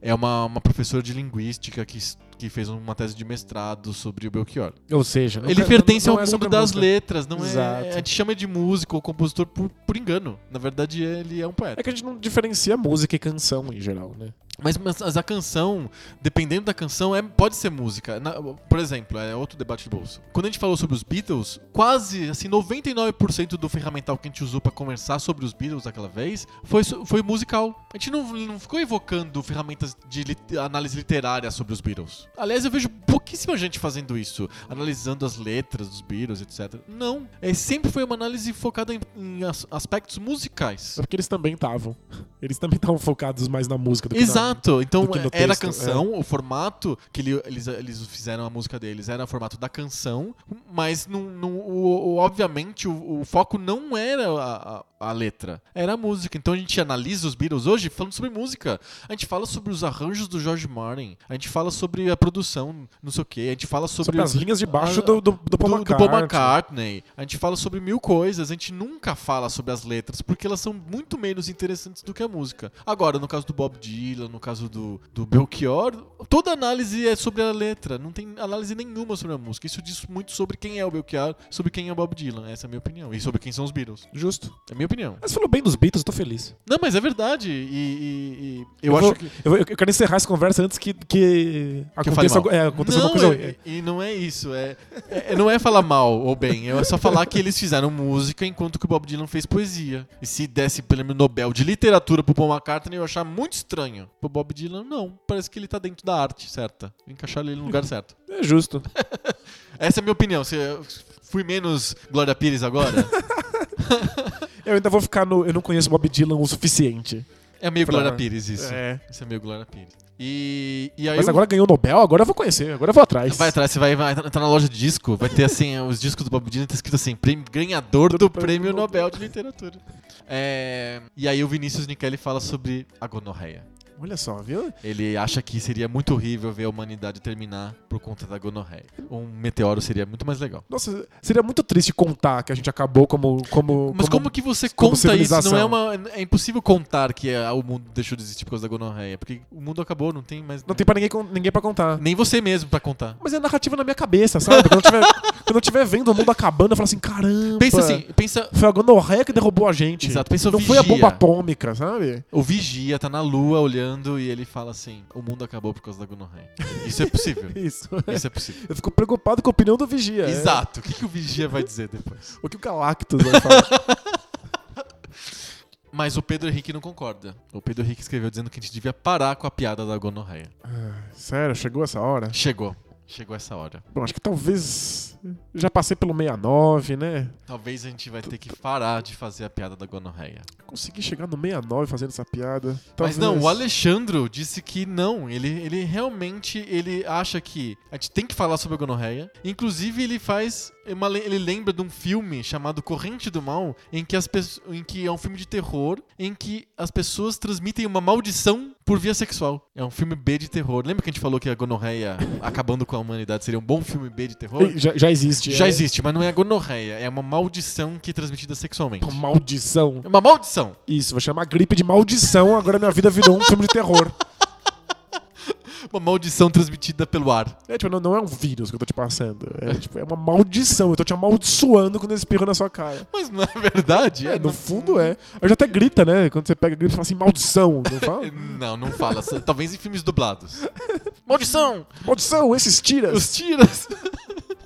É uma, uma professora de linguística que, es- que fez uma tese de mestrado sobre o Belchior.
Ou seja, não
Ele
quer-
pertence
não-
ao
não é sobre
mundo
a
das
música.
letras, não
Exato.
é. A gente chama de músico ou compositor por, por engano. Na verdade, ele é um poeta.
É que a gente não diferencia música e canção em geral, né?
Mas, mas a canção, dependendo da canção, é, pode ser música. Na- por exemplo, é outro debate de bolso. Quando a gente falou sobre os Beatles, quase assim 99% do ferramental que a gente usou pra conversar sobre os Beatles aquela vez foi, so- foi musical. A gente não, não ficou evocando ferramentas de lit- análise literária sobre os Beatles. Aliás, eu vejo pouquíssima gente fazendo isso, analisando as letras dos Beatles, etc. Não. É, sempre foi uma análise focada em, em as- aspectos musicais.
Só É porque eles também estavam. Eles também estavam focados mais na música do que
Exato.
na-
Então
do que no
era a
texto, é.
canção, o formato que ele- eles, eles fizeram a música deles era o formato da canção, mas não, não- o- o- obviamente o, o foco não era a, a- a letra, era a música. Então a gente analisa os Beatles hoje falando sobre música. A gente fala sobre os arranjos do George Martin, a gente fala sobre a produção, não sei o quê, a gente fala sobre,
sobre as linhas de baixo
Ah,
do, do, do Paul
do, do Paul
McCartney.
McCartney. A gente fala sobre mil coisas, a gente nunca fala sobre as letras, porque elas são muito menos interessantes do que a música. Agora, no caso do Bob Dylan, no caso do, do Belchior, toda análise é sobre a letra, não tem análise nenhuma sobre a música. Isso diz muito sobre quem é o Belchior, sobre quem é o Bob Dylan, essa é a minha opinião. E sobre quem são os Beatles,
Justo.
é a minha opinião.
Mas você falou bem dos Beatles, tô feliz.
Não, mas é verdade, e, e- e eu,
vou-
acho que...
Eu, eu quero encerrar essa conversa antes que,
que
que
eu fale
aconteça,
mal.
algu- é, aconteça
não,
alguma coisa.
é- E não é isso. É, é- não é falar mal ou bem. É só falar que eles fizeram música enquanto que o Bob Dylan fez poesia. E se desse prêmio Nobel de literatura pro Paul McCartney, eu ia achar muito estranho. Pro Bob Dylan, não. Parece que ele tá dentro da arte certa. Encaixar ele no lugar certo.
É justo.
Essa é a minha opinião. Se eu fui menos Glória Pires agora,
Eu ainda vou ficar no. Eu não conheço Bob Dylan o suficiente.
é meio
Pra-
Glória Pires isso.
É.
Isso é meio Glória Pires. E, e aí
Mas
o-
agora ganhou o Nobel, agora eu vou conhecer, agora eu vou atrás.
Vai atrás, você vai, vai entrar na loja de disco, vai ter assim, os discos do Bob Dylan tá escrito assim, prêmio- ganhador do, prêmio Nobel de Literatura. É, e aí o Vinícius Nickelli fala sobre a gonorreia.
Olha só, viu?
Ele acha que seria muito horrível ver a humanidade terminar por conta da gonorreia. Um meteoro seria muito mais legal.
Nossa, seria muito triste contar que a gente acabou como. como
Mas como, que você
como
conta isso? Não é
civilização.
uma é impossível contar que ah, o mundo deixou de existir por causa da gonorreia, porque o mundo acabou, não tem mais
Não tem pra ninguém, con- ninguém pra contar.
nem você mesmo pra contar.
Mas é narrativa na minha cabeça, sabe? Quando eu tiver, quando eu tiver vendo o mundo acabando, eu falo assim: caramba.
Pensa assim, pensa
Foi a gonorreia que derrubou a gente.
Exato, pensa o
Não foi a
vigia.
bomba atômica, sabe?
O vigia tá na lua olhando e ele fala assim: o mundo acabou por causa da gonorreia. Isso é possível.
Isso.
Isso é possível.
Eu fico preocupado com a opinião do vigia. é.
Exato. O que, que o vigia vai dizer depois?
O que o Galactus vai falar?
Mas o Pedro Henrique não concorda. O Pedro Henrique escreveu dizendo que a gente devia parar com a piada da gonorreia.
Ah, Sério, chegou essa hora?
Chegou. Chegou essa hora.
Bom, acho que talvez. Já passei pelo 69, né?
Talvez a gente vai ter que parar de fazer a piada da gonorreia.
Consegui chegar no 69 fazendo essa piada.
Mas
Talvez-
não, o Alexandro disse que não. Ele, ele realmente ele acha que a gente tem que falar sobre a gonorreia. Inclusive, ele faz. uma le- ele lembra de um filme chamado Corrente do Mal, em que, as pesso- em que é um filme de terror, em que as pessoas transmitem uma maldição por via sexual. É um filme B de terror. Lembra que a gente falou que a gonorreia acabando com a humanidade seria um bom filme B de terror?
Ei, Já, já existe.
Já
é.
existe, mas não é a gonorreia. É uma maldição que é transmitida sexualmente.
Pô, Maldição.
É uma maldição!
Isso, vou chamar gripe de maldição. Agora minha vida virou um filme de terror.
Uma maldição transmitida pelo ar.
É, tipo, não, não é um vírus que eu tô te passando. É, tipo, é uma maldição. Eu tô te amaldiçoando quando eu espirro na sua cara.
Mas não é verdade?
É, no fundo é. Eu já até grita, né? Quando você pega gripe, você fala assim, maldição. Não fala?
é, Não, não fala. Só- Talvez em filmes dublados. Maldição!
maldição, esses tiras.
Os tiras!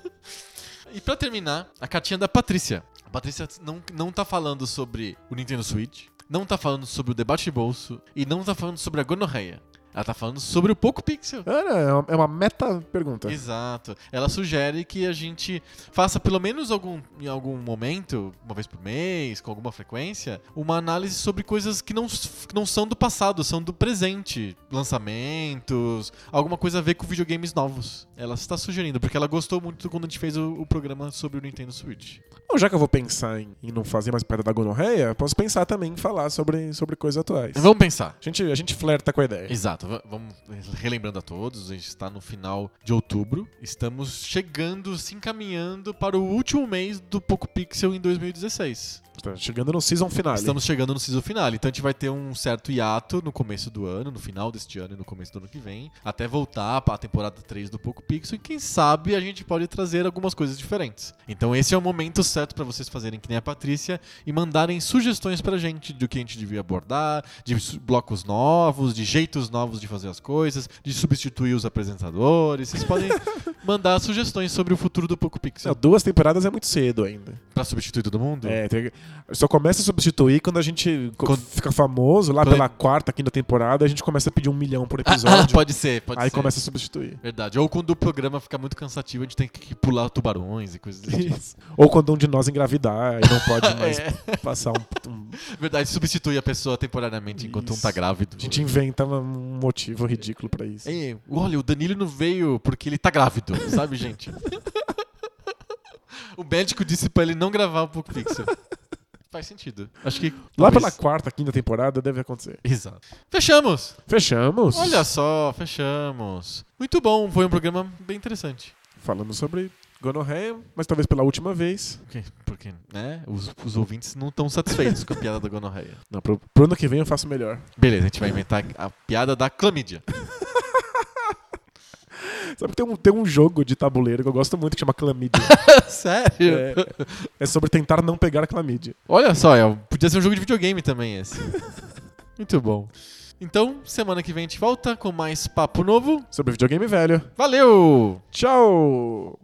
e pra terminar, a cartinha da Patrícia. A Patrícia não, não tá falando sobre o Nintendo Switch, não tá falando sobre o debate de bolso e não tá falando sobre a gonorreia. Ela tá falando sobre o pouco pixel.
Ah, não, é uma- é uma meta pergunta.
Exato. Ela sugere que a gente faça pelo menos algum, em algum momento, uma vez por mês, com alguma frequência, uma análise sobre coisas que não, s- que não são do passado, são do presente. Lançamentos, alguma coisa a ver com videogames novos. Ela está sugerindo, porque ela gostou muito quando a gente fez o, o programa sobre o Nintendo Switch.
Bom, já que eu vou pensar em, em não fazer mais piada da gonorreia, posso pensar também em falar sobre, sobre coisas atuais.
Vamos pensar.
A gente, a gente flerta com a ideia.
Exato, Va- vamos relembrando a todos, a gente está no final de outubro, estamos chegando, se encaminhando para o último mês do Poco Pixel em 2016.
Tá chegando no season finale.
Estamos chegando no season final, então a gente vai ter um certo hiato no começo do ano, no final deste ano e no começo do ano que vem, até voltar para a temporada 3 do Poco Pixel e quem sabe a gente pode trazer algumas coisas diferentes. Então esse é o momento certo para vocês fazerem que nem a Patrícia e mandarem sugestões pra gente do que a gente devia abordar, de su- blocos novos, de jeitos novos de fazer as coisas, de substituir os apresentadores. Vocês podem mandar sugestões sobre o futuro do Poco
Não,
Pixel
duas temporadas é muito cedo ainda.
para substituir todo mundo.
É, tem- só começa a substituir quando a gente co-
Quando-
fica famoso, lá
Quando-
pela quarta, quinta temporada, a gente começa a pedir um milhão por
Ah,
episódio.
pode ser, pode
aí
ser.
começa a substituir.
Verdade. Ou quando o programa fica muito cansativo, a gente tem que pular tubarões e coisas assim.
Ou quando um de nós engravidar e não pode mais
É,
passar um, um-
verdade, substitui a pessoa temporariamente enquanto um
Isso.
tá grávido.
A gente inventa um motivo ridículo pra isso.
É, olha, o Danilo não veio porque ele tá grávido, sabe, gente? o médico disse pra ele não gravar o Poco Pixel. Faz sentido. Acho que.
Lá
talvez-
pela quarta, quinta temporada deve acontecer.
Exato. Fechamos!
Fechamos.
Olha só, fechamos. Muito bom, foi um programa bem interessante.
Falamos sobre gonorreia, mas talvez pela última vez.
Porque, porque né, os, os ouvintes não estão satisfeitos com a piada da gonorreia.
Não, pro, pro ano que vem eu faço melhor.
Beleza, a gente vai inventar a piada da clamídia.
Sabe que tem um, tem um jogo de tabuleiro que eu gosto muito que chama Clamídia.
Sério?
é, é sobre tentar não pegar clamídia.
Olha só, é, podia ser um jogo de videogame também esse. Muito bom. Então, semana que vem a gente volta com mais papo novo.
Sobre videogame velho.
Valeu!
Tchau!